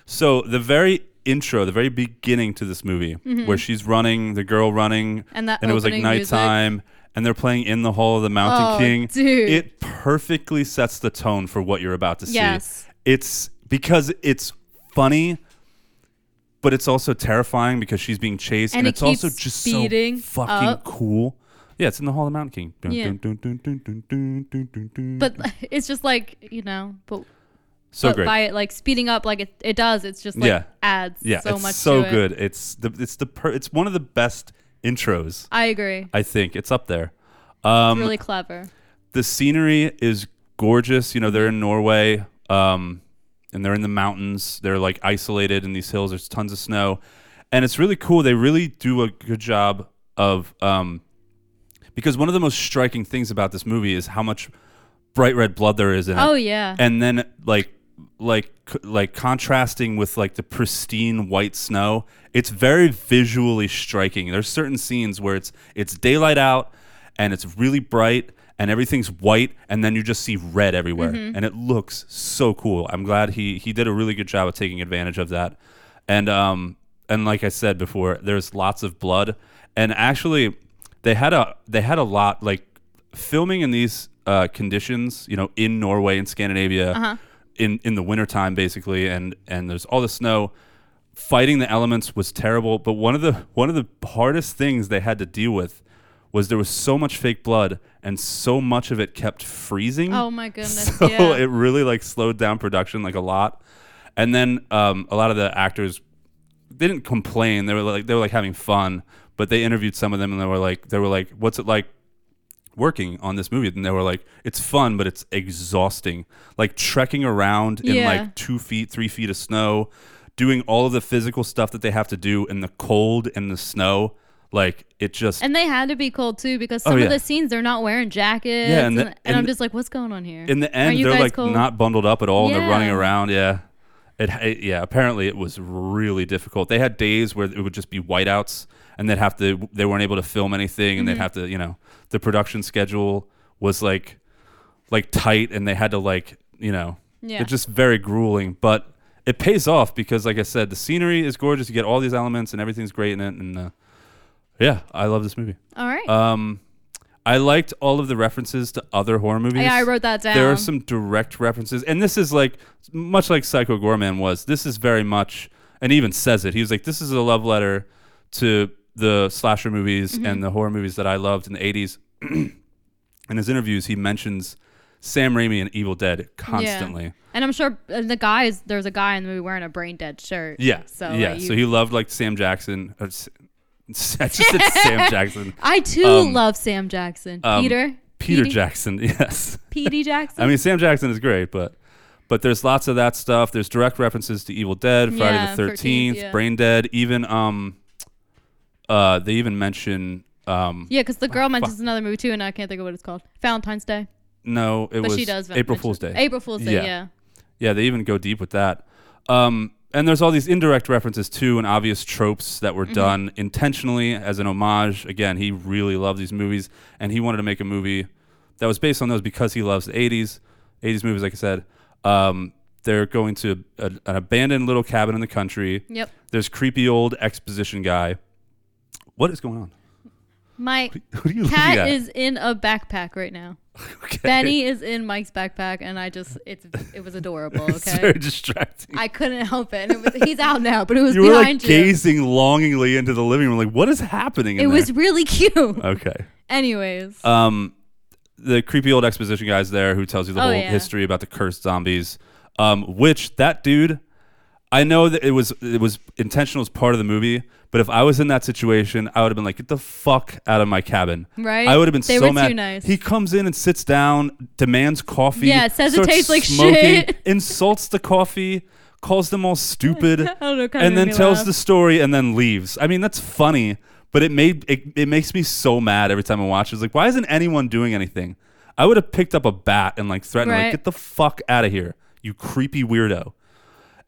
[SPEAKER 1] so the very intro, the very beginning to this movie, where she's running, the girl running,
[SPEAKER 2] Mm-hmm. And that
[SPEAKER 1] it was like
[SPEAKER 2] opening music.
[SPEAKER 1] nighttime, and they're playing in the hall of the Mountain
[SPEAKER 2] Oh,
[SPEAKER 1] King.
[SPEAKER 2] dude.
[SPEAKER 1] It perfectly sets the tone for what you're about to
[SPEAKER 2] Yes.
[SPEAKER 1] see. It's because it's funny. But it's also terrifying because she's being chased, and,
[SPEAKER 2] And it
[SPEAKER 1] it's also
[SPEAKER 2] keeps
[SPEAKER 1] just
[SPEAKER 2] speeding
[SPEAKER 1] so fucking
[SPEAKER 2] up.
[SPEAKER 1] cool. Yeah, it's in the Hall of the Mountain King. Dun,
[SPEAKER 2] Yeah.
[SPEAKER 1] dun, dun, dun, dun, dun, dun, dun, dun, dun.
[SPEAKER 2] But it's just like you know, but
[SPEAKER 1] so
[SPEAKER 2] but
[SPEAKER 1] great.
[SPEAKER 2] by it like speeding up like it, it does, it's just like
[SPEAKER 1] Yeah.
[SPEAKER 2] adds
[SPEAKER 1] yeah,
[SPEAKER 2] so
[SPEAKER 1] it's
[SPEAKER 2] much.
[SPEAKER 1] so
[SPEAKER 2] to it.
[SPEAKER 1] good. It's the it's the per, it's one of the best intros.
[SPEAKER 2] I agree.
[SPEAKER 1] I think it's up there. Um,
[SPEAKER 2] really clever.
[SPEAKER 1] the scenery is gorgeous. You know, they're in Norway, um, and they're in the mountains. They're like isolated in these hills. There's tons of snow, and it's really cool. They really do a good job of um, because one of the most striking things about this movie is how much bright red blood there is in it.
[SPEAKER 2] Oh yeah.
[SPEAKER 1] and then like like c- like contrasting with like the pristine white snow it's very visually striking there's certain scenes where it's it's daylight out and it's really bright and everything's white and then you just see red everywhere and it looks so cool i'm glad he he did a really good job of taking advantage of that and um and like i said before there's lots of blood and actually they had a they had a lot like filming in these uh, conditions, you know, in Norway and Scandinavia,
[SPEAKER 2] Uh-huh.
[SPEAKER 1] in in the wintertime basically, and and there's all the snow. Fighting the elements was terrible, but one of the one of the hardest things they had to deal with was there was so much fake blood and so much of it kept freezing.
[SPEAKER 2] Oh my
[SPEAKER 1] *laughs*
[SPEAKER 2] goodness,
[SPEAKER 1] So
[SPEAKER 2] yeah.
[SPEAKER 1] it really like slowed down production like a lot, and then um, a lot of the actors they didn't complain. They were like they were like having fun, but they interviewed some of them and they were like they were like, "What's it like working on this movie?" And they were like, "It's fun, but it's exhausting. Like trekking around in
[SPEAKER 2] Yeah.
[SPEAKER 1] like two feet, three feet of snow, doing all of the physical stuff that they have to do in the cold and the snow. Like it just
[SPEAKER 2] and they had to be cold too because some
[SPEAKER 1] Oh, yeah.
[SPEAKER 2] of the scenes they're not wearing jackets.
[SPEAKER 1] Yeah, and
[SPEAKER 2] and,
[SPEAKER 1] the-
[SPEAKER 2] and I'm
[SPEAKER 1] and-
[SPEAKER 2] just like, what's going on here?
[SPEAKER 1] in the
[SPEAKER 2] Are
[SPEAKER 1] end
[SPEAKER 2] you
[SPEAKER 1] they're
[SPEAKER 2] guys
[SPEAKER 1] like
[SPEAKER 2] cold?
[SPEAKER 1] not bundled up at all and they're running
[SPEAKER 2] Yeah.
[SPEAKER 1] around yeah it, it- yeah apparently it was really difficult they had days where it would just be whiteouts and they'd have to they weren't able to film anything and
[SPEAKER 2] Mm-hmm.
[SPEAKER 1] they'd have to you know the production schedule was like like tight and they had to like you know
[SPEAKER 2] Yeah.
[SPEAKER 1] it's just very grueling but it pays off because like i said the scenery is gorgeous you get all these elements and everything's great in it and uh, yeah i love this movie
[SPEAKER 2] All right.
[SPEAKER 1] um, I liked all of the references to other horror movies.
[SPEAKER 2] Yeah, I wrote that
[SPEAKER 1] There are
[SPEAKER 2] down.
[SPEAKER 1] some direct references, and this is like much like Psycho Gorman was. This is very much, and he even says it. He was like, "This is a love letter to the slasher movies
[SPEAKER 2] Mm-hmm.
[SPEAKER 1] and the horror movies that I loved in the '80s." *clears throat* in his interviews, he mentions Sam Raimi and Evil Dead constantly.
[SPEAKER 2] Yeah. And I'm sure uh, the guys there's a guy in the movie wearing a brain dead shirt.
[SPEAKER 1] Yeah.
[SPEAKER 2] So
[SPEAKER 1] yeah.
[SPEAKER 2] like,
[SPEAKER 1] so
[SPEAKER 2] you-
[SPEAKER 1] he loved like Sam Jackson. Or S- *laughs* I just said
[SPEAKER 2] *laughs*
[SPEAKER 1] Sam Jackson.
[SPEAKER 2] I too
[SPEAKER 1] Um,
[SPEAKER 2] love Sam Jackson.
[SPEAKER 1] Um,
[SPEAKER 2] Peter.
[SPEAKER 1] Peter
[SPEAKER 2] Petey-
[SPEAKER 1] Jackson. *laughs* Yes.
[SPEAKER 2] Petey Jackson.
[SPEAKER 1] I mean, Sam Jackson is great, but but there's lots of that stuff. There's direct references to Evil Dead, Friday
[SPEAKER 2] Yeah,
[SPEAKER 1] the
[SPEAKER 2] 13th,
[SPEAKER 1] Thirteenth,
[SPEAKER 2] yeah.
[SPEAKER 1] Brain Dead. Even um, uh, they even mention um,
[SPEAKER 2] yeah, because
[SPEAKER 1] *laughs*
[SPEAKER 2] the girl mentions another movie too, and I can't think of what it's called. Valentine's Day,
[SPEAKER 1] no, it
[SPEAKER 2] but
[SPEAKER 1] was
[SPEAKER 2] she does.
[SPEAKER 1] April
[SPEAKER 2] mention-
[SPEAKER 1] Fool's Day.
[SPEAKER 2] April Fool's Day.
[SPEAKER 1] Yeah.
[SPEAKER 2] Yeah.
[SPEAKER 1] Yeah, they even go deep with that. Um, and there's all these indirect references too, and obvious tropes that were
[SPEAKER 2] Mm-hmm.
[SPEAKER 1] done intentionally as an homage. Again, he really loved these movies, and he wanted to make a movie that was based on those because he loves the 80s. 80s movies, like I said. Um, they're going to a, an abandoned little cabin in the country.
[SPEAKER 2] Yep.
[SPEAKER 1] There's creepy old exposition guy. What is going on? *laughs*
[SPEAKER 2] My
[SPEAKER 1] What are you looking
[SPEAKER 2] cat
[SPEAKER 1] at?
[SPEAKER 2] is in a backpack right now.
[SPEAKER 1] Okay.
[SPEAKER 2] Benny is in Mike's backpack, and I just it's it was adorable.
[SPEAKER 1] *laughs* *laughs* It's
[SPEAKER 2] Okay.
[SPEAKER 1] very distracting.
[SPEAKER 2] I couldn't help it. And it was, he's out now, but it was
[SPEAKER 1] you were like
[SPEAKER 2] behind you.
[SPEAKER 1] gazing longingly into the living room, like what is happening? In
[SPEAKER 2] it
[SPEAKER 1] there?
[SPEAKER 2] was really cute. *laughs*
[SPEAKER 1] Okay.
[SPEAKER 2] Anyways,
[SPEAKER 1] Um, the creepy old exposition guy's there who tells you the
[SPEAKER 2] Oh,
[SPEAKER 1] whole
[SPEAKER 2] yeah.
[SPEAKER 1] history about the cursed zombies. Um, which that dude, I know that it was it was intentional as part of the movie. But if I was in that situation, I would have been like, "Get the fuck out of my cabin!"
[SPEAKER 2] Right?
[SPEAKER 1] I would have been
[SPEAKER 2] They
[SPEAKER 1] so
[SPEAKER 2] were too
[SPEAKER 1] mad.
[SPEAKER 2] nice.
[SPEAKER 1] He comes in and sits down, demands coffee.
[SPEAKER 2] Yeah, says it
[SPEAKER 1] starts
[SPEAKER 2] tastes like
[SPEAKER 1] smoking,
[SPEAKER 2] shit.
[SPEAKER 1] Insults the coffee, calls
[SPEAKER 2] *laughs*
[SPEAKER 1] them all stupid,
[SPEAKER 2] don't know, kinda
[SPEAKER 1] and
[SPEAKER 2] made
[SPEAKER 1] then
[SPEAKER 2] me
[SPEAKER 1] tells
[SPEAKER 2] laugh.
[SPEAKER 1] the story and then leaves. I mean, that's funny, but it made it, it makes me so mad every time I watch. it. It's like, why isn't anyone doing anything? I would have picked up a bat and like threatened, like,
[SPEAKER 2] Right.
[SPEAKER 1] get the fuck out of here, you creepy weirdo.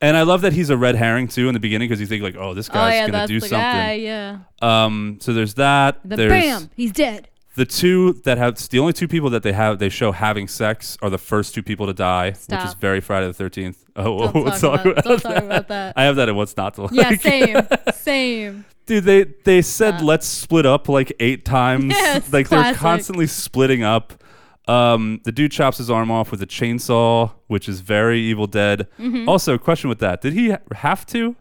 [SPEAKER 1] And I love that he's a red herring too in the beginning because you think like, oh, this
[SPEAKER 2] oh
[SPEAKER 1] guy's
[SPEAKER 2] yeah,
[SPEAKER 1] gonna
[SPEAKER 2] that's
[SPEAKER 1] do
[SPEAKER 2] the
[SPEAKER 1] something.
[SPEAKER 2] guy. Yeah.
[SPEAKER 1] Um, so there's that.
[SPEAKER 2] The
[SPEAKER 1] there's
[SPEAKER 2] bam, he's dead.
[SPEAKER 1] *laughs* the two that have it's the only two people that they have they show having sex are the first two people to die, which is
[SPEAKER 2] Stop.
[SPEAKER 1] very Friday the Thirteenth. Oh, *laughs*
[SPEAKER 2] Don't
[SPEAKER 1] let's
[SPEAKER 2] talk
[SPEAKER 1] talk
[SPEAKER 2] about-
[SPEAKER 1] about,
[SPEAKER 2] don't
[SPEAKER 1] that.
[SPEAKER 2] talk about that.
[SPEAKER 1] I have that in what's not to like.
[SPEAKER 2] Yeah, same, same.
[SPEAKER 1] Dude, they they said
[SPEAKER 2] Uh,
[SPEAKER 1] let's split up like eight times.
[SPEAKER 2] *laughs* Yes,
[SPEAKER 1] like they're
[SPEAKER 2] classic.
[SPEAKER 1] constantly splitting up. Um, the dude chops his arm off with a chainsaw, which is very Evil Dead.
[SPEAKER 2] Mm-hmm.
[SPEAKER 1] Also, question with that: Did he ha- have to?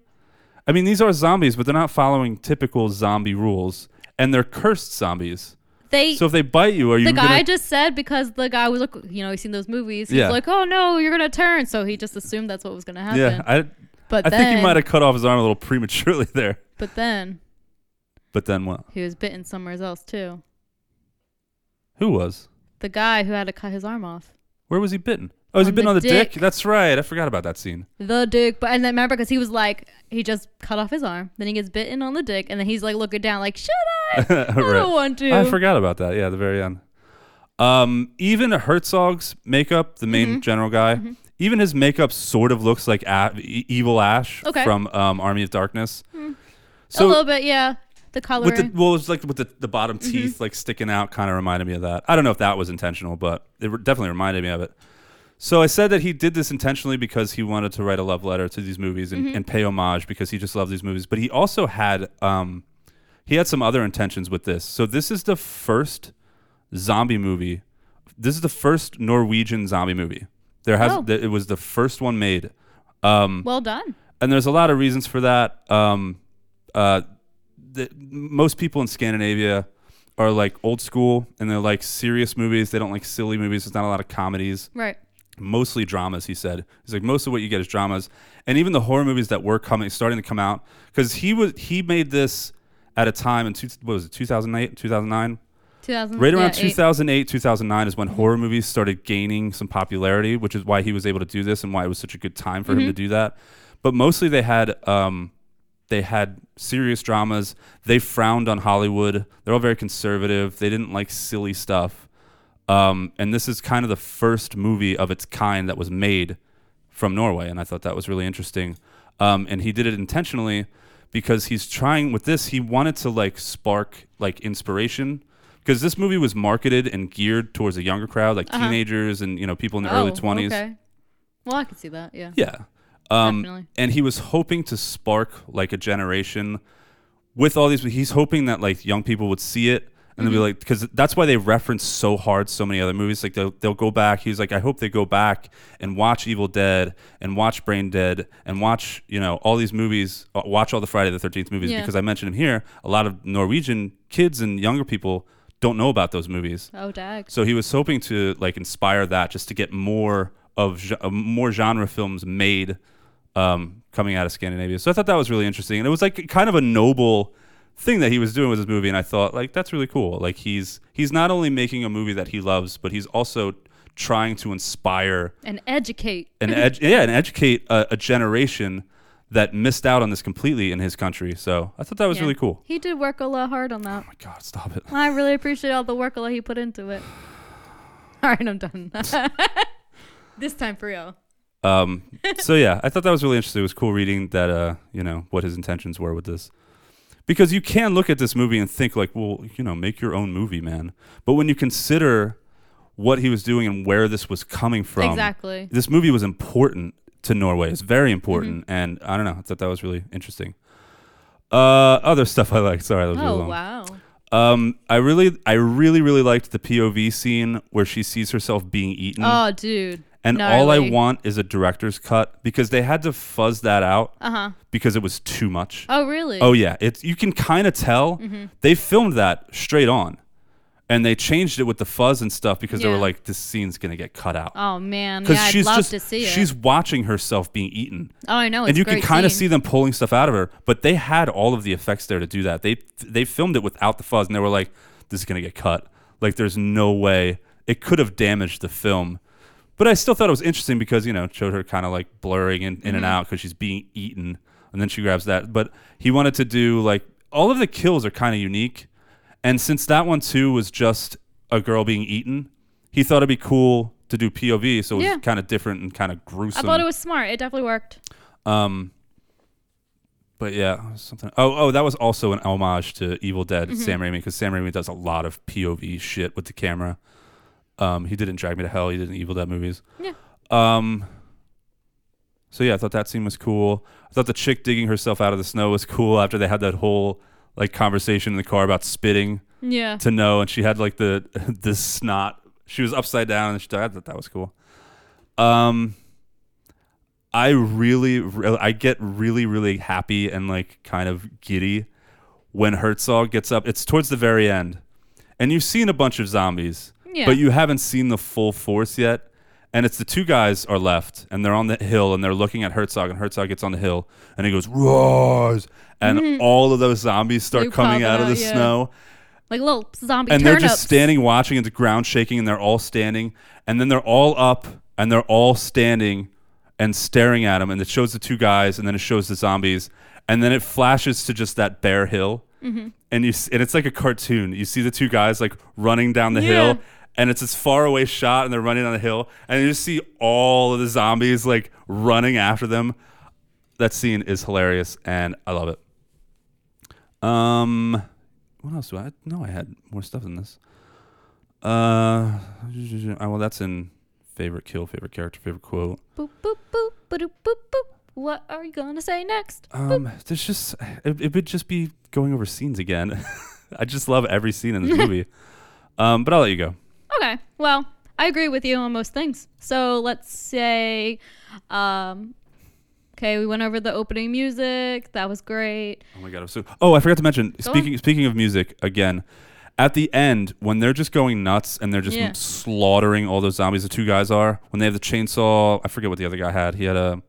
[SPEAKER 1] I mean, these are zombies, but they're not following typical zombie rules, and they're cursed zombies.
[SPEAKER 2] They
[SPEAKER 1] So if they bite you, are you
[SPEAKER 2] the guy
[SPEAKER 1] gonna-
[SPEAKER 2] just said because the guy was like, you know, he's seen those movies. He's
[SPEAKER 1] Yeah.
[SPEAKER 2] like, oh no, you're gonna turn. So he just assumed that's what was gonna happen.
[SPEAKER 1] Yeah, I,
[SPEAKER 2] but
[SPEAKER 1] I
[SPEAKER 2] then,
[SPEAKER 1] think he might have cut off his arm a little *laughs* prematurely there.
[SPEAKER 2] But then
[SPEAKER 1] But then what?
[SPEAKER 2] he was bitten somewhere else too.
[SPEAKER 1] Who was?
[SPEAKER 2] The guy who had to cut his arm off.
[SPEAKER 1] Where was he bitten? Oh, was he
[SPEAKER 2] On
[SPEAKER 1] bitten
[SPEAKER 2] the
[SPEAKER 1] on the dick?
[SPEAKER 2] dick.
[SPEAKER 1] That's right. I forgot about that
[SPEAKER 2] *laughs*
[SPEAKER 1] scene.
[SPEAKER 2] The dick, but and then remember because he was like he just cut off his arm, then he gets bitten on the dick, and then he's like looking down like should
[SPEAKER 1] Uh,
[SPEAKER 2] I?
[SPEAKER 1] *laughs*
[SPEAKER 2] I don't want to.
[SPEAKER 1] I forgot about that. Yeah, the very end. Um, even Herzog's makeup, the main
[SPEAKER 2] Mm-hmm.
[SPEAKER 1] general guy, even his makeup sort of looks like a- E- Evil Ash
[SPEAKER 2] Okay. Hmm.
[SPEAKER 1] from um, Army of Darkness.
[SPEAKER 2] a little bit, yeah. The
[SPEAKER 1] with the
[SPEAKER 2] coloring.
[SPEAKER 1] well, it's like with the, the bottom teeth like sticking out, kind of reminded me of that. I don't know if that was intentional, but it re- definitely reminded me of it. So I said that he did this intentionally because he wanted to write a love letter to these movies and, and pay homage because he just loved these movies. But he also had um, he had some other intentions with this. So this is the first zombie movie. This is the first Norwegian zombie movie. There has
[SPEAKER 2] Oh.
[SPEAKER 1] th- it was the first one made. Um,
[SPEAKER 2] well done.
[SPEAKER 1] and there's a lot of reasons for that. Um, uh, the, most people in Scandinavia are like old school and they're like serious movies. They don't like silly movies. There's not a lot of comedies,
[SPEAKER 2] Right.
[SPEAKER 1] mostly dramas. He said he's like most of what you get is dramas, and even the horror movies that were coming, starting to come out, because he was he made this at a time in two, what was it 2008 2009
[SPEAKER 2] Two thousand.
[SPEAKER 1] Right around
[SPEAKER 2] yeah,
[SPEAKER 1] 2008,
[SPEAKER 2] eight.
[SPEAKER 1] 2009 is when horror movies started gaining some popularity, which is why he was able to do this and why it was such a good time for him
[SPEAKER 2] Mm-hmm.
[SPEAKER 1] to do that. But mostly they had um, they had serious dramas. They frowned on Hollywood. They're all very conservative. They didn't like silly stuff. Um, and this is kind of the first movie of its kind that was made from Norway, and I thought that was really interesting. Um, and he did it intentionally because he's trying with this. He wanted to like spark like inspiration because this movie was marketed and geared towards a younger crowd, like teenagers and you know people in their early
[SPEAKER 2] Uh-huh. Oh,
[SPEAKER 1] twenties.
[SPEAKER 2] Okay. Well, I can see that. Yeah.
[SPEAKER 1] Yeah. Um,
[SPEAKER 2] Definitely.
[SPEAKER 1] And he was hoping to spark like a generation with all these. He's hoping that like young people would see it and they'll be like, because that's why they reference so hard so many other movies. Like they'll, they'll go back. He's like, I hope they go back and watch Evil Dead and watch Brain Dead and watch, you know, all these movies, uh, watch all the Friday the 13th movies
[SPEAKER 2] Yeah.
[SPEAKER 1] because I mentioned him here. A lot of Norwegian kids and younger people don't know about those movies.
[SPEAKER 2] Oh, dag.
[SPEAKER 1] So he was hoping to like inspire that just to get more of ge- uh, more genre films made um, coming out of Scandinavia. So I thought that was really interesting, and it was like kind of a noble thing that he was doing with his movie, and I thought like that's really cool. Like he's he's not only making a movie that he loves, but he's also trying to inspire
[SPEAKER 2] and educate.
[SPEAKER 1] and edu- yeah, and educate a, a generation that missed out on this completely in his country. So I thought that was really cool. Oh
[SPEAKER 2] He did work a lot hard on that.
[SPEAKER 1] God, stop it.
[SPEAKER 2] I really appreciate all the work a lot he put into it. *laughs* All right, I'm done. *laughs* this time for real.
[SPEAKER 1] Um, so yeah, I thought that was really interesting. It was cool reading that, uh, you know, what his intentions were with this, because you can look at this movie and think like, well, you know, make your own movie, man. But when you consider what he was doing and where this was coming from,
[SPEAKER 2] Exactly.
[SPEAKER 1] Um,
[SPEAKER 2] Mm-hmm.
[SPEAKER 1] this movie was important to Norway. It's very important, and I don't know. I thought that was really interesting. Uh, other stuff I liked. Sorry, that was really
[SPEAKER 2] Oh
[SPEAKER 1] long.
[SPEAKER 2] wow.
[SPEAKER 1] Um, I really, I really, really liked the POV scene where she sees herself being eaten.
[SPEAKER 2] Oh dude.
[SPEAKER 1] And all I
[SPEAKER 2] Gnarly.
[SPEAKER 1] want is a director's cut because they had to fuzz that out
[SPEAKER 2] Uh-huh.
[SPEAKER 1] because it was too much.
[SPEAKER 2] Oh really?
[SPEAKER 1] Oh yeah, it's you can kind of tell
[SPEAKER 2] Mm-hmm.
[SPEAKER 1] they filmed that straight on, and they changed it with the fuzz and stuff because they were
[SPEAKER 2] Yeah.
[SPEAKER 1] like, this scene's gonna get cut out.
[SPEAKER 2] Oh man. Yeah, I'd
[SPEAKER 1] she's
[SPEAKER 2] love
[SPEAKER 1] just
[SPEAKER 2] to see it.
[SPEAKER 1] she's watching herself being eaten.
[SPEAKER 2] Oh, I know,
[SPEAKER 1] and
[SPEAKER 2] it's
[SPEAKER 1] you
[SPEAKER 2] a
[SPEAKER 1] can
[SPEAKER 2] great
[SPEAKER 1] kind of
[SPEAKER 2] scene.
[SPEAKER 1] see them pulling stuff out of her, but they had all of the effects there to do that. They they filmed it without the fuzz, and they were like, "This is gonna get cut. Like, there's no way it could have damaged the film." But I still thought it was interesting because you know it showed her kind of like blurring in, in
[SPEAKER 2] Mm-hmm.
[SPEAKER 1] and out because she's being eaten, and then she grabs that. But he wanted to do like all of the kills are kind of unique, and since that one too was just a girl being eaten, he thought it'd be cool to do POV, so it was
[SPEAKER 2] Yeah.
[SPEAKER 1] kind of different and kind of
[SPEAKER 2] I
[SPEAKER 1] gruesome.
[SPEAKER 2] thought it was smart. It definitely worked.
[SPEAKER 1] Um, but yeah, something. Oh, oh, that was also an homage to Evil Dead, Sam Raimi, because Sam Raimi does a lot of POV shit with the camera. Um, he didn't drag me to hell. He did in Evil Dead movies.
[SPEAKER 2] Yeah.
[SPEAKER 1] Um. So yeah, I thought that scene was cool. I thought the chick digging herself out of the snow was cool after they had that whole like conversation in the car about spitting
[SPEAKER 2] Yeah.
[SPEAKER 1] to know, and she had like the *laughs* the snot. She was upside down, and she died. I thought that was cool. Um, I really, re- I get really, really happy and like kind of giddy when Herzog gets up. It's towards the very end, and you've seen a bunch of zombies,
[SPEAKER 2] Yeah.
[SPEAKER 1] but you haven't seen the full force yet. And it's the two guys are left, and they're on the hill, and they're looking at Herzog, and Herzog gets on the hill, and he goes roars, and all of those zombies start
[SPEAKER 2] They
[SPEAKER 1] coming
[SPEAKER 2] Mm-hmm. pop
[SPEAKER 1] out,
[SPEAKER 2] out,
[SPEAKER 1] of the
[SPEAKER 2] yeah.
[SPEAKER 1] snow
[SPEAKER 2] Like little zombie
[SPEAKER 1] and
[SPEAKER 2] turnips.
[SPEAKER 1] they're just standing watching and the ground shaking and they're all standing and then they're all up and they're all standing and staring at him and it shows the two guys and then it shows the zombies and then it flashes to just that bare hill and you s- and it's like a cartoon you see the two guys like running down the
[SPEAKER 2] Yeah.
[SPEAKER 1] hill and it's this far away shot and they're running down the hill and you just see all of the zombies like running after them that scene is hilarious and i love it um what else do I? No, I had more stuff than this. Uh, oh, well, that's in favorite kill, favorite character, favorite quote.
[SPEAKER 2] boop boop boop boop boop boop. What are you gonna say next?
[SPEAKER 1] Um, there's just it, it would just be going over scenes again. *laughs* I just love every scene in this movie. Um, but I'll let you go.
[SPEAKER 2] Okay. Well, I agree with you on most things. So let's say, um, okay, we went over the opening music. That was great.
[SPEAKER 1] Oh my god! I'm so. Oh, I forgot to mention. speaking speaking of music again, at the end when they're just going nuts and they're just
[SPEAKER 2] Yeah.
[SPEAKER 1] slaughtering all those zombies, the two guys are when they have the chainsaw. I forget what the other guy had. He had a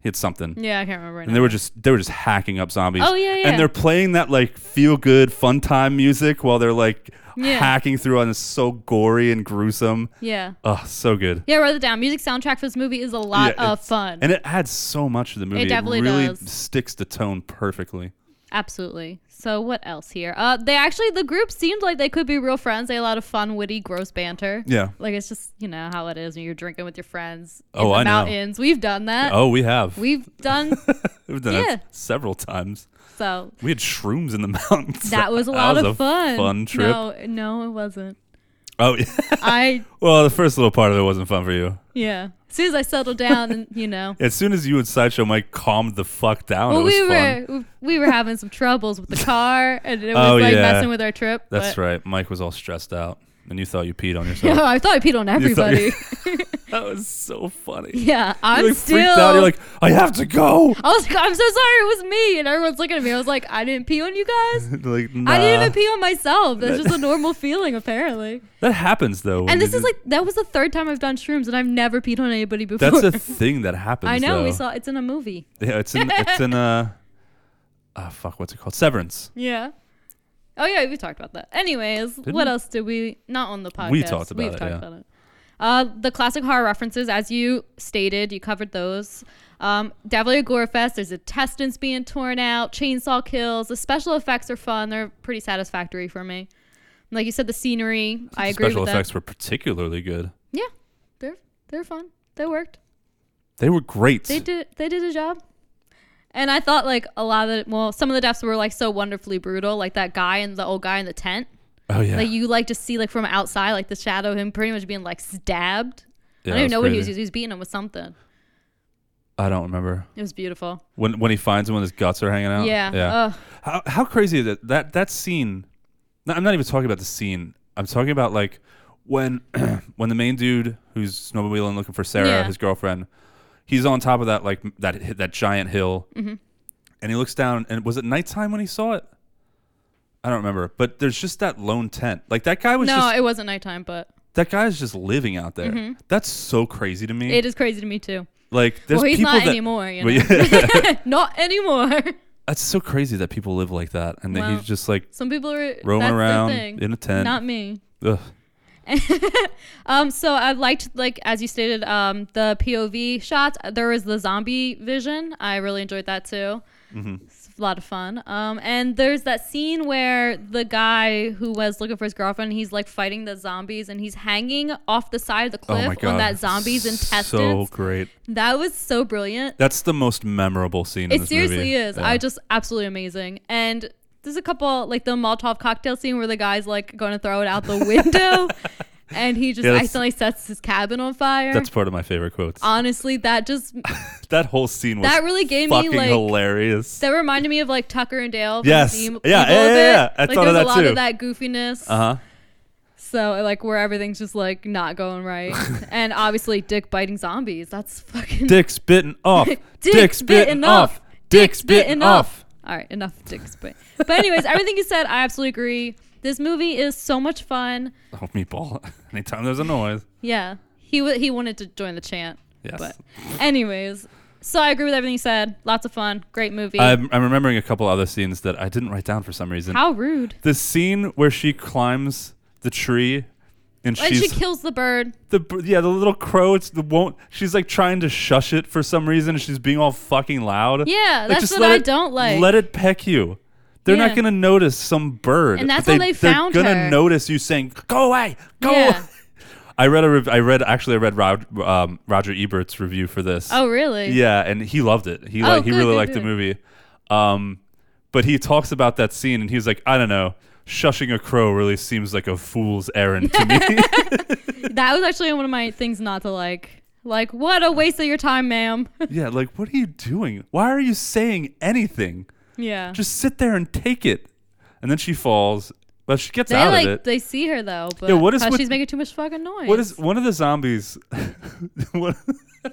[SPEAKER 1] he had something.
[SPEAKER 2] Yeah, I can't remember right
[SPEAKER 1] and
[SPEAKER 2] now.
[SPEAKER 1] they were just they were just hacking up zombies.
[SPEAKER 2] Oh, yeah, yeah.
[SPEAKER 1] And they're playing that like feel good fun time music while they're like
[SPEAKER 2] Yeah.
[SPEAKER 1] hacking through and it's so gory and gruesome.
[SPEAKER 2] yeah.
[SPEAKER 1] Oh, so good.
[SPEAKER 2] Yeah, I wrote it down. Music soundtrack for this movie is a lot
[SPEAKER 1] Yeah,
[SPEAKER 2] of
[SPEAKER 1] it's-
[SPEAKER 2] fun.
[SPEAKER 1] And it adds so much to the movie.
[SPEAKER 2] definitely
[SPEAKER 1] really
[SPEAKER 2] does.
[SPEAKER 1] sticks the tone perfectly.
[SPEAKER 2] Absolutely. So what else here? Uh, they actually the group seemed like they could be real friends. They had a lot of fun, witty, gross banter.
[SPEAKER 1] Yeah.
[SPEAKER 2] Like it's just you know how it is when you're drinking with your friends in
[SPEAKER 1] Oh,
[SPEAKER 2] the
[SPEAKER 1] I know.
[SPEAKER 2] mountains. We've done that.
[SPEAKER 1] Oh, we have.
[SPEAKER 2] We've
[SPEAKER 1] *laughs*
[SPEAKER 2] done
[SPEAKER 1] We've done
[SPEAKER 2] yeah.
[SPEAKER 1] it several times.
[SPEAKER 2] so.
[SPEAKER 1] We had shrooms in the *laughs* mountains.
[SPEAKER 2] That was a lot
[SPEAKER 1] was
[SPEAKER 2] of fun.
[SPEAKER 1] Fun trip.
[SPEAKER 2] No, no, it wasn't.
[SPEAKER 1] Oh, yeah. *laughs*
[SPEAKER 2] I
[SPEAKER 1] well, the first little part of it wasn't fun for you.
[SPEAKER 2] yeah. As soon as I settled down, and you know,
[SPEAKER 1] As soon as you and Sideshow Mike calmed the fuck down,
[SPEAKER 2] well,
[SPEAKER 1] it was
[SPEAKER 2] we
[SPEAKER 1] fun.
[SPEAKER 2] were we were having some troubles with the car,
[SPEAKER 1] *laughs*
[SPEAKER 2] and it was
[SPEAKER 1] Oh,
[SPEAKER 2] like
[SPEAKER 1] yeah.
[SPEAKER 2] messing with our trip.
[SPEAKER 1] That's
[SPEAKER 2] but-
[SPEAKER 1] right. Mike was all stressed out, and you thought you peed
[SPEAKER 2] *laughs*
[SPEAKER 1] on yourself.
[SPEAKER 2] No, I thought I peed on
[SPEAKER 1] You thought-
[SPEAKER 2] everybody.
[SPEAKER 1] that was so funny.
[SPEAKER 2] yeah, I'm
[SPEAKER 1] You're like
[SPEAKER 2] still.
[SPEAKER 1] freaked out. You're like, I have to
[SPEAKER 2] *laughs*
[SPEAKER 1] go. *laughs*
[SPEAKER 2] I was like, I'm so sorry, it was me. And everyone's looking at me. I was like, I didn't pee on you guys.
[SPEAKER 1] like,
[SPEAKER 2] I didn't
[SPEAKER 1] nah.
[SPEAKER 2] even pee on myself. That's just a normal feeling, apparently.
[SPEAKER 1] That happens though. when
[SPEAKER 2] And this
[SPEAKER 1] you
[SPEAKER 2] is
[SPEAKER 1] do- *laughs*
[SPEAKER 2] like, that was the third time I've done shrooms, and I've never peed on anybody before. *laughs*
[SPEAKER 1] that's a thing that happens.
[SPEAKER 2] I know, we
[SPEAKER 1] though.
[SPEAKER 2] saw it's in a movie.
[SPEAKER 1] *laughs* Yeah, it's in. It's in. Uh, uh, fuck, what's it called? Severance.
[SPEAKER 2] Yeah. Oh yeah, we talked about that. Anyways, what
[SPEAKER 1] we?
[SPEAKER 2] else did we not on the podcast?
[SPEAKER 1] We talked about
[SPEAKER 2] We've
[SPEAKER 1] it,
[SPEAKER 2] Talked
[SPEAKER 1] yeah.
[SPEAKER 2] about it. Uh, the classic horror references, as you stated, you covered those. Um, Devilly Gore Fest. There's intestines being torn out, chainsaw kills. The special effects are fun. They're pretty satisfactory for me. Like you said, the scenery. I agree
[SPEAKER 1] Special
[SPEAKER 2] with
[SPEAKER 1] effects
[SPEAKER 2] that.
[SPEAKER 1] were particularly good.
[SPEAKER 2] Yeah, they're they're fun. They worked.
[SPEAKER 1] They were great.
[SPEAKER 2] They did they did a job. And I thought like a lot of the well, some of the deaths were like so wonderfully brutal, like that guy and the old guy in the tent.
[SPEAKER 1] oh yeah.
[SPEAKER 2] Like you like to see like from outside, like the shadow of him pretty much being like stabbed.
[SPEAKER 1] Yeah,
[SPEAKER 2] I don't even
[SPEAKER 1] that
[SPEAKER 2] know what he was
[SPEAKER 1] crazy.
[SPEAKER 2] using. He was beating him with something.
[SPEAKER 1] I don't remember
[SPEAKER 2] It was beautiful. *laughs*
[SPEAKER 1] when when he finds him when his guts are hanging out.
[SPEAKER 2] yeah.
[SPEAKER 1] Yeah.
[SPEAKER 2] Ugh.
[SPEAKER 1] How how crazy is it that that scene? No, I'm not even talking about the scene. I'm talking about like when *clears throat* when the main dude who's snowmobiling looking for Sarah,
[SPEAKER 2] Yeah.
[SPEAKER 1] his girlfriend, he's on top of that like m- that hi- that giant hill,
[SPEAKER 2] Mm-hmm.
[SPEAKER 1] and he looks down. And was it nighttime when he saw it? I don't remember. But there's just that lone tent. Like that guy was
[SPEAKER 2] no,
[SPEAKER 1] just
[SPEAKER 2] it wasn't nighttime, but
[SPEAKER 1] that guy is just living out there. That's so crazy to me.
[SPEAKER 2] it is crazy to me too.
[SPEAKER 1] like there's
[SPEAKER 2] well, he's
[SPEAKER 1] people
[SPEAKER 2] not
[SPEAKER 1] that,
[SPEAKER 2] anymore, you know.
[SPEAKER 1] Well,
[SPEAKER 2] not anymore. *laughs*
[SPEAKER 1] That's so crazy that people live like that, and that
[SPEAKER 2] Well,
[SPEAKER 1] he's just like
[SPEAKER 2] Some people are
[SPEAKER 1] Roaming
[SPEAKER 2] that's their
[SPEAKER 1] around
[SPEAKER 2] thing.
[SPEAKER 1] in a tent.
[SPEAKER 2] Not me.
[SPEAKER 1] ugh.
[SPEAKER 2] Um, so I liked like as you stated, um, the POV shots. There was the zombie vision. I really enjoyed that too.
[SPEAKER 1] Mm-hmm.
[SPEAKER 2] It's a lot of fun. Um, and there's that scene where the guy who was looking for his girlfriend, he's like fighting the zombies, and he's hanging off the side of the
[SPEAKER 1] oh my
[SPEAKER 2] cliff
[SPEAKER 1] god,
[SPEAKER 2] on that zombie's
[SPEAKER 1] So
[SPEAKER 2] intestines.
[SPEAKER 1] great.
[SPEAKER 2] that was so brilliant.
[SPEAKER 1] That's the most memorable scene. in
[SPEAKER 2] It
[SPEAKER 1] this
[SPEAKER 2] seriously
[SPEAKER 1] movie.
[SPEAKER 2] is.
[SPEAKER 1] Yeah.
[SPEAKER 2] I just absolutely amazing. And there's a couple like the Molotov cocktail scene where the guy's like going to throw it out the window, and he just
[SPEAKER 1] Yeah, that's-
[SPEAKER 2] accidentally sets his cabin on fire.
[SPEAKER 1] that's part of my favorite quotes.
[SPEAKER 2] Honestly, that just
[SPEAKER 1] that whole scene was
[SPEAKER 2] that really gave me
[SPEAKER 1] fucking
[SPEAKER 2] like
[SPEAKER 1] hilarious.
[SPEAKER 2] that reminded me of like Tucker
[SPEAKER 1] Uh,
[SPEAKER 2] and Dale. from
[SPEAKER 1] Yes.
[SPEAKER 2] Team
[SPEAKER 1] Yeah, yeah,
[SPEAKER 2] Evil a
[SPEAKER 1] yeah,
[SPEAKER 2] bit.
[SPEAKER 1] yeah. I
[SPEAKER 2] like
[SPEAKER 1] thought of
[SPEAKER 2] there's
[SPEAKER 1] that
[SPEAKER 2] a lot
[SPEAKER 1] too.
[SPEAKER 2] of that goofiness.
[SPEAKER 1] uh huh.
[SPEAKER 2] So like where everything's just like not
[SPEAKER 1] *laughs*
[SPEAKER 2] going right, and obviously Dick biting zombies. That's fucking
[SPEAKER 1] Dick's bitten
[SPEAKER 2] *laughs*
[SPEAKER 1] off. Dick's, bitten off.
[SPEAKER 2] Dick's bitten off. All right, enough of dicks bit. But anyways, everything you said, I absolutely agree. This movie is so much fun.
[SPEAKER 1] Oh meatball. *laughs* Anytime there's a noise.
[SPEAKER 2] Yeah, he w- he wanted to join the chant.
[SPEAKER 1] Yes.
[SPEAKER 2] But anyways, so I agree with everything you said. Lots of fun. Great movie.
[SPEAKER 1] I'm, I'm remembering a couple other scenes that I didn't write down for some reason.
[SPEAKER 2] How rude.
[SPEAKER 1] The scene where she climbs the tree and
[SPEAKER 2] And
[SPEAKER 1] she's
[SPEAKER 2] she kills the bird.
[SPEAKER 1] the b- yeah the little crow it's the won't she's like trying to shush it for some reason and she's being all fucking loud
[SPEAKER 2] Yeah,
[SPEAKER 1] Like,
[SPEAKER 2] that's
[SPEAKER 1] just
[SPEAKER 2] what
[SPEAKER 1] let
[SPEAKER 2] I
[SPEAKER 1] it-
[SPEAKER 2] don't like.
[SPEAKER 1] let it peck you they're
[SPEAKER 2] Yeah.
[SPEAKER 1] not gonna notice some bird
[SPEAKER 2] And that's
[SPEAKER 1] but
[SPEAKER 2] how they found
[SPEAKER 1] they're gonna
[SPEAKER 2] her.
[SPEAKER 1] notice you saying go away go
[SPEAKER 2] Yeah.
[SPEAKER 1] away." *laughs* I read a rev- I read actually I read Rod- um, Roger Ebert's review for this
[SPEAKER 2] Oh, really?
[SPEAKER 1] yeah and he loved it he
[SPEAKER 2] Oh,
[SPEAKER 1] like he
[SPEAKER 2] good,
[SPEAKER 1] really
[SPEAKER 2] good,
[SPEAKER 1] liked the
[SPEAKER 2] good.
[SPEAKER 1] movie um but he talks about that scene and he's like I don't know shushing a crow really seems like a fool's errand to
[SPEAKER 2] *laughs*
[SPEAKER 1] me *laughs*
[SPEAKER 2] That was actually one of my things not to like. Like, what a waste of your time, ma'am. *laughs*
[SPEAKER 1] Yeah, like what are you doing? Why are you saying anything?
[SPEAKER 2] yeah.
[SPEAKER 1] Just sit there and take it. And then she falls, but she gets
[SPEAKER 2] they
[SPEAKER 1] out
[SPEAKER 2] like
[SPEAKER 1] of it.
[SPEAKER 2] they see her though, but
[SPEAKER 1] Yeah, what is
[SPEAKER 2] uh,
[SPEAKER 1] with-
[SPEAKER 2] she's making too much fucking noise.
[SPEAKER 1] what is one of the zombies? *laughs* one- *laughs*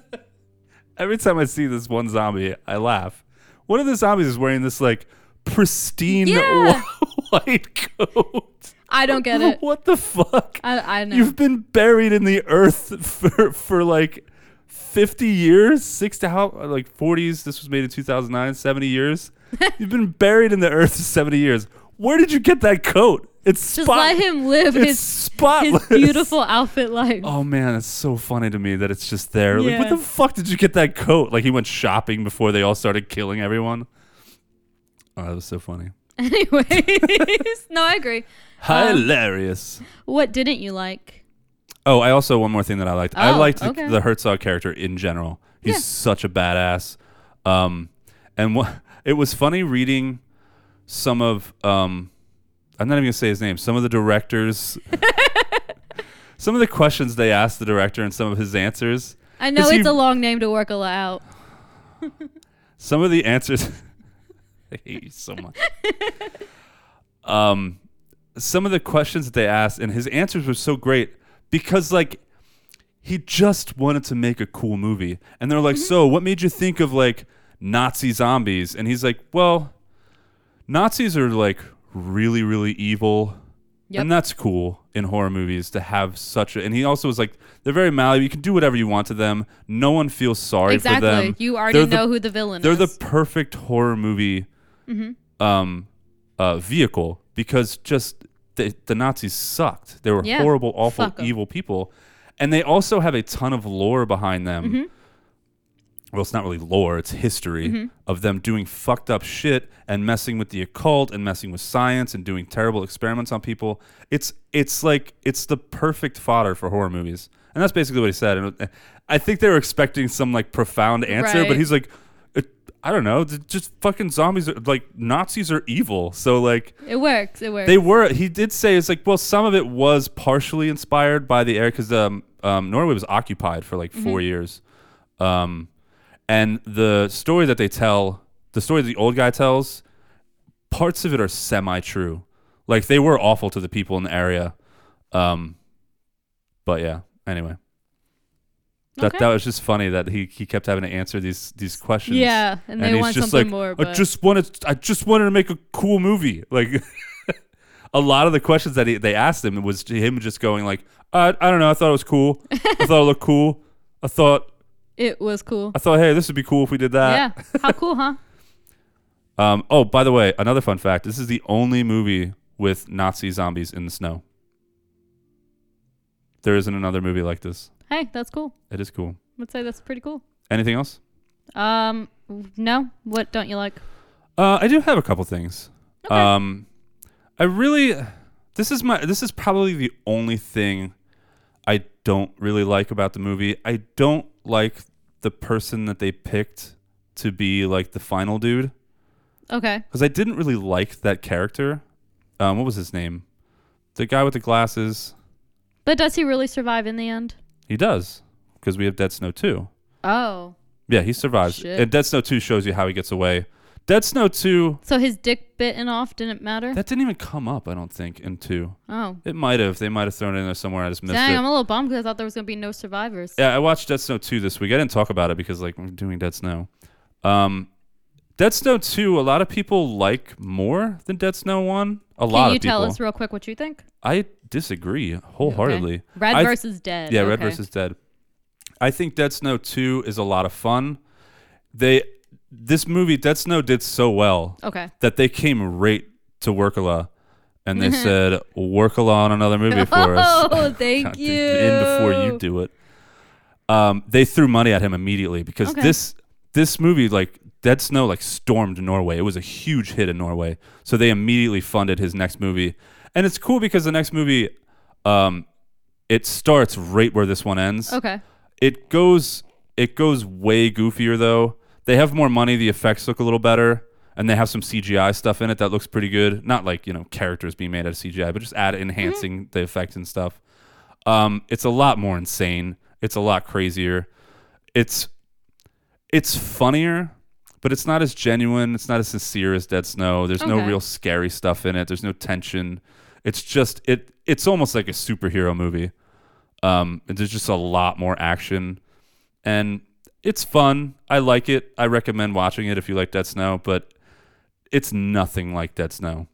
[SPEAKER 1] every time I see this one zombie, I laugh. One of the zombies is wearing this like pristine
[SPEAKER 2] Yeah.
[SPEAKER 1] *laughs* white coat.
[SPEAKER 2] I don't
[SPEAKER 1] *laughs*
[SPEAKER 2] get it.
[SPEAKER 1] What the fuck?
[SPEAKER 2] I, I know.
[SPEAKER 1] You've been buried in the earth *laughs* for for like 50 years, six to how uh, like 40s. This was made in 2009, 70
[SPEAKER 2] *laughs*
[SPEAKER 1] years. You've been buried in the earth for 70 years. Where did you get that coat? It's
[SPEAKER 2] Just
[SPEAKER 1] spot-
[SPEAKER 2] let him
[SPEAKER 1] It's
[SPEAKER 2] live his *laughs* his
[SPEAKER 1] spotless. *laughs*
[SPEAKER 2] beautiful outfit life.
[SPEAKER 1] Oh man, it's so funny to me that it's just there. Like,
[SPEAKER 2] Yeah.
[SPEAKER 1] what the fuck did you get that coat? Like he went shopping before they all started killing everyone. Oh, that was so funny.
[SPEAKER 2] Anyways, no, I agree. Uh,
[SPEAKER 1] Hilarious.
[SPEAKER 2] What didn't you like?
[SPEAKER 1] Oh, I also one more thing that I liked. I
[SPEAKER 2] Oh,
[SPEAKER 1] liked the,
[SPEAKER 2] okay.
[SPEAKER 1] the Herzog character in general. He's
[SPEAKER 2] Yeah.
[SPEAKER 1] such a badass. Um, and wha- it was funny reading some of um, I'm not even gonna say his name. Some of the directors,
[SPEAKER 2] *laughs*
[SPEAKER 1] some of the questions they asked the director, and some of his answers.
[SPEAKER 2] I know
[SPEAKER 1] 'Cause
[SPEAKER 2] it's
[SPEAKER 1] he-
[SPEAKER 2] a long name to work a lot out.
[SPEAKER 1] *laughs* Some of the answers. *laughs* I hate you so
[SPEAKER 2] *laughs*
[SPEAKER 1] much. um, some of the questions that they asked and his answers were so great because like he just wanted to make a cool movie, and they're like,
[SPEAKER 2] Mm-hmm.
[SPEAKER 1] "So, what made you think of like Nazi zombies?" And he's like, "Well, Nazis are like really, really evil."
[SPEAKER 2] Yep.
[SPEAKER 1] And that's cool in horror movies to have such a. And he also was like, they're very malleable. You can do whatever you want to them. No one feels sorry for them.
[SPEAKER 2] Exactly. You already
[SPEAKER 1] They're the
[SPEAKER 2] know who the villain
[SPEAKER 1] they're
[SPEAKER 2] is.
[SPEAKER 1] the perfect horror movie um, uh, vehicle because just the, the Nazis sucked. They were
[SPEAKER 2] Yeah.
[SPEAKER 1] horrible, awful,
[SPEAKER 2] Fuck 'em.
[SPEAKER 1] evil people, and they also have a ton of lore behind them. Well, it's not really lore; it's history of them doing fucked up shit and messing with the occult and messing with science and doing terrible experiments on people. It's it's like it's the perfect fodder for horror movies, and that's basically what he said. And I think they were expecting some like profound answer, but
[SPEAKER 2] Right.
[SPEAKER 1] he's he's like, "It- I don't know, th- just fucking zombies are like Nazis are evil. So like
[SPEAKER 2] It works. It works.
[SPEAKER 1] they were. He did say it's like, well, some of it was partially inspired by the era because um, um, Norway was occupied for like 4
[SPEAKER 2] Mm-hmm.
[SPEAKER 1] years, um, and the story that they tell, the story the old guy tells, parts of it are semi true. Like they were awful to the people in the area, um, but yeah. Anyway. That,
[SPEAKER 2] Okay.
[SPEAKER 1] that was just funny that he, he kept having to answer these these questions.
[SPEAKER 2] Yeah, and they
[SPEAKER 1] he's
[SPEAKER 2] want
[SPEAKER 1] just
[SPEAKER 2] something
[SPEAKER 1] like,
[SPEAKER 2] more,
[SPEAKER 1] I
[SPEAKER 2] but-
[SPEAKER 1] just wanted I just wanted to make a cool movie. *laughs* Like a lot of the questions that he, they asked him it was him just going like, I, I don't know, I thought it was cool. I thought it looked cool. I thought
[SPEAKER 2] it was
[SPEAKER 1] *laughs*
[SPEAKER 2] cool.
[SPEAKER 1] I thought hey, this would be cool if we did
[SPEAKER 2] Yeah.
[SPEAKER 1] *laughs* that.
[SPEAKER 2] How cool, huh?
[SPEAKER 1] Um, oh, by the way, another fun fact: this is the only movie with Nazi zombies in the snow. There isn't another movie like this.
[SPEAKER 2] Hey, that's cool.
[SPEAKER 1] It is cool.
[SPEAKER 2] I'd say that's pretty cool.
[SPEAKER 1] Anything else?
[SPEAKER 2] Um, no. What don't you like?
[SPEAKER 1] Uh, I do have a couple things. Um, I really, this is my, this is probably the only thing I don't really like about the movie. I don't like the person that they picked to be like the final dude
[SPEAKER 2] Okay.
[SPEAKER 1] because I didn't really like that character. Um, what was his name? The guy with the glasses.
[SPEAKER 2] But does he really survive in the end?
[SPEAKER 1] He does because we have Dead Snow two.
[SPEAKER 2] Oh.
[SPEAKER 1] Yeah, he survives.
[SPEAKER 2] Shit.
[SPEAKER 1] And Dead Snow two shows you how he gets away. Dead Snow two.
[SPEAKER 2] So his dick bitten off didn't matter?
[SPEAKER 1] That didn't even come up, I don't think, in two.
[SPEAKER 2] oh.
[SPEAKER 1] It might have. They might have thrown it in there somewhere. I just missed
[SPEAKER 2] Dang,
[SPEAKER 1] it.
[SPEAKER 2] I'm a little bummed because I thought there was going to be no survivors.
[SPEAKER 1] yeah, I watched Dead Snow 2 this week. I didn't talk about it because like we're doing Dead Snow. Um Dead Snow 2, a lot of people like more than Dead Snow 1. A lot
[SPEAKER 2] Can you
[SPEAKER 1] of people.
[SPEAKER 2] tell us real quick what you think?
[SPEAKER 1] I disagree wholeheartedly.
[SPEAKER 2] Red
[SPEAKER 1] I th-
[SPEAKER 2] versus Dead.
[SPEAKER 1] Yeah, Red
[SPEAKER 2] okay.
[SPEAKER 1] versus Dead. I think Dead Snow 2 is a lot of fun. They this movie Dead Snow did so well
[SPEAKER 2] Okay.
[SPEAKER 1] that they came right to Workala and
[SPEAKER 2] *laughs*
[SPEAKER 1] they said Workala on another movie for us.
[SPEAKER 2] Oh,
[SPEAKER 1] *laughs*
[SPEAKER 2] thank
[SPEAKER 1] God,
[SPEAKER 2] you.
[SPEAKER 1] In before you do it. Um, they threw money at him immediately because
[SPEAKER 2] Okay.
[SPEAKER 1] this this movie like Dead Snow like stormed Norway. It was a huge hit in Norway, so they immediately funded his next movie. And it's cool because the next movie, um, it starts right where this one ends.
[SPEAKER 2] Okay.
[SPEAKER 1] It goes it goes way goofier though. They have more money. The effects look a little better, and they have some CGI stuff in it that looks pretty good. Not like you know characters being made out of CGI, but just add enhancing
[SPEAKER 2] Mm-hmm.
[SPEAKER 1] the effects and stuff. Um, it's a lot more insane. It's a lot crazier. It's it's funnier, but it's not as genuine. It's not as sincere as Dead Snow. There's no
[SPEAKER 2] Okay.
[SPEAKER 1] real scary stuff in it. There's no tension. It's just it. It's almost like a superhero movie. Um, and there's just a lot more action, and it's fun. I like it. I recommend watching it if you like Dead Snow, but it's nothing like Dead Snow.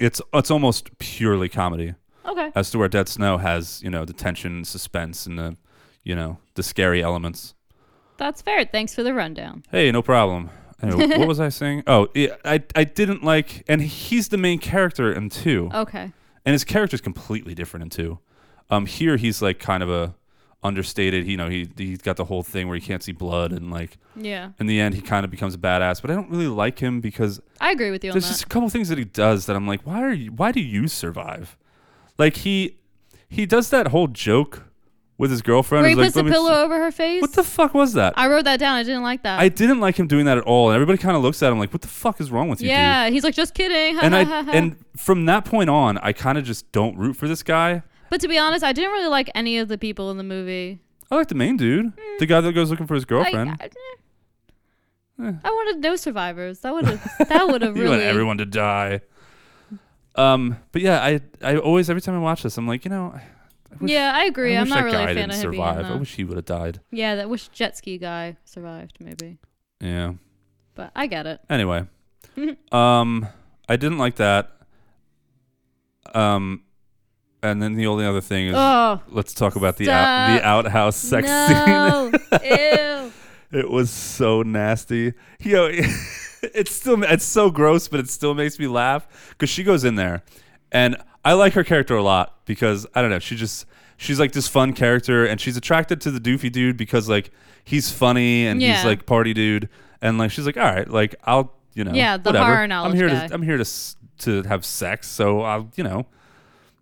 [SPEAKER 1] It's it's almost purely comedy
[SPEAKER 2] Okay.
[SPEAKER 1] as to where Dead Snow has you know the tension, and suspense, and the you know the scary elements.
[SPEAKER 2] That's fair. Thanks for the rundown.
[SPEAKER 1] Hey, no problem. Anyway, what was I saying? Oh, yeah, I I didn't like, and he's the main character in two,
[SPEAKER 2] Okay.
[SPEAKER 1] and his character's completely different in two. Um, here he's like kind of a understated. You know, he he's got the whole thing where he can't see blood, and like
[SPEAKER 2] Yeah.
[SPEAKER 1] in the end he kind of becomes a badass. But I don't really like him because
[SPEAKER 2] I agree with you on
[SPEAKER 1] there's
[SPEAKER 2] that.
[SPEAKER 1] just a couple things that he does that I'm like, why are you? Why do you survive? Like he he does that whole joke with his girlfriend.
[SPEAKER 2] Where he
[SPEAKER 1] He's like,
[SPEAKER 2] puts a
[SPEAKER 1] "Let me-
[SPEAKER 2] pillow over her face.
[SPEAKER 1] What the fuck was that?
[SPEAKER 2] I wrote that down. I didn't like that.
[SPEAKER 1] I didn't like him doing that at all. And everybody kind of looks at him like, "What the fuck is wrong with you?"
[SPEAKER 2] yeah. He's like, just kidding. *laughs*
[SPEAKER 1] Dude? And I and from that point on, I kind of just don't root for this guy.
[SPEAKER 2] but to be honest, I didn't really like any of the people in the movie.
[SPEAKER 1] I like the main dude, the guy that goes looking for his
[SPEAKER 2] I,
[SPEAKER 1] girlfriend.
[SPEAKER 2] I, eh. I wanted no survivors. That would have. *laughs* That would have
[SPEAKER 1] you
[SPEAKER 2] really.
[SPEAKER 1] want everyone to die. Um, but yeah, I I always every time I watch this, I'm like, you know, I wish,
[SPEAKER 2] *laughs* yeah, I agree.
[SPEAKER 1] I
[SPEAKER 2] I'm
[SPEAKER 1] wish
[SPEAKER 2] not
[SPEAKER 1] that
[SPEAKER 2] really a
[SPEAKER 1] guy
[SPEAKER 2] fan
[SPEAKER 1] didn't
[SPEAKER 2] of him being in
[SPEAKER 1] survive. I
[SPEAKER 2] that.
[SPEAKER 1] wish he would have died.
[SPEAKER 2] Yeah, that wish jet ski guy survived maybe.
[SPEAKER 1] Yeah.
[SPEAKER 2] But I get it. *laughs*
[SPEAKER 1] Anyway, um, I didn't like that. Um, and then the only other thing is.
[SPEAKER 2] Oh.
[SPEAKER 1] Let's talk about the out,
[SPEAKER 2] Stop.
[SPEAKER 1] the outhouse sex scene. *laughs*
[SPEAKER 2] no. *laughs* Ew.
[SPEAKER 1] It was so nasty. Yo, *laughs* it's still it's so gross, but it still makes me laugh because she goes in there, and I like her character a lot because I don't know, she just she's like this fun character, and she's attracted to the doofy dude because like he's funny and
[SPEAKER 10] Yeah.
[SPEAKER 1] he's like party dude, and like she's like, all right, like I'll you know
[SPEAKER 10] Yeah, the
[SPEAKER 1] whatever.
[SPEAKER 10] horror
[SPEAKER 1] I'm
[SPEAKER 10] knowledge
[SPEAKER 1] here
[SPEAKER 10] guy.
[SPEAKER 1] to I'm here to s- to have sex, so I'll you know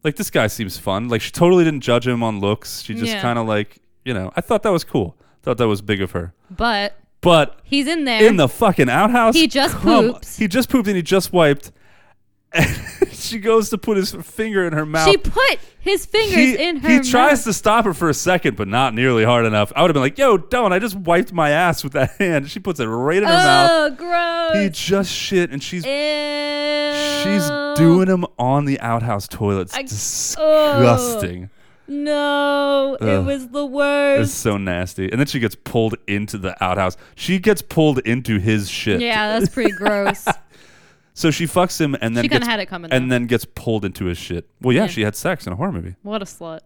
[SPEAKER 1] like this guy seems fun. Like she totally didn't judge him on looks. She just
[SPEAKER 10] Yeah.
[SPEAKER 1] kind of like you know I thought that was cool. Thought that was big of her,
[SPEAKER 10] But
[SPEAKER 1] but
[SPEAKER 10] he's in there.
[SPEAKER 1] in the fucking outhouse.
[SPEAKER 10] He just
[SPEAKER 1] Come-
[SPEAKER 10] poops.
[SPEAKER 1] He just pooped and he just wiped. And *laughs* she goes to put his finger in her mouth.
[SPEAKER 10] she put his fingers
[SPEAKER 1] he,
[SPEAKER 10] in her
[SPEAKER 1] he
[SPEAKER 10] mouth.
[SPEAKER 1] tries to stop her for a second, but not nearly hard enough. I would have been like, "Yo, don't! I just wiped my ass with that *laughs* hand." She puts it right in her mouth.
[SPEAKER 10] Oh,
[SPEAKER 1] He
[SPEAKER 10] gross.
[SPEAKER 1] just shit, and she's she's
[SPEAKER 10] Ew.
[SPEAKER 1] doing him on the outhouse toilets.
[SPEAKER 10] Oh. I-
[SPEAKER 1] Oh, Disgusting.
[SPEAKER 10] No,
[SPEAKER 1] Ugh.
[SPEAKER 10] it was the
[SPEAKER 1] It's
[SPEAKER 10] worst.
[SPEAKER 1] so nasty. And then she gets pulled into the outhouse. She gets pulled into his shit.
[SPEAKER 10] Yeah, that's pretty
[SPEAKER 1] *laughs*
[SPEAKER 10] gross.
[SPEAKER 1] So she fucks him and then
[SPEAKER 10] She kinda
[SPEAKER 1] gets-
[SPEAKER 10] had it coming,
[SPEAKER 1] and
[SPEAKER 10] though.
[SPEAKER 1] then gets pulled into his shit. Well, yeah, she had sex in a horror movie.
[SPEAKER 10] what a slut.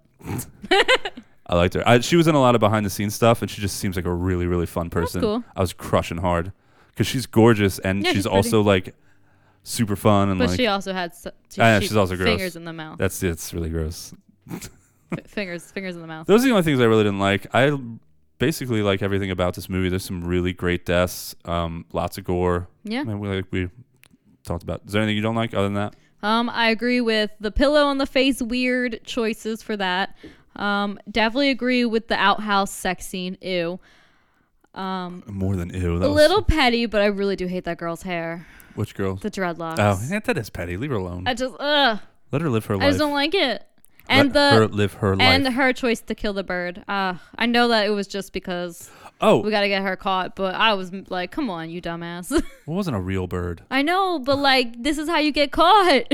[SPEAKER 1] I liked her. I, she was in a lot of behind the scenes stuff, and she just seems like a really, really fun person.
[SPEAKER 10] Oh, cool.
[SPEAKER 1] I was crushing hard because she's gorgeous and
[SPEAKER 10] Yeah,
[SPEAKER 1] she's,
[SPEAKER 10] she's pretty.
[SPEAKER 1] also like super fun and
[SPEAKER 10] But
[SPEAKER 1] like
[SPEAKER 10] she also had s- she,
[SPEAKER 1] I know,
[SPEAKER 10] she-
[SPEAKER 1] she's also gross.
[SPEAKER 10] fingers in the mouth.
[SPEAKER 1] that's it's really gross.
[SPEAKER 10] F- fingers, fingers in the mouth.
[SPEAKER 1] Those are the only things I really didn't like. I basically like everything about this movie. There's some really great deaths, um, lots of gore.
[SPEAKER 10] Yeah.
[SPEAKER 1] I mean, we, like we talked about. Is there anything you don't like other than that?
[SPEAKER 10] Um, I agree with the pillow on the face. Weird choices for that. Um, definitely agree with the outhouse sex scene. Ew.
[SPEAKER 1] More than ew.
[SPEAKER 10] A little petty, but I really do hate that girl's hair,
[SPEAKER 1] Which girl?
[SPEAKER 10] the dreadlocks.
[SPEAKER 1] Oh, yeah, that is petty. Leave her alone.
[SPEAKER 10] I just ugh.
[SPEAKER 1] Let her live her
[SPEAKER 10] I
[SPEAKER 1] life.
[SPEAKER 10] just don't like it. And
[SPEAKER 1] Let
[SPEAKER 10] the
[SPEAKER 1] her live her
[SPEAKER 10] and
[SPEAKER 1] life.
[SPEAKER 10] her choice to kill the bird. Uh, I know that it was just because
[SPEAKER 1] oh,
[SPEAKER 10] we got to get her caught, but I was m- like, come on, you dumbass. *laughs*
[SPEAKER 1] it wasn't a real bird.
[SPEAKER 10] I know, but like, this is how you get caught. *laughs*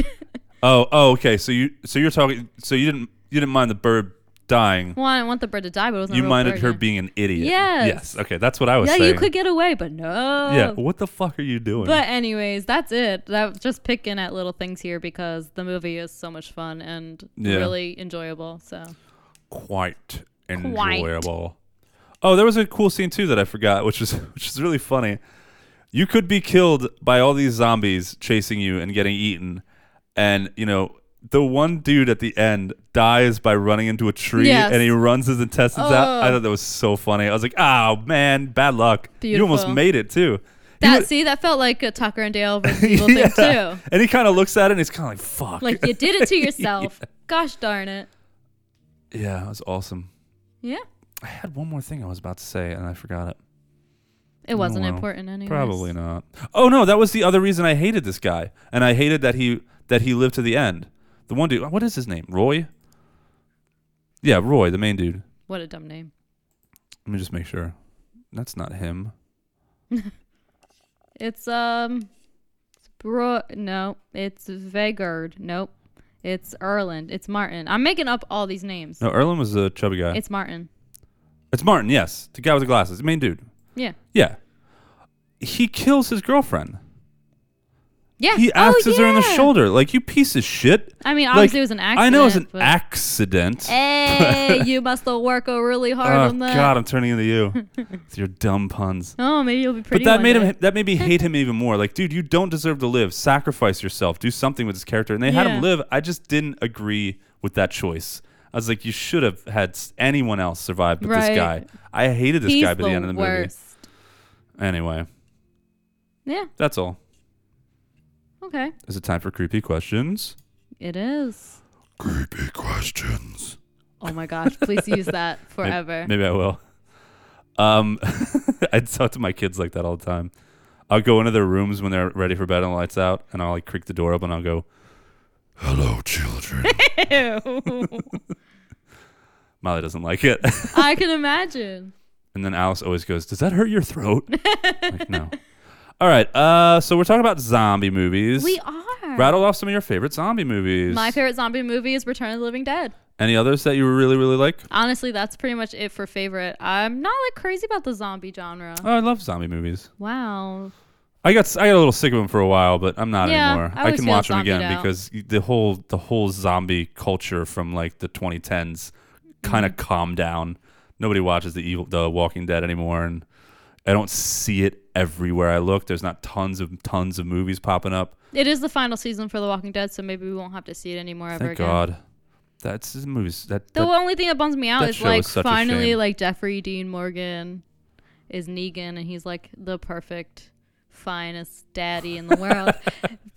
[SPEAKER 1] Oh, oh, okay. So you, so you're talking. So you didn't, you didn't mind the bird dying.
[SPEAKER 10] well, I didn't want the bird to die, but it wasn't. a
[SPEAKER 1] you
[SPEAKER 10] real
[SPEAKER 1] minded
[SPEAKER 10] bird,
[SPEAKER 1] her
[SPEAKER 10] yeah.
[SPEAKER 1] being an idiot.
[SPEAKER 10] Yes.
[SPEAKER 1] Yes. Okay, that's what I was
[SPEAKER 10] Yeah,
[SPEAKER 1] saying.
[SPEAKER 10] you could get away, but no.
[SPEAKER 1] yeah. What the fuck are you doing?
[SPEAKER 10] But anyways, that's it. That was just picking at little things here because the movie is so much fun and
[SPEAKER 1] Yeah.
[SPEAKER 10] really enjoyable. So
[SPEAKER 1] quite enjoyable. Oh, there was a cool scene too that I forgot, which is *laughs* which is really funny. You could be killed by all these zombies chasing you and getting eaten, and you know the one dude at the end dies by running into a tree
[SPEAKER 10] Yes.
[SPEAKER 1] and he runs his intestines out. I thought that was so funny. I was like, oh man, bad luck. You almost
[SPEAKER 10] Beautiful.
[SPEAKER 1] made it too. He
[SPEAKER 10] that
[SPEAKER 1] wa-
[SPEAKER 10] see that felt like a Tucker and Dale versus
[SPEAKER 1] *laughs*
[SPEAKER 10] evil
[SPEAKER 1] Yeah.
[SPEAKER 10] thing too.
[SPEAKER 1] And he kind of looks at it and he's kind of like, fuck.
[SPEAKER 10] Like you did it to yourself. Gosh darn it.
[SPEAKER 1] yeah, it was awesome.
[SPEAKER 10] Yeah.
[SPEAKER 1] I had one more thing I was about to say and I forgot it.
[SPEAKER 10] It wasn't
[SPEAKER 1] well,
[SPEAKER 10] important anyway.
[SPEAKER 1] Probably not. Oh no, that was the other reason I hated this guy, and I hated that he that he lived to the end. The one dude, what is his name? Roy. Yeah, Roy, the main dude.
[SPEAKER 10] What a dumb name.
[SPEAKER 1] Let me just make sure. That's not him.
[SPEAKER 10] It's um it's Bro no, it's Vegard. Nope. It's Erland. It's Martin. I'm making up all these names.
[SPEAKER 1] No, Erlen was the chubby guy. It's,
[SPEAKER 10] It's Martin.
[SPEAKER 1] Martin. Yes, the guy with the glasses, the main dude.
[SPEAKER 10] Yeah.
[SPEAKER 1] Yeah, he kills his girlfriend.
[SPEAKER 10] Yeah.
[SPEAKER 1] He
[SPEAKER 10] *laughs* Oh,
[SPEAKER 1] axes her in the
[SPEAKER 10] yeah.
[SPEAKER 1] shoulder. Like you piece of shit.
[SPEAKER 10] I mean,
[SPEAKER 1] Like,
[SPEAKER 10] obviously it was an
[SPEAKER 1] I know it was an
[SPEAKER 10] accident, but-
[SPEAKER 1] accident. *laughs*
[SPEAKER 10] Hey, you must have worked really hard
[SPEAKER 1] Oh
[SPEAKER 10] on that.
[SPEAKER 1] God, I'm turning into
[SPEAKER 10] *laughs*
[SPEAKER 1] you with your dumb puns.
[SPEAKER 10] Oh, maybe you'll be pretty.
[SPEAKER 1] but that
[SPEAKER 10] one
[SPEAKER 1] made
[SPEAKER 10] day.
[SPEAKER 1] him that made
[SPEAKER 10] *laughs*
[SPEAKER 1] me hate him even more like dude you don't deserve to live sacrifice yourself do something with this character and they had
[SPEAKER 10] Yeah.
[SPEAKER 1] him live i just didn't agree with that choice i was like you should have had s- anyone else survive but this
[SPEAKER 10] Right.
[SPEAKER 1] guy i hated this
[SPEAKER 10] He's
[SPEAKER 1] guy by the, end of the
[SPEAKER 10] worst.
[SPEAKER 1] movie anyway
[SPEAKER 10] Yeah.
[SPEAKER 1] that's all
[SPEAKER 10] Okay.
[SPEAKER 1] is it time for creepy questions
[SPEAKER 10] It is.
[SPEAKER 5] Creepy questions.
[SPEAKER 10] Oh my gosh! Please use
[SPEAKER 1] *laughs*
[SPEAKER 10] that forever.
[SPEAKER 1] maybe i will um *laughs* i talk to my kids like that all the time i'll go into their rooms when they're ready for bed and the lights out and i'll like creak the door open and i'll go
[SPEAKER 5] Hello, children.
[SPEAKER 1] molly doesn't like it *laughs*
[SPEAKER 10] I can imagine.
[SPEAKER 1] And then Alice always goes, "Does that hurt your
[SPEAKER 10] *laughs*
[SPEAKER 1] throat?" like, no. All right. Uh, so we're talking about zombie movies.
[SPEAKER 10] We are.
[SPEAKER 1] Rattle off some of your favorite zombie movies.
[SPEAKER 10] My favorite zombie movie is Return of the Living Dead.
[SPEAKER 1] Any others that you really, really like?
[SPEAKER 10] Honestly, that's pretty much it for favorite. I'm not like crazy about the zombie genre.
[SPEAKER 1] Oh, I love zombie movies.
[SPEAKER 10] Wow.
[SPEAKER 1] I got s- I got a little sick of them for a while, but I'm not
[SPEAKER 10] Yeah,
[SPEAKER 1] anymore.
[SPEAKER 10] I
[SPEAKER 1] I,
[SPEAKER 10] always
[SPEAKER 1] can
[SPEAKER 10] feel
[SPEAKER 1] watch them
[SPEAKER 10] zombied
[SPEAKER 1] again
[SPEAKER 10] out.
[SPEAKER 1] because the whole the whole zombie culture from like the
[SPEAKER 10] Mm-hmm.
[SPEAKER 1] 2010s kind of calmed down. Nobody watches the evil the Walking Dead anymore, and I don't see it everywhere I look. There's not tons of tons of movies popping up.
[SPEAKER 10] It is the final season for The Walking Dead, so maybe we won't have to see it anymore ever
[SPEAKER 1] Thank
[SPEAKER 10] again.
[SPEAKER 1] God. That's this movies that,
[SPEAKER 10] The
[SPEAKER 1] that-
[SPEAKER 10] only thing that bums me out
[SPEAKER 1] that
[SPEAKER 10] is
[SPEAKER 1] show
[SPEAKER 10] like
[SPEAKER 1] is such a
[SPEAKER 10] finally
[SPEAKER 1] shame.
[SPEAKER 10] like Jeffrey Dean Morgan is Negan and he's like the perfect finest daddy
[SPEAKER 1] *laughs*
[SPEAKER 10] in the world.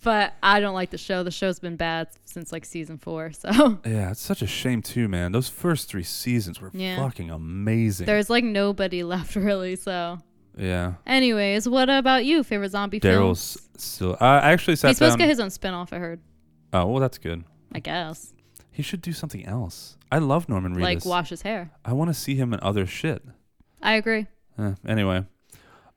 [SPEAKER 10] but I don't like the show. The show's been bad since like season 4. *laughs* So
[SPEAKER 1] yeah, it's such a shame too, man. Those first three seasons were
[SPEAKER 10] Yeah.
[SPEAKER 1] fucking amazing.
[SPEAKER 10] there's like nobody left *laughs* really, so
[SPEAKER 1] yeah,
[SPEAKER 10] anyways, what about you? Favorite zombie film?
[SPEAKER 1] Daryl's still. I I actually sat
[SPEAKER 10] He's supposed to
[SPEAKER 1] down-
[SPEAKER 10] get his own spin-off, I heard.
[SPEAKER 1] oh well, that's good.
[SPEAKER 10] I guess.
[SPEAKER 1] He should do something else. I love Norman Reedus.
[SPEAKER 10] Like wash his hair.
[SPEAKER 1] I want to see him in other shit.
[SPEAKER 10] I agree.
[SPEAKER 1] Eh, anyway,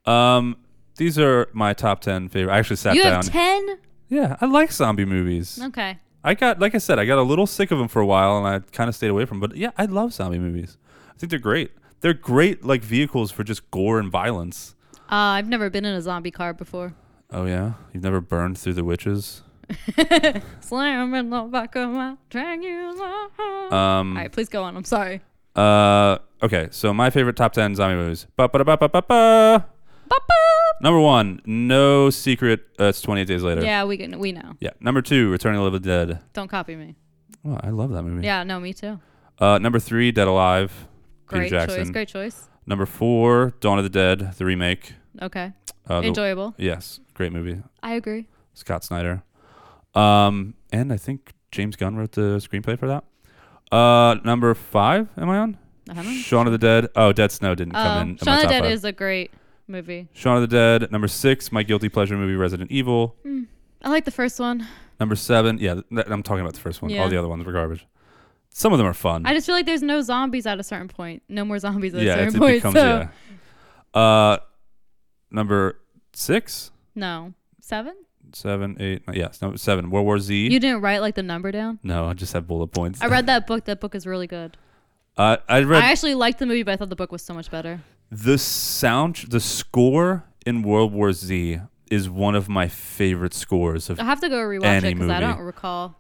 [SPEAKER 1] um, these are my top ten favorite. I actually sat
[SPEAKER 10] you
[SPEAKER 1] down.
[SPEAKER 10] have 10?
[SPEAKER 1] yeah, I like zombie movies.
[SPEAKER 10] Okay.
[SPEAKER 1] I got, like I said, I got a little sick of them for a while, and I kind of stayed away from. 'em. But yeah, I love zombie movies. I think they're great. They're great, like vehicles for just gore and violence.
[SPEAKER 10] Uh, *laughs* I've never been in a zombie car before.
[SPEAKER 1] Oh yeah, you've never burned through the witches.
[SPEAKER 10] Slam in the back of my drag you along.
[SPEAKER 1] Um,
[SPEAKER 10] All right, please go on. I'm sorry.
[SPEAKER 1] Uh, okay, so my favorite top 10 zombie movies. Ba-ba-da-ba-ba-ba. Number one, No Secret. Uh, it's 28 Days Later.
[SPEAKER 10] Yeah, we can, we know.
[SPEAKER 1] Yeah. Number two, Return of the Living Dead.
[SPEAKER 10] Don't copy me.
[SPEAKER 1] Well, I love that movie.
[SPEAKER 10] Yeah, no, me too.
[SPEAKER 1] Uh, number three, Dead Alive.
[SPEAKER 10] Great
[SPEAKER 1] Peter Jackson.
[SPEAKER 10] choice. Great choice.
[SPEAKER 1] Number four, Dawn of the Dead, the remake.
[SPEAKER 10] Okay.
[SPEAKER 1] Uh, the-
[SPEAKER 10] Enjoyable.
[SPEAKER 1] yes, great movie.
[SPEAKER 10] I agree.
[SPEAKER 1] Scott Snyder. Um, and I think James Gunn wrote the screenplay for that. Uh, number five, am I on?
[SPEAKER 10] I don't know.
[SPEAKER 1] Shaun of the Dead. Oh, Dead Snow didn't
[SPEAKER 10] Oh,
[SPEAKER 1] come in. in my
[SPEAKER 10] Shaun of the
[SPEAKER 1] top
[SPEAKER 10] Dead
[SPEAKER 1] five.
[SPEAKER 10] is a great movie.
[SPEAKER 1] Shaun of the Dead. Number six, my guilty pleasure movie, Resident Evil.
[SPEAKER 10] Hmm. I like the first one.
[SPEAKER 1] Number seven, yeah, th- th- I'm talking about the first one.
[SPEAKER 10] Yeah.
[SPEAKER 1] All the other ones were garbage. Some of them are fun.
[SPEAKER 10] I just feel like there's no zombies at a certain point. No more zombies at a
[SPEAKER 1] yeah,
[SPEAKER 10] certain
[SPEAKER 1] it's, it
[SPEAKER 10] point.
[SPEAKER 1] becomes
[SPEAKER 10] so
[SPEAKER 1] yeah. Uh, number six,
[SPEAKER 10] no, seven.
[SPEAKER 1] seven, eight, nine, yes, no, seven. World War Z.
[SPEAKER 10] You didn't write like the number down.
[SPEAKER 1] no, I just have bullet points.
[SPEAKER 10] I read that book. That book is really good.
[SPEAKER 1] uh, I read
[SPEAKER 10] I actually liked the movie, but I thought the book was so much better.
[SPEAKER 1] the sound, the score in World War Z is one of my favorite scores of
[SPEAKER 10] I have to go rewatch
[SPEAKER 1] Any
[SPEAKER 10] it because I
[SPEAKER 1] movie.
[SPEAKER 10] don't recall.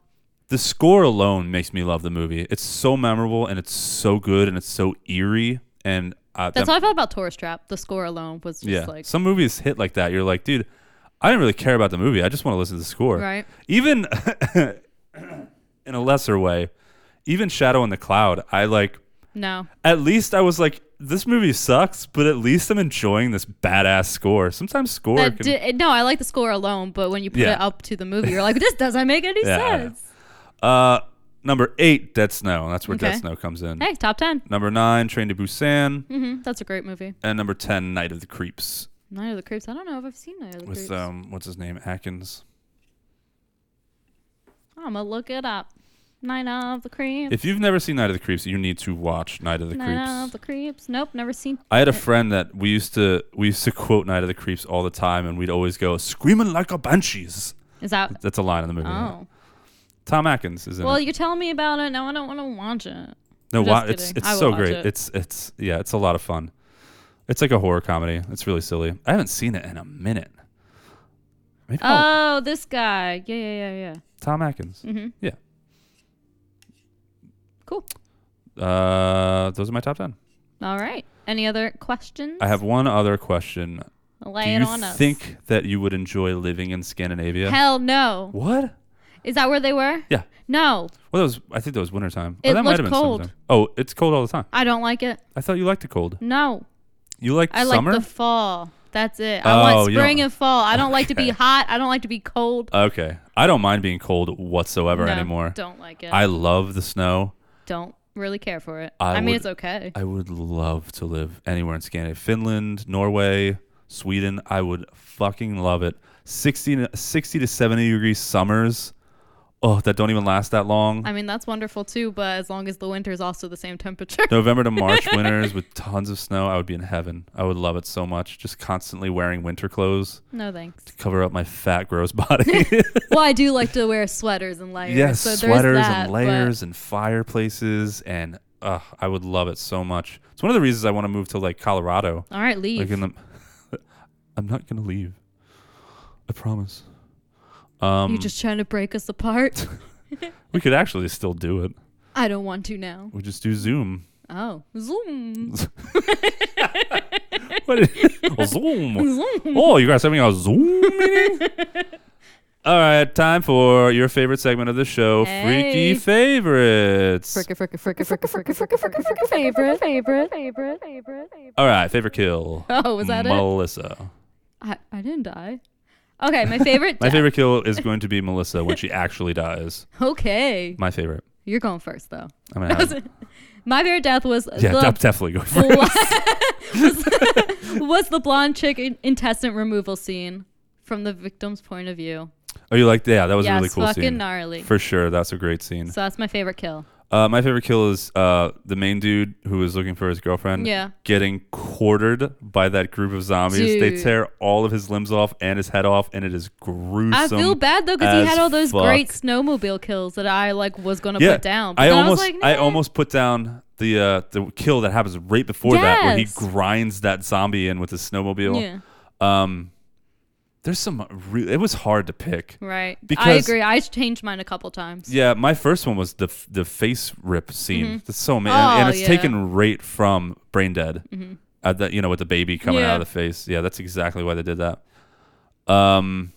[SPEAKER 1] the score alone makes me love the movie. It's so memorable and it's so good and it's so eerie and uh,
[SPEAKER 10] That's
[SPEAKER 1] that-
[SPEAKER 10] how I felt about Tourist Trap. The score alone was just
[SPEAKER 1] yeah.
[SPEAKER 10] like
[SPEAKER 1] Some movies hit like that. You're like, dude, I didn't really care about the movie. I just want to listen to the score.
[SPEAKER 10] Right.
[SPEAKER 1] Even *coughs* in a lesser way, even Shadow in the Cloud, I like.
[SPEAKER 10] no.
[SPEAKER 1] At least I was like, this movie sucks, but at least I'm enjoying this badass score. Sometimes score
[SPEAKER 10] That
[SPEAKER 1] can,
[SPEAKER 10] di- no, I like the score alone, but when you put
[SPEAKER 1] Yeah.
[SPEAKER 10] it up to the movie, you're like, *laughs* this doesn't make any
[SPEAKER 1] Yeah, I know.
[SPEAKER 10] sense.
[SPEAKER 1] Uh, number eight, Dead Snow. That's where
[SPEAKER 10] Okay.
[SPEAKER 1] Dead Snow comes in.
[SPEAKER 10] Hey, top ten.
[SPEAKER 1] Number nine, Train to Busan.
[SPEAKER 10] Mm-hmm. That's a great movie.
[SPEAKER 1] and number 10 night of the creeps
[SPEAKER 10] Night of the Creeps. I don't know if I've seen Night of the
[SPEAKER 1] with
[SPEAKER 10] Creeps.
[SPEAKER 1] um what's his name atkins
[SPEAKER 10] I'm gonna look it up. Night of the Creeps.
[SPEAKER 1] if you've never seen night of the creeps you need to watch night of the
[SPEAKER 10] Night of
[SPEAKER 1] creeps
[SPEAKER 10] the Creeps. Nope, never seen.
[SPEAKER 1] i had a friend that we used to we used to quote night of the creeps all the time and we'd always go screaming like a banshees
[SPEAKER 10] Is that?
[SPEAKER 1] that's a line in the movie
[SPEAKER 10] Oh.
[SPEAKER 1] tom atkins is in
[SPEAKER 10] Well,
[SPEAKER 1] it
[SPEAKER 10] you're telling me about it. Now I don't want to watch it.
[SPEAKER 1] no
[SPEAKER 10] I'm
[SPEAKER 1] wa-
[SPEAKER 10] just
[SPEAKER 1] it's
[SPEAKER 10] kidding.
[SPEAKER 1] it's
[SPEAKER 10] I will
[SPEAKER 1] so
[SPEAKER 10] watch
[SPEAKER 1] great
[SPEAKER 10] it.
[SPEAKER 1] it's it's yeah it's a lot of fun it's like a horror comedy it's really silly i haven't seen it in a minute Maybe I'll-
[SPEAKER 10] Oh, this guy. Yeah, yeah, yeah, yeah.
[SPEAKER 1] tom atkins
[SPEAKER 10] Mhm.
[SPEAKER 1] yeah
[SPEAKER 10] Cool.
[SPEAKER 1] uh those are my top 10
[SPEAKER 10] All right. Any other questions?
[SPEAKER 1] i have one other question
[SPEAKER 10] Lay
[SPEAKER 1] Do
[SPEAKER 10] it
[SPEAKER 1] you
[SPEAKER 10] on us.
[SPEAKER 1] think that you would enjoy living in Scandinavia?
[SPEAKER 10] Hell no.
[SPEAKER 1] what?
[SPEAKER 10] Is that where they were?
[SPEAKER 1] Yeah.
[SPEAKER 10] No,
[SPEAKER 1] Well, that was. I think that was wintertime.
[SPEAKER 10] It
[SPEAKER 1] or that might have
[SPEAKER 10] looked
[SPEAKER 1] been
[SPEAKER 10] cold.
[SPEAKER 1] summertime. Oh, it's cold all the time.
[SPEAKER 10] I don't like it.
[SPEAKER 1] I thought you liked the cold.
[SPEAKER 10] No,
[SPEAKER 1] You liked
[SPEAKER 10] I
[SPEAKER 1] summer.
[SPEAKER 10] like the fall. That's it. I
[SPEAKER 1] Oh,
[SPEAKER 10] want
[SPEAKER 1] you don't-
[SPEAKER 10] spring and fall. I don't like to be
[SPEAKER 1] Okay.
[SPEAKER 10] hot. I don't like to be cold.
[SPEAKER 1] okay, I don't mind being cold whatsoever
[SPEAKER 10] No,
[SPEAKER 1] anymore.
[SPEAKER 10] Don't like it.
[SPEAKER 1] I
[SPEAKER 10] I
[SPEAKER 1] love the snow.
[SPEAKER 10] don't really care for it. I,
[SPEAKER 1] I
[SPEAKER 10] mean,
[SPEAKER 1] would-
[SPEAKER 10] it's okay.
[SPEAKER 1] I would love to live anywhere in Scandinavia, Finland, Norway, Sweden. I would fucking love it. 60, to- 60 to seventy degree summers. Oh, that don't even last that long.
[SPEAKER 10] I mean, that's wonderful too. But as long as the winter is also the same temperature. *laughs*
[SPEAKER 1] November to March winters with tons of snow, I would be in heaven. I would love it so much. Just constantly wearing winter clothes
[SPEAKER 10] No
[SPEAKER 1] *laughs*
[SPEAKER 10] thanks.
[SPEAKER 1] to cover up my fat, gross *laughs* body.
[SPEAKER 10] well, I do like to wear sweaters and layers.
[SPEAKER 1] yes,
[SPEAKER 10] so there's
[SPEAKER 1] sweaters
[SPEAKER 10] that,
[SPEAKER 1] and
[SPEAKER 10] but-
[SPEAKER 1] layers and fireplaces, and uh, I would love it so much. It's one of the reasons I want to move to like Colorado.
[SPEAKER 10] All right, leave.
[SPEAKER 1] Like in the, *laughs* I'm not gonna leave. I promise. Um,
[SPEAKER 10] You're just trying to break us apart. *laughs*
[SPEAKER 1] we could actually still do it.
[SPEAKER 10] I don't want to now.
[SPEAKER 1] We just do Zoom.
[SPEAKER 10] Oh, zoom.
[SPEAKER 1] What *laughs* is, a zoom. Oh, you guys having a Zoom meeting?
[SPEAKER 10] *laughs*
[SPEAKER 1] All right, time for your favorite segment of the show,
[SPEAKER 10] Hey.
[SPEAKER 1] Freaky Favorites.
[SPEAKER 10] Fricka, fricka, fricka, fricka, fricka, fricka, fricka, fricka, favorite, favorite, favorite, favorite, favorite.
[SPEAKER 1] All right, favorite kill.
[SPEAKER 10] Oh, was that it?
[SPEAKER 1] Melissa.
[SPEAKER 10] I, I didn't die. Okay, my
[SPEAKER 1] *laughs*
[SPEAKER 10] favorite.
[SPEAKER 1] My
[SPEAKER 10] death.
[SPEAKER 1] favorite kill is going
[SPEAKER 10] *laughs*
[SPEAKER 1] to be Melissa when she actually dies.
[SPEAKER 10] Okay,
[SPEAKER 1] My favorite.
[SPEAKER 10] you're going first though.
[SPEAKER 1] I'm gonna have,
[SPEAKER 10] My favorite death was
[SPEAKER 1] yeah,
[SPEAKER 10] the
[SPEAKER 1] de- definitely going
[SPEAKER 10] *laughs*
[SPEAKER 1] for it.
[SPEAKER 10] was the blonde chick in- intestine removal scene from the victim's point of view.
[SPEAKER 1] Oh, you like yeah, that was
[SPEAKER 10] Yeah,
[SPEAKER 1] a really
[SPEAKER 10] it's
[SPEAKER 1] cool
[SPEAKER 10] fucking
[SPEAKER 1] scene.
[SPEAKER 10] gnarly.
[SPEAKER 1] For sure, that's a great scene.
[SPEAKER 10] So that's my favorite kill.
[SPEAKER 1] Uh, my favorite kill is uh, the main dude who is looking for his girlfriend.
[SPEAKER 10] Yeah.
[SPEAKER 1] Getting quartered by that group of zombies. They
[SPEAKER 10] Dude.
[SPEAKER 1] tear all of his limbs off and his head off, and it is gruesome.
[SPEAKER 10] I feel bad though because he
[SPEAKER 1] as
[SPEAKER 10] had all those
[SPEAKER 1] fuck.
[SPEAKER 10] great snowmobile kills that I like was gonna
[SPEAKER 1] yeah,
[SPEAKER 10] put down.
[SPEAKER 1] I
[SPEAKER 10] then
[SPEAKER 1] almost, I,
[SPEAKER 10] was like, nah.
[SPEAKER 1] almost put down the uh, the kill that happens right before that, where he
[SPEAKER 10] Yes.
[SPEAKER 1] grinds that zombie in with his snowmobile. Yeah. Um, there's some real. It was hard to pick.
[SPEAKER 10] Right. I
[SPEAKER 1] Because-
[SPEAKER 10] agree. I changed mine a couple times.
[SPEAKER 1] Yeah, my first one was the f- the face rip scene. That's so amazing,
[SPEAKER 10] Oh,
[SPEAKER 1] and it's
[SPEAKER 10] yeah. Mm-hmm.
[SPEAKER 1] taken right from Brain Dead. At that, you know, with the baby coming
[SPEAKER 10] Yeah.
[SPEAKER 1] out of the face. Yeah, that's exactly why they did that. Um,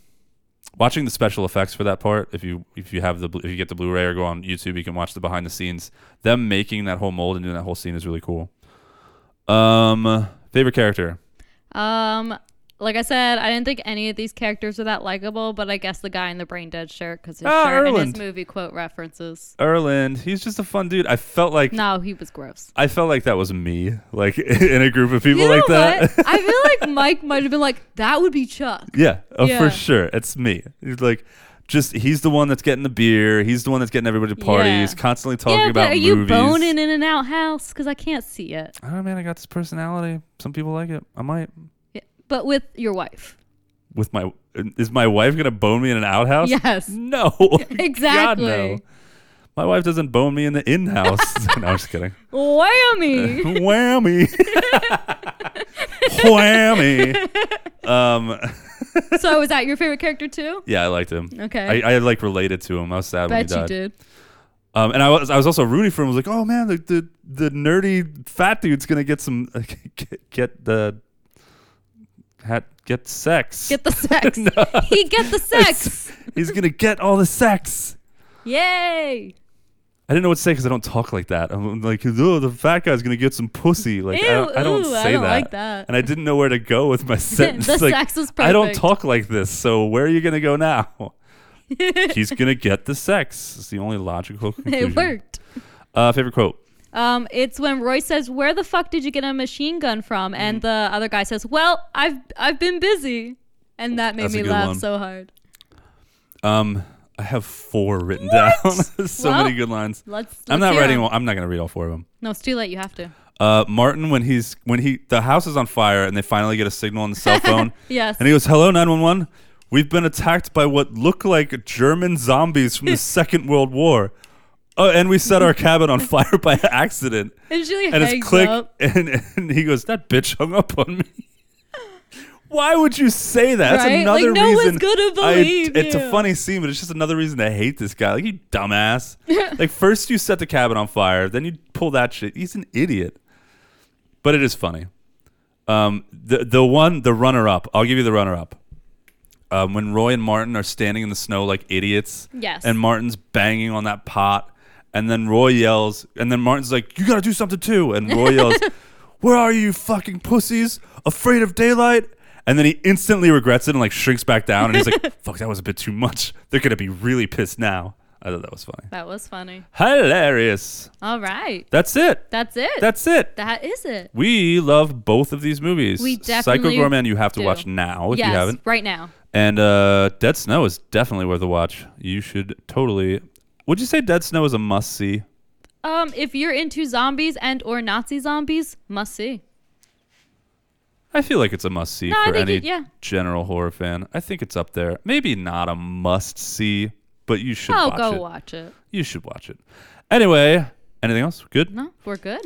[SPEAKER 1] watching the special effects for that part, if you if you have the blu- if you get the Blu-ray or go on YouTube, you can watch the behind the scenes. Them making that whole mold and doing that whole scene is really cool. Um, favorite character.
[SPEAKER 10] Um, like I said, I didn't think any of these characters were that likable, but I guess the guy in the brain dead shirt because his
[SPEAKER 1] Ah,
[SPEAKER 10] shirt and
[SPEAKER 1] Erland.
[SPEAKER 10] his movie quote references.
[SPEAKER 1] Erland, he's just a fun dude. I felt like
[SPEAKER 10] No, he was gross.
[SPEAKER 1] I felt like that was me, like *laughs* in a group of people
[SPEAKER 10] You
[SPEAKER 1] like
[SPEAKER 10] know
[SPEAKER 1] that.
[SPEAKER 10] what? I
[SPEAKER 1] *laughs*
[SPEAKER 10] feel like Mike might have been like, "That would be Chuck."
[SPEAKER 1] Yeah, oh,
[SPEAKER 10] Yeah.
[SPEAKER 1] for sure. It's me. He's like, just he's the one that's getting the beer. He's the one that's getting everybody to parties.
[SPEAKER 10] Yeah.
[SPEAKER 1] Constantly talking
[SPEAKER 10] yeah,
[SPEAKER 1] about
[SPEAKER 10] but are you
[SPEAKER 1] movies.
[SPEAKER 10] boning in and out house? Because I can't see it.
[SPEAKER 1] Oh man, I got this personality. Some people like it. I might.
[SPEAKER 10] Yeah, but with your wife,
[SPEAKER 1] With my is my wife gonna bone me in an outhouse?
[SPEAKER 10] Yes. *laughs*
[SPEAKER 1] No. *laughs*
[SPEAKER 10] Exactly.
[SPEAKER 1] God, no. My wife doesn't bone me in the
[SPEAKER 10] *laughs*
[SPEAKER 1] in-house. *laughs* no, I'm just kidding.
[SPEAKER 10] whammy.
[SPEAKER 1] Whammy. *laughs* Whammy.
[SPEAKER 10] *laughs*
[SPEAKER 1] Um,
[SPEAKER 10] *laughs* so was that your favorite character too?
[SPEAKER 1] yeah, I liked him.
[SPEAKER 10] Okay.
[SPEAKER 1] I, I like related to him. I was sad when he
[SPEAKER 10] Bet
[SPEAKER 1] died.
[SPEAKER 10] you did.
[SPEAKER 1] Um, and I was I was also rooting for him. I was like, oh man, the the, the nerdy fat dude's gonna get some *laughs* get, get the hat get sex. *laughs*
[SPEAKER 10] Get the sex. He get the sex.
[SPEAKER 1] He's gonna get all the sex.
[SPEAKER 10] Yay.
[SPEAKER 1] I didn't know what to say because I don't talk like that. I'm like, oh, the fat guy's gonna get some pussy. Like I, don't, I don't
[SPEAKER 10] Ew, ooh,
[SPEAKER 1] say
[SPEAKER 10] I don't
[SPEAKER 1] that.
[SPEAKER 10] like that.
[SPEAKER 1] And I didn't know where to go with
[SPEAKER 10] *laughs*
[SPEAKER 1] my sentence.
[SPEAKER 10] The
[SPEAKER 1] like,
[SPEAKER 10] sex was
[SPEAKER 1] I don't
[SPEAKER 10] perfect.
[SPEAKER 1] talk like this. So where are you gonna go
[SPEAKER 10] *laughs*
[SPEAKER 1] now? He's gonna get the sex. It's the only logical conclusion.
[SPEAKER 10] It worked.
[SPEAKER 1] Uh, favorite quote.
[SPEAKER 10] Um, it's when Roy says, "Where the fuck did you get a machine gun from?"
[SPEAKER 1] Mm-hmm.
[SPEAKER 10] And the other guy says, "Well, I've I've been busy," and that made
[SPEAKER 1] That's a
[SPEAKER 10] me
[SPEAKER 1] good
[SPEAKER 10] laugh
[SPEAKER 1] one.
[SPEAKER 10] so hard.
[SPEAKER 1] Um, I have four written *laughs* down. so
[SPEAKER 10] Well,
[SPEAKER 1] many good lines.
[SPEAKER 10] Let's.
[SPEAKER 1] I'm
[SPEAKER 10] let's
[SPEAKER 1] not
[SPEAKER 10] hear
[SPEAKER 1] writing.
[SPEAKER 10] 'em.
[SPEAKER 1] All, I'm not gonna read all four of them.
[SPEAKER 10] No, it's too late. You have to.
[SPEAKER 1] Uh, Martin, when he's when he the house is on fire and they finally get a signal on the cell phone.
[SPEAKER 10] *laughs* Yes.
[SPEAKER 1] And he goes, "Hello, 911. We've been attacked by what look like German zombies
[SPEAKER 10] *laughs*
[SPEAKER 1] from the Second World War. Oh, and we set our cabin on fire by accident.
[SPEAKER 10] And she like
[SPEAKER 1] And
[SPEAKER 10] hangs
[SPEAKER 1] it's click.
[SPEAKER 10] up.
[SPEAKER 1] *laughs* And, and he goes, "That bitch hung up on me." Why would you say that? That's
[SPEAKER 10] Right? Like,
[SPEAKER 1] another
[SPEAKER 10] no one's
[SPEAKER 1] reason.
[SPEAKER 10] gonna
[SPEAKER 1] I-
[SPEAKER 10] believe
[SPEAKER 1] It's
[SPEAKER 10] you.
[SPEAKER 1] a funny scene, but it's just another reason to hate this guy. Like you
[SPEAKER 10] *laughs*
[SPEAKER 1] dumbass. like first you set the cabin on fire, then you pull that shit. He's an idiot. But it is funny. Um, the the one the runner up. I'll give you the runner up. Um, when Roy and Martin are standing in the snow like idiots.
[SPEAKER 10] Yes.
[SPEAKER 1] And Martin's banging on that pot, and then Roy yells, and then Martin's like, "You gotta do something too," and Roy yells, "Where are you, you fucking pussies? Afraid of daylight?" And then he instantly regrets it and like shrinks back down, and he's
[SPEAKER 10] *laughs*
[SPEAKER 1] like, "Fuck, that was a bit too much. They're gonna be really pissed now." I thought that was funny.
[SPEAKER 10] That was funny.
[SPEAKER 1] Hilarious.
[SPEAKER 10] All right.
[SPEAKER 1] That's it.
[SPEAKER 10] That's it.
[SPEAKER 1] That's it.
[SPEAKER 10] that is it.
[SPEAKER 1] We love both of these movies.
[SPEAKER 10] We definitely
[SPEAKER 1] Psycho Gorman you have to
[SPEAKER 10] do.
[SPEAKER 1] watch now if
[SPEAKER 10] yes.
[SPEAKER 1] you haven't.
[SPEAKER 10] Right now.
[SPEAKER 1] And uh, Dead Snow is definitely worth a watch. You should totally. Would you say Dead Snow is a must see?
[SPEAKER 10] Um, if you're into zombies and or Nazi zombies, must see.
[SPEAKER 1] I feel like it's a must see
[SPEAKER 10] No, I
[SPEAKER 1] for
[SPEAKER 10] think
[SPEAKER 1] any
[SPEAKER 10] it- yeah.
[SPEAKER 1] general horror fan. I think it's up there. Maybe not a must see, but you should
[SPEAKER 10] Oh,
[SPEAKER 1] watch
[SPEAKER 10] go
[SPEAKER 1] it.
[SPEAKER 10] watch it.
[SPEAKER 1] You should watch it. Anyway, anything else? Good.
[SPEAKER 10] No, we're good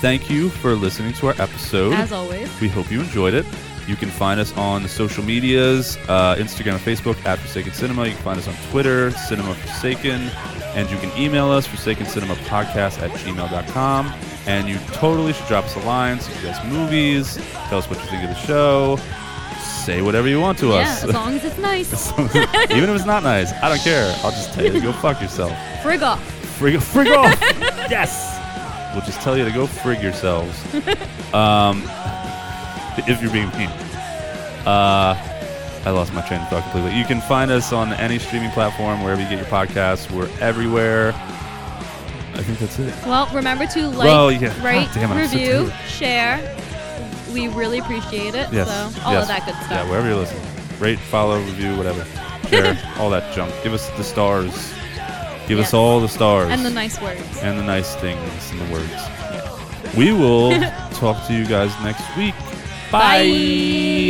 [SPEAKER 1] Thank you for listening to our episode.
[SPEAKER 10] as always.
[SPEAKER 1] We hope you enjoyed it. You can find us on the social medias uh, Instagram and Facebook at Forsaken Cinema. You can find us on Twitter, Cinema Forsaken. And you can email us, Forsaken Cinema Podcast at gmail.com. And you totally should drop us a line, suggest movies, tell us what you think of the show, say whatever you want to
[SPEAKER 10] Yeah,
[SPEAKER 1] us.
[SPEAKER 10] as long as it's nice.
[SPEAKER 1] *laughs* Even if it's not nice, I don't care. I'll just tell you to go fuck yourself.
[SPEAKER 10] Frig off.
[SPEAKER 1] Frig, frig off!
[SPEAKER 10] *laughs*
[SPEAKER 1] yes! We'll just tell you to go frig yourselves. Um, if you're being mean. Uh, I lost my train of thought completely. You can find us on any streaming platform, wherever you get your podcasts. We're everywhere. I think that's it.
[SPEAKER 10] Well, remember to like,
[SPEAKER 1] Well, yeah.
[SPEAKER 10] rate,
[SPEAKER 1] God damn it, I'm so
[SPEAKER 10] review,
[SPEAKER 1] tired.
[SPEAKER 10] share. We really appreciate it.
[SPEAKER 1] Yes.
[SPEAKER 10] So all
[SPEAKER 1] yes.
[SPEAKER 10] of that good stuff.
[SPEAKER 1] Yeah, wherever you're listening. Rate, follow, review,
[SPEAKER 10] *laughs*
[SPEAKER 1] whatever. Share, all that junk. Give us the stars. Give
[SPEAKER 10] Yes.
[SPEAKER 1] us all the stars.
[SPEAKER 10] and the nice words.
[SPEAKER 1] and the nice things and the words. We will talk to you guys next week. Bye.
[SPEAKER 10] Bye.